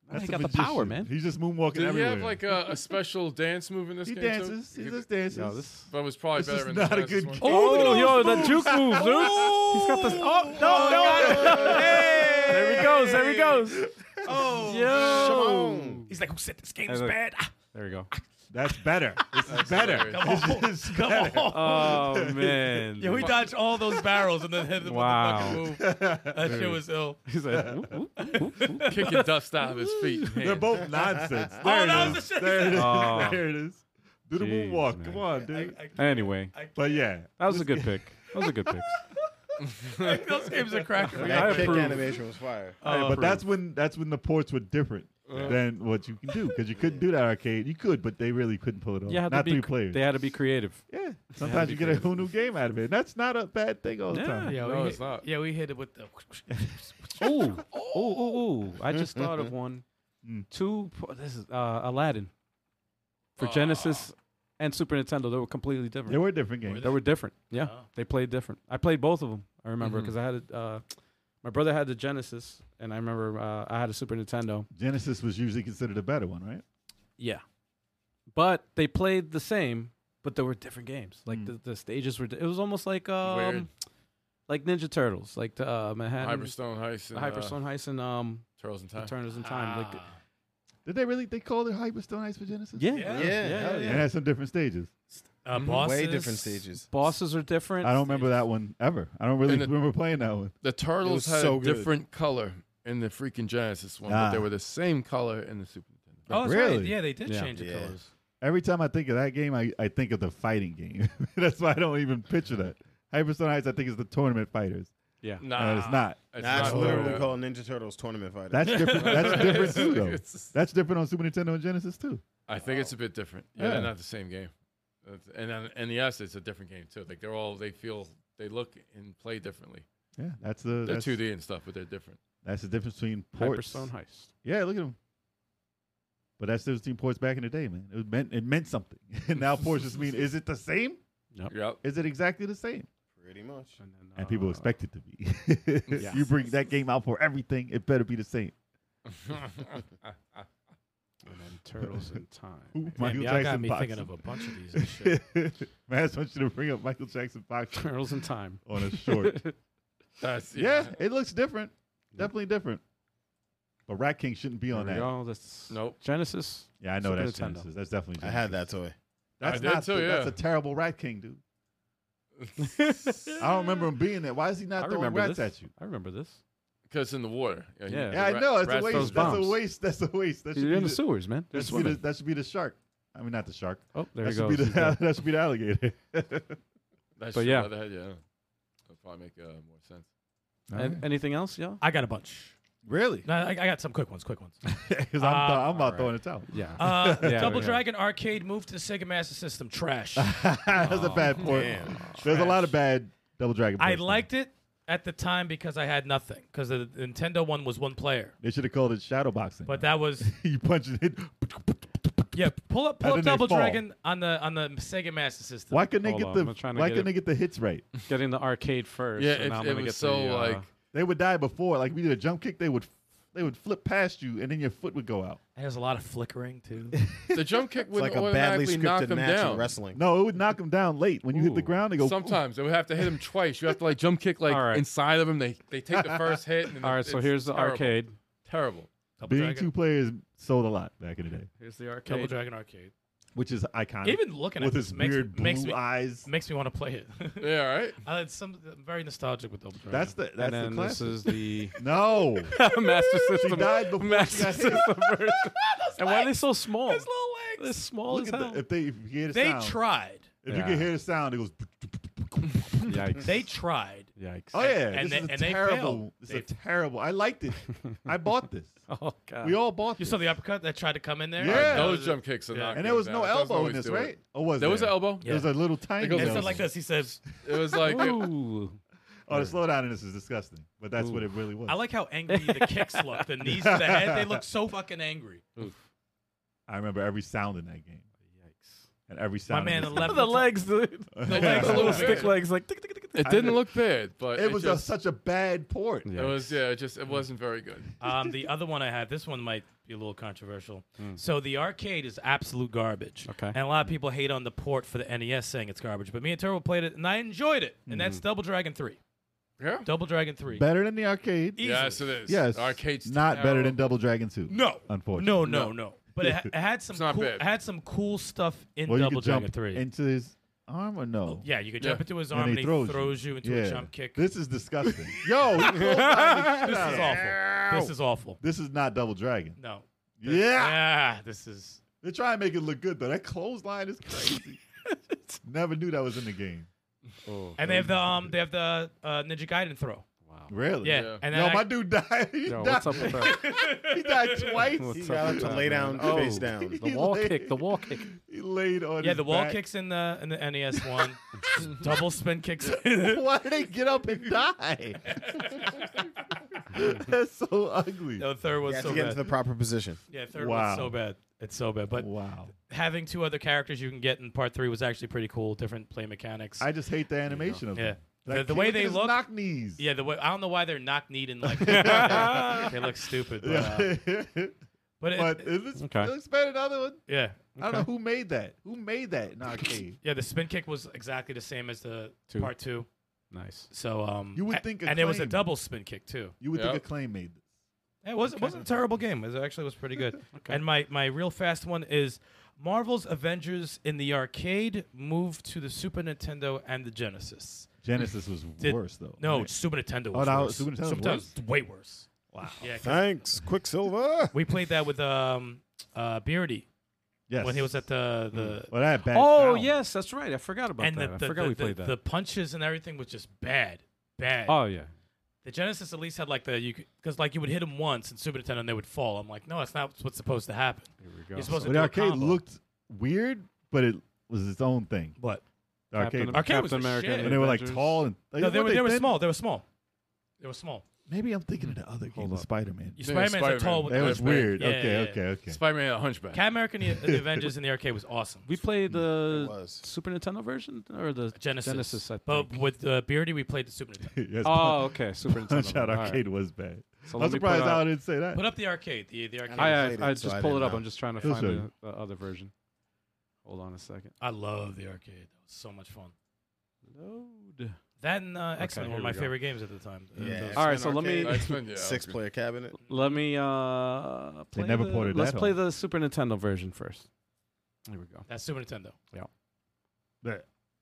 Oh, got the power,
magician.
man.
He's just moonwalking
Did he
everywhere.
have like a, a special dance move in this
he
game? too?
dances. He
Could-
just dances.
Yo, this-
But it was probably
This
better
is
than
not
the
a
last
good
one.
game.
Oh,
Oh,
yo,
those
the
moves.
juke moves, dude. He's got the. Oh no, no!
God.
hey, there he goes. There he goes.
oh,
Yo.
he's like, who said this game
Hey,
was
look.
bad? Ah,
There we go.
That's better. This is better.
hilarious.
This is better.
Come on.
Oh man.
Yeah, we dodged all those barrels and then hit them
Wow.
with the fucking move. That shit was ill.
He's like, "Oop, oop, oop, oop."
Kicking dust out of his feet. and
They're
hands.
both nonsense. There
Oh,
it is.
that was the shit.
There it is.
Oh.
There it is. Do the
Jeez,
moonwalk.
man.
Come on, dude.
I,
Anyway,
but yeah,
that was a good pick. That was a good pick.
I, those games are cracking. me up.
I
That kick
approve.
animation was fire.
Hey, but that's when that's when the ports were different
Uh,
Uh-huh.
than what you can do because you couldn't do that arcade. You could, but they really couldn't pull it off.
You had
Not
to be,
three players.
They had to be creative.
yeah, sometimes
be
you get a whole new game out of it. That's not a bad thing all the
Yeah.
time.
Yeah,
No,
we
it's
hit,
not.
Yeah, we hit it with the.
Oh, oh, oh, I just thought of one.
Mm.
Two. po- This is uh, Aladdin for
Ah.
Genesis and Super Nintendo. They were completely different.
They were different
Were
games.
They were different. Yeah,
Oh.
they played different. I played both of them. I remember
Mhm.
because I had a, uh, my brother had the Genesis, and I remember uh, I had a Super Nintendo.
Genesis was usually considered a better one, right?
Yeah, but they played the same, but there were different games. Like
Mm.
the, the stages were. Di- it was almost like um,
Weird.
like Ninja Turtles, like the uh, Manhattan
Hyperstone Heist
the
and uh,
Hyperstone Heist and um,
Turtles in Time.
Returners in Time. Like
Ah.
Did they really? They called it Hyperstone Ice for Genesis.
yeah,
Yeah.
Yeah,
yeah,
hell
yeah.
and it had some different stages.
Mhm.
Uh,
Mm-hmm.
bosses.
Way different stages.
Bosses are different.
I don't remember that one ever. I don't really
And the-
remember playing that one.
The Turtles had
so
a
good.
different color in the freaking Genesis one, but
Ah.
they were the same color in the Super Nintendo.
Oh, that's right.
Really?
Yeah, they did
Yeah.
change the
Yeah.
colors.
Every time I think of that game, I, I think of the fighting game. That's why I don't even picture that. Hyperstone Ice, I think, is the tournament fighters.
Yeah,
Ah.
Nah,
and it's not.
It's
That's
not
literally
that.
called Ninja Turtles Tournament Fighter.
That's different. That's different too, though.
It's-
That's different on Super Nintendo and Genesis too.
I think it's a bit different. Yeah, they're
Yeah.
not the same game. That's- And then and yes, it's a different game too. Like they're all they feel they look and play differently.
Yeah, that's the
They're
that's,
two D and stuff, but they're different.
that's the difference between ports.
Hyperstone Heist.
Yeah, look at them. But that's the difference between ports back in the day, man. It was meant it meant something, and now ports just mean is it the same?
Yep.
Is it exactly the same?
Pretty much.
And, then,
And people
uh,
expect it to be.
Yeah.
You bring that game out for everything, it better be the same.
And then Turtles in Time.
Ooh,
Damn, y'all got me thinking of a bunch of these. And shit.
boxing. Man, I just want you to bring up Michael Jackson boxing
Turtles in Time.
on a short.
That's
yeah, it looks different. Definitely different. But Rat King shouldn't be
There
on
we
that.
go. That's
Nope.
Genesis.
Yeah, I know
Super
that's
Nintendo.
Genesis. That's definitely
I
Genesis.
had that toy.
That's
I did
not
too,
the-
yeah.
That's a terrible Rat King, dude. I don't remember him being there. Why is he not
I
throwing
remember
rats
this.
at you?
I remember this.
Because in the water. you-
Yeah.
the
Yeah, I
rat-
know. It's a
rats
waste.
those
That's
don't-
a
bombs.
waste. That's a waste. That should
You're
be
in the
the,
sewers, man. They're
that should be the,
swimming.
that should be the shark. I mean, not the shark.
Oh, there
that
he
should
goes.
Be
He's
the,
dead.
that should be the alligator.
That's
But
but
yeah.
yeah, that, yeah. That'll probably make uh, more sense.
An- Anything else, y'all?
I got a bunch.
really?
No, I, I got some quick ones. Quick ones.
Because I'm,
Uh,
th- I'm
all
about
right.
throwing it out.
Yeah.
Uh,
Yeah,
Double
yeah.
Dragon Arcade moved to the Sega Master System. Trash.
Ah, That's a
Oh,
bad port. There's a lot of bad Double Dragon.
I
ports now.
liked it at the time because I had nothing. Because the Nintendo one was one player,
They should have called it shadow boxing.
but that was
you punch it. in.
yeah. Pull up,
And
pull
then
up
they
Double
fall.
Dragon on the on the Sega Master System.
Why couldn't
Hold
they
on,
get
I'm
the
trying to
Why
get
couldn't
it.
they get the hits right?
Getting the arcade first.
Yeah,
and
it,
now I'm
it
gonna
was
get
so
the, uh,
like
They would die before. Like if you did a jump kick, they would they would flip past you, and then your foot would go out.
And there's a lot of flickering too.
the jump kick
It's
would
like a badly
automatically knock
scripted
them
match
down.
in wrestling.
No, it would knock them down late. When you hit the
Ooh.
ground, they go.
Sometimes they would have to hit him twice. You have to like jump kick like
All right.
inside of him. They they take the first hit. And
All right,
it's
so here's the
terrible,
arcade.
Terrible.
Double
Being
Dragon,
two players sold a lot back in the day,
Here's the
Double
arcade.
Dragon Arcade.
which is iconic.
Even looking
with
at this
his
makes,
weird
makes
blue
me
eyes.
makes me want to play it.
Yeah, all right.
I had some I'm very nostalgic with Double Dragon.
That's the
and
that's
then
the
this
classic.
is the
no,
Master
she
System.
died before she
Master
got hit.
System version. and why are they so small?
his little
They're small
Look
as
at
hell.
the, if they if you hear the
They
sound,
tried.
if
Yeah.
you can hear the sound, it goes.
Yikes.
They tried.
Yikes.
Oh yeah,
and
and this
they-
is
and they
a terrible.
failed.
This
They-
is a terrible. I liked it. I bought this.
Oh, God.
We all bought
You
this.
saw the uppercut that tried to come in there?
Yeah.
Those jump kicks are
Yeah.
not.
and
good,
there was
man.
no
That's how
elbow in
always
this,
do it.
right? Or was
There was an elbow.
There's a little tiny.
goes
And it
elbow.
said like this. He says,
It was like it,
Ooh.
Oh, the slowdown in this is disgusting, but that's what it really was.
I like how angry the kicks look. The knees to the head, they look so fucking angry.
I remember every sound in that game
Yikes.
and every
My
sound.
man,
in
the
this
left.
the legs, dude.
game.
legs
the little
Yeah.
stick legs, like. tick, tick, tick, tick.
it didn't look bad, but
It was a,
just,
such a bad port.
It was yeah. It just it wasn't very good.
Um, the other one I had, this one might be a little controversial. So the arcade is absolute garbage.
Okay.
And a lot of people hate on the port for the NES saying it's garbage, but me and Turbo played it and I enjoyed it. And that's Double Dragon 3.
Yeah.
Double Dragon 3.
Better than the arcade.
Easily.
Yes, it is.
Yes.
Arcade's
not better than
terrible.
Double Dragon 2.
No.
Unfortunately.
No, no, no. But it, ha- it had some
It's not
cool,
bad.
it had some cool stuff in
Well, you
Double
could jump
Dragon 3.
into his arm or no?
yeah, you could
Yeah.
jump into his
And
arm
he
and he throws,
throws
you, into a
Yeah.
jump kick.
This is disgusting. Yo, he pulled out the shit
This
out of
is
him.
awful. This is awful.
This is not Double Dragon.
No.
Yeah.
Ah, this is
They're trying to make it look good, though. That clothesline is crazy. Never knew that was in the game.
And they have the um they have the uh, Ninja Gaiden throw.
Really?
Yeah.
Yeah.
And then
Yo,
I-
my dude died. He,
Yo,
died.
what's up with that?
he died twice.
What's
He
up
got
with
to
that,
lay
man?
down, face down.
The wall kick, the wall kick.
He laid on
Yeah,
his
the wall
back.
kicks in the in the NES one, double spin kicks.
Why did they get up and die? That's so ugly.
no, third
You
one's
have
so
to get
bad.
into the proper position.
yeah, third
Wow.
one's so bad. It's so bad. But
Wow.
having two other characters you can get in part three was actually pretty cool. Different play mechanics.
I just hate the animation of
yeah.
it.
The, the way they look,
knock knees.
yeah. The way I don't know why they're knock kneed and like they look stupid, but, uh, but, it,
but it looks,
Okay.
it looks better than the other one.
yeah,
I don't know who made that. Who made that in arcade?
yeah. The spin kick was exactly the same as the
Two.
part two.
Nice.
So um,
You would
a-
think
and it was a
Acclaim.
double spin kick too.
You would
Yep.
think Acclaim made this.
It wasn't wasn't a terrible game. It actually was pretty good. And my my real fast one is Marvel's Avengers in the arcade moved to the Super Nintendo and the Genesis.
Genesis was
Did-
worse though.
No, Super Nintendo.
Oh,
Was
no,
worse.
Super Nintendo's
Sometimes way worse. Wow. Yeah, 'cause
Thanks,
Uh,
Quicksilver.
we played that with um uh Beardy
yes. Mm.
when he was at the the.
Well, that had bad
Oh,
sound.
yes, that's right. I forgot about
And the,
that.
the,
I forgot
the,
we
the-
played
the
that.
punches and everything was just bad, bad.
Oh, yeah.
The Genesis at least had like the you because like you would hit them once and Super Nintendo and they would fall. I'm like, no, that's not what's supposed to happen.
Here we go.
You're supposed
But
to
the
do a
arcade
combo.
looked weird, but it was its own thing.
What?
The arcade,
Captain,
Arcade was
Captain
the
America.
shit.
and they were like
Avengers.
tall and like,
No,
what
they were, they were
thin-
small. They were small. They were small.
Maybe I'm thinking of the other game, the Spider Man.
You
Yeah,
Spider Man's a
Spider-Man.
tall one.
That was
Spider-Man.
weird.
Yeah,
okay,
yeah, yeah.
okay, okay.
Spider-Man had a hunchback.
Cat America and the, the Avengers in the arcade was awesome.
We played the
was.
Super Nintendo version or the
Genesis.
Genesis I think.
But with uh, Beardy, we played the Super Nintendo.
yes,
Oh, okay. Super Nintendo.
Punch Out
All right.
Arcade was bad.
So
I'm
let me put
surprised
out-
I didn't say that.
Put up the arcade. The, the arcade.
I, I,
played it,
I
so
just
I
pull it
didn't
up.
know.
I'm just trying to
He'll
find
show
the,
you.
the other version. Hold on a second.
I love the arcade. That was so much fun.
Load.
Mm-hmm.
That and uh, X Men
Okay,
were
here
my
we go.
favorite games at the time. Uh,
Yeah.
those-
All right,
X-Men
so let me-
arcade.
X-Men, yeah,
Six player cabinet.
Let me uh play
never
the,
ported
Let's
that
play
over.
the Super Nintendo version first. Here we go.
That's Super Nintendo.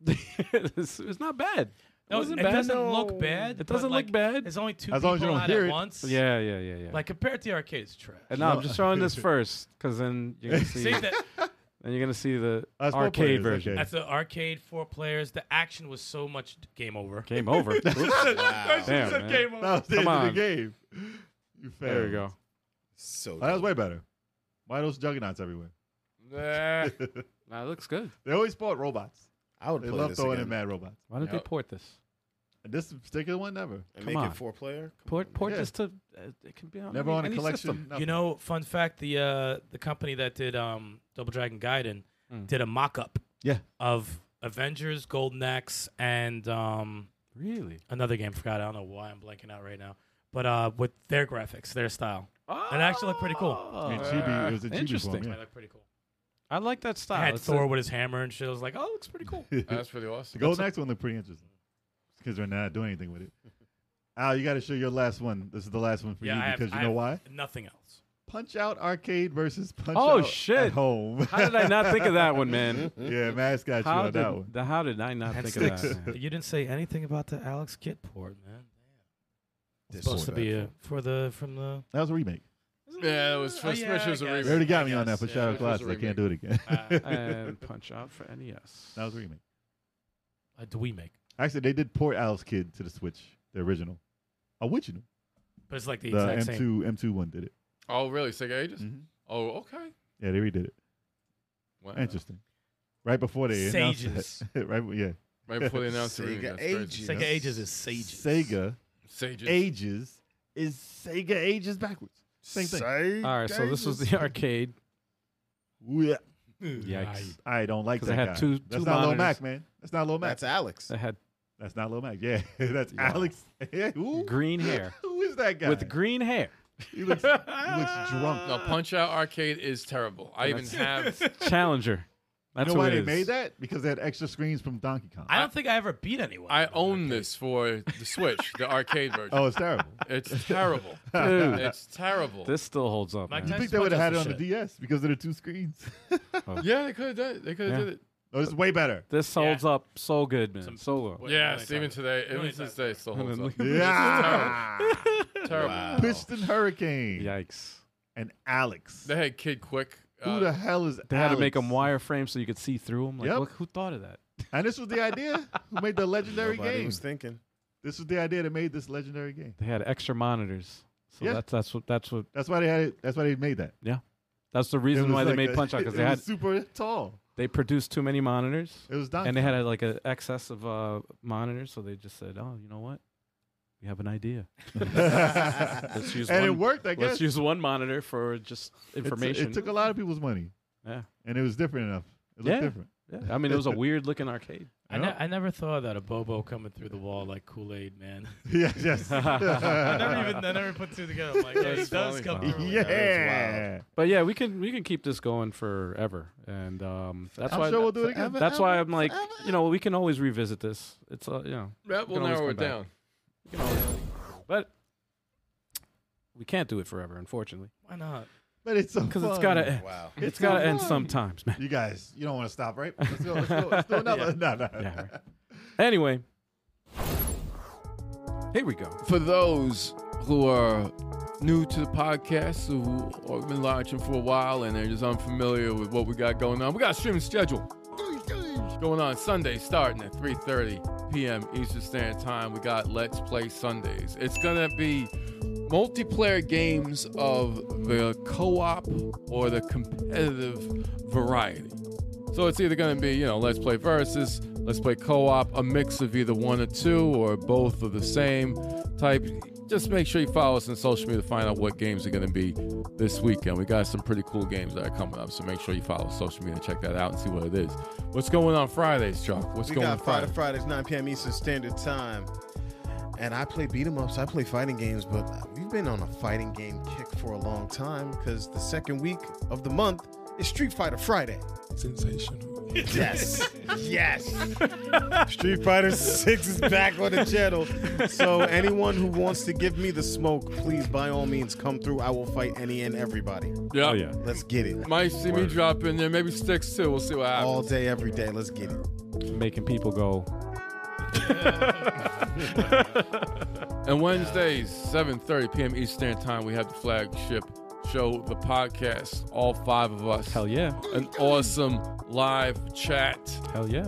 it's, it's not bad.
No,
wasn't
it
bad.
doesn't look bad.
It
but,
doesn't
like,
look bad.
It's only two
As
people
long as you don't
on
hear
at
it.
once.
Yeah, yeah, yeah, yeah.
Like compared to the arcade, it's trash.
and no, I'm just showing this first because then you're gonna see,
See that?
then you're gonna see the
Us four
arcade
players,
version.
okay.
That's the arcade four players. The action was so much game over.
Game over. Oops. Damn, man.
That was the
Come
end of
on.
the game. You failed.
There we go.
So
Oh, that was
dope.
way better. Why those juggernauts everywhere?
Nah.
Nah, it looks good.
They always fought robots.
I would
They
play
love
this
throwing
again.
in mad robots.
Why did they
Yep.
port this?
And this particular one, never.
Come
and make
on.
it four player.
Port port
Yeah.
this to uh, it can be on
Never
any,
on a
any
collection.
system.
nothing.
You know, fun fact: the uh, the company that did um, Double Dragon Gaiden
Mm.
did a mock up
Yeah.
of Avengers, Golden Axe, and um,
Really?
another game. Forgot. I don't know why I'm blanking out right now. But uh, with their graphics, their style, It actually looked pretty cool.
Oh.
In chibi- it was in chibi form,
interesting.
yeah.
they look pretty cool.
I like that
I
style.
had
It's a-
Thor with his hammer and shit. I was like, oh, it looks pretty cool.
That's pretty
The
awesome.
gold next one looked pretty interesting. Because we're not doing anything with it. Al, you got to show your last one. This is the last one for
yeah, I
you
have-
because
I
you know
have
why?
Nothing else.
Punch Out Arcade versus Punch
Oh,
Out
shit.
at Home.
How did I not think of that one, man?
Mm-hmm.
yeah, Max got you
How
on
did
that one.
the- how did I not
And
think of that?
sticks.
man?
You didn't say anything about the Alex Kid port, man.
This
supposed
is
to be
bad.
uh for the from the.
That was a remake.
Is
Yeah, it was
Oh,
Smash
yeah,
was a
I guess.
They already got me
I
on that for
guess,
Shadow
yeah.
Clocks. I can't do it again.
Uh,
and Punch Out for E NES.
that was a remake.
uh, do we make?
Actually, they did port Alice Kid to the Switch, the original. Original.
But it's like the,
The M2
exact
M2
same.
one did it.
Oh, really? Sega Ages?
Mm-hmm.
Oh, okay.
Yeah, they redid it.
Wow.
Interesting. Right before they
Sages.
announced it. right, yeah.
Right before they announced the
Sega
remake. That's
Ages.
crazy.
Sega Ages is Sages.
Sega
Sages.
Ages is Sega Ages backwards. Same thing.
Same
All right, so this was the arcade.
Yeah.
Yikes!
I don't like
'Cause
that.
I had
guy.
two-
That's
two
not Lil
monitors.
Mac, man. That's not Lil Mac.
That's
That's,
Alex.
That had
not Lil Mac. Yeah, that's
Yeah.
Alex. Who?
green hair.
Who is that guy?
With green hair,
he, looks, he looks drunk.
No, Punch Out Arcade is terrible. I even have.
Challenger. That's
you know
who
why
it
they
is.
made that? Because they had extra screens from Donkey Kong.
I don't think I ever beat anyone.
I
in that
own
game.
this for the Switch, the arcade version.
oh, it's terrible.
It's terrible.
Dude,
It's terrible.
this still holds up. man.
Mike
I
Tyson-
think they would have had it on the
Shit.
DS because of the two screens.
Yeah, they could have done it. They could have
Yeah.
did it.
oh, it's way better.
This holds up so good, man.
Some-
so well.
Wait,
Yeah,
what are they
even
talking
today,
are
even
you
to this
talking
day, it still holds up.
Yeah.
Terrible.
Piston Hurricane
Yikes!
and Alex.
They had Kid Quick. uh,
Who the hell is
uh, They had
Alex?
to make them wireframe so you could see through them. Like,
Yep.
look, who thought of that?
And this was the idea who made the legendary
Nobody
game.
was thinking.
This was the idea that made this legendary game.
They had extra monitors. So
Yeah.
that's that's what that's what
That's why they had it. That's why they made that.
that's the
It
reason
was
why they
like
made
a-
Punch Out because
it
they had
was super tall.
they produced too many monitors.
It was Donkey.
and they had a, like an excess of uh, monitors, so they just said, "Oh, you know what? We have an idea. Let's use
and it
one-
worked. I guess
Let's use one monitor for just
It t-
information."
It, took a lot of people's money,
yeah,
and it was different enough. It looked
Yeah.
different.
yeah. I mean, it was a weird looking arcade.
I,
Yeah.
ne- I never thought that a Bobo coming through the wall like Kool Aid Man.
yes, yes.
I never even I never put two together. I'm like, yeah, he
That's
does
funny.
come
Wow.
through. with that.
yeah.
But yeah, we can we can keep this going forever, and um, that's
I'm
why
sure we'll do it again.
that's why I'm like, you know, we can always revisit this. It's uh, you know,
That will
can always
narrow
come
it
back.
down.
we can always- but we can't do it forever, unfortunately,
Why not?
But it's so
because it's
fun.
gotta
Wow.
it's gotta
so
end
fun.
sometimes, man.
You guys, you don't want to stop, right? Let's go. Let's go. Let's do another. No, no.
Yeah, right. Anyway, here we go.
For those who are new to the podcast, who have been watching for a while and they're just unfamiliar with what we got going on, we got a streaming schedule going on Sunday starting at 3.30 p.m. Eastern Standard Time. We got Let's Play Sundays. It's going to be multiplayer games of the co-op or the competitive variety. So it's either going to be, you know, let's play versus, let's play co op, a mix of either one or two or both of the same type. Just make sure you follow us on social media to find out what games are going to be this weekend. We got some pretty cool games that are coming up, so make sure you follow social media and check that out and see what it is. What's going on Fridays, Chuck? What's
We
going on
got Friday,
Friday?
Fridays, 9 p.m. Eastern Standard Time. And I play beat 'em ups, I play fighting games, but we've been on a fighting game kick for a long time because the second week of the month is Street Fighter Friday.
Sensational.
Yes. yes. Street Fighter 6 is back on the channel. So anyone who wants to give me the smoke, please by all means come through. I will fight any and everybody.
Oh, Yeah.
Oh.
Let's get it.
Might see me drop in there, maybe sticks too. We'll see what happens.
All day, every day. Let's get it.
Making people go.
And Wednesdays, 7.30 p.m. Eastern Time, we have the flagship show, the podcast, all five of us.
Hell yeah!
an awesome live chat.
Hell yeah!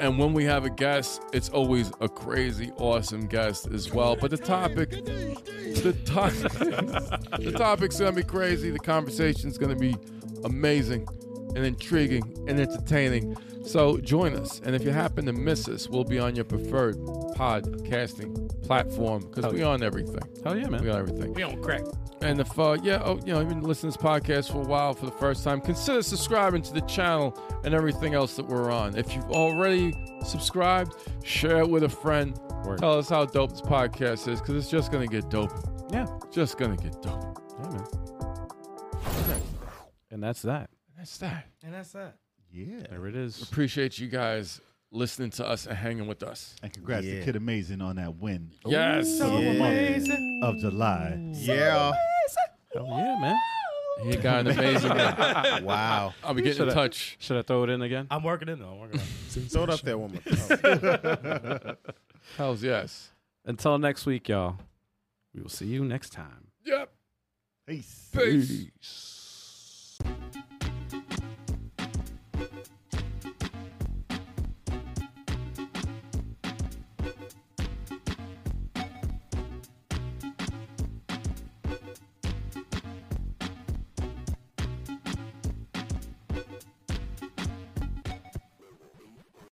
And when we have a guest, it's always a crazy, awesome guest as well. But the topic, the topic, the topic's gonna be crazy. The conversation's gonna be amazing and intriguing and entertaining. So join us. And if you happen to miss us, we'll be on your preferred podcasting platform because we on everything.
Hell yeah,
We
man!
on everything.
We don't crack.
And if uh, yeah, oh, you know, you've been listening to this podcast for a while for the first time, consider subscribing to the channel and everything else that we're on. If you've already subscribed, share it with a friend.
Word.
Tell us how dope this podcast is, because it's just gonna get dope.
Yeah,
Just gonna get dope.
yeah, man. And that's that.
That's that.
And that's that.
Yeah.
There it is.
Appreciate you guys listening to us and hanging with us.
And congrats
Yeah.
to Kid Amazing on that win
Yes.
of July.
Yeah.
Hell yeah, man!
You got an amazing one.
Wow.
I'll be getting in touch.
Should I throw it in again?
I'm working it though. I'm working on it.
Throw it up there one more time.
Hells yes.
Until next week, y'all. We will see you next time.
Yep.
Peace.
Peace.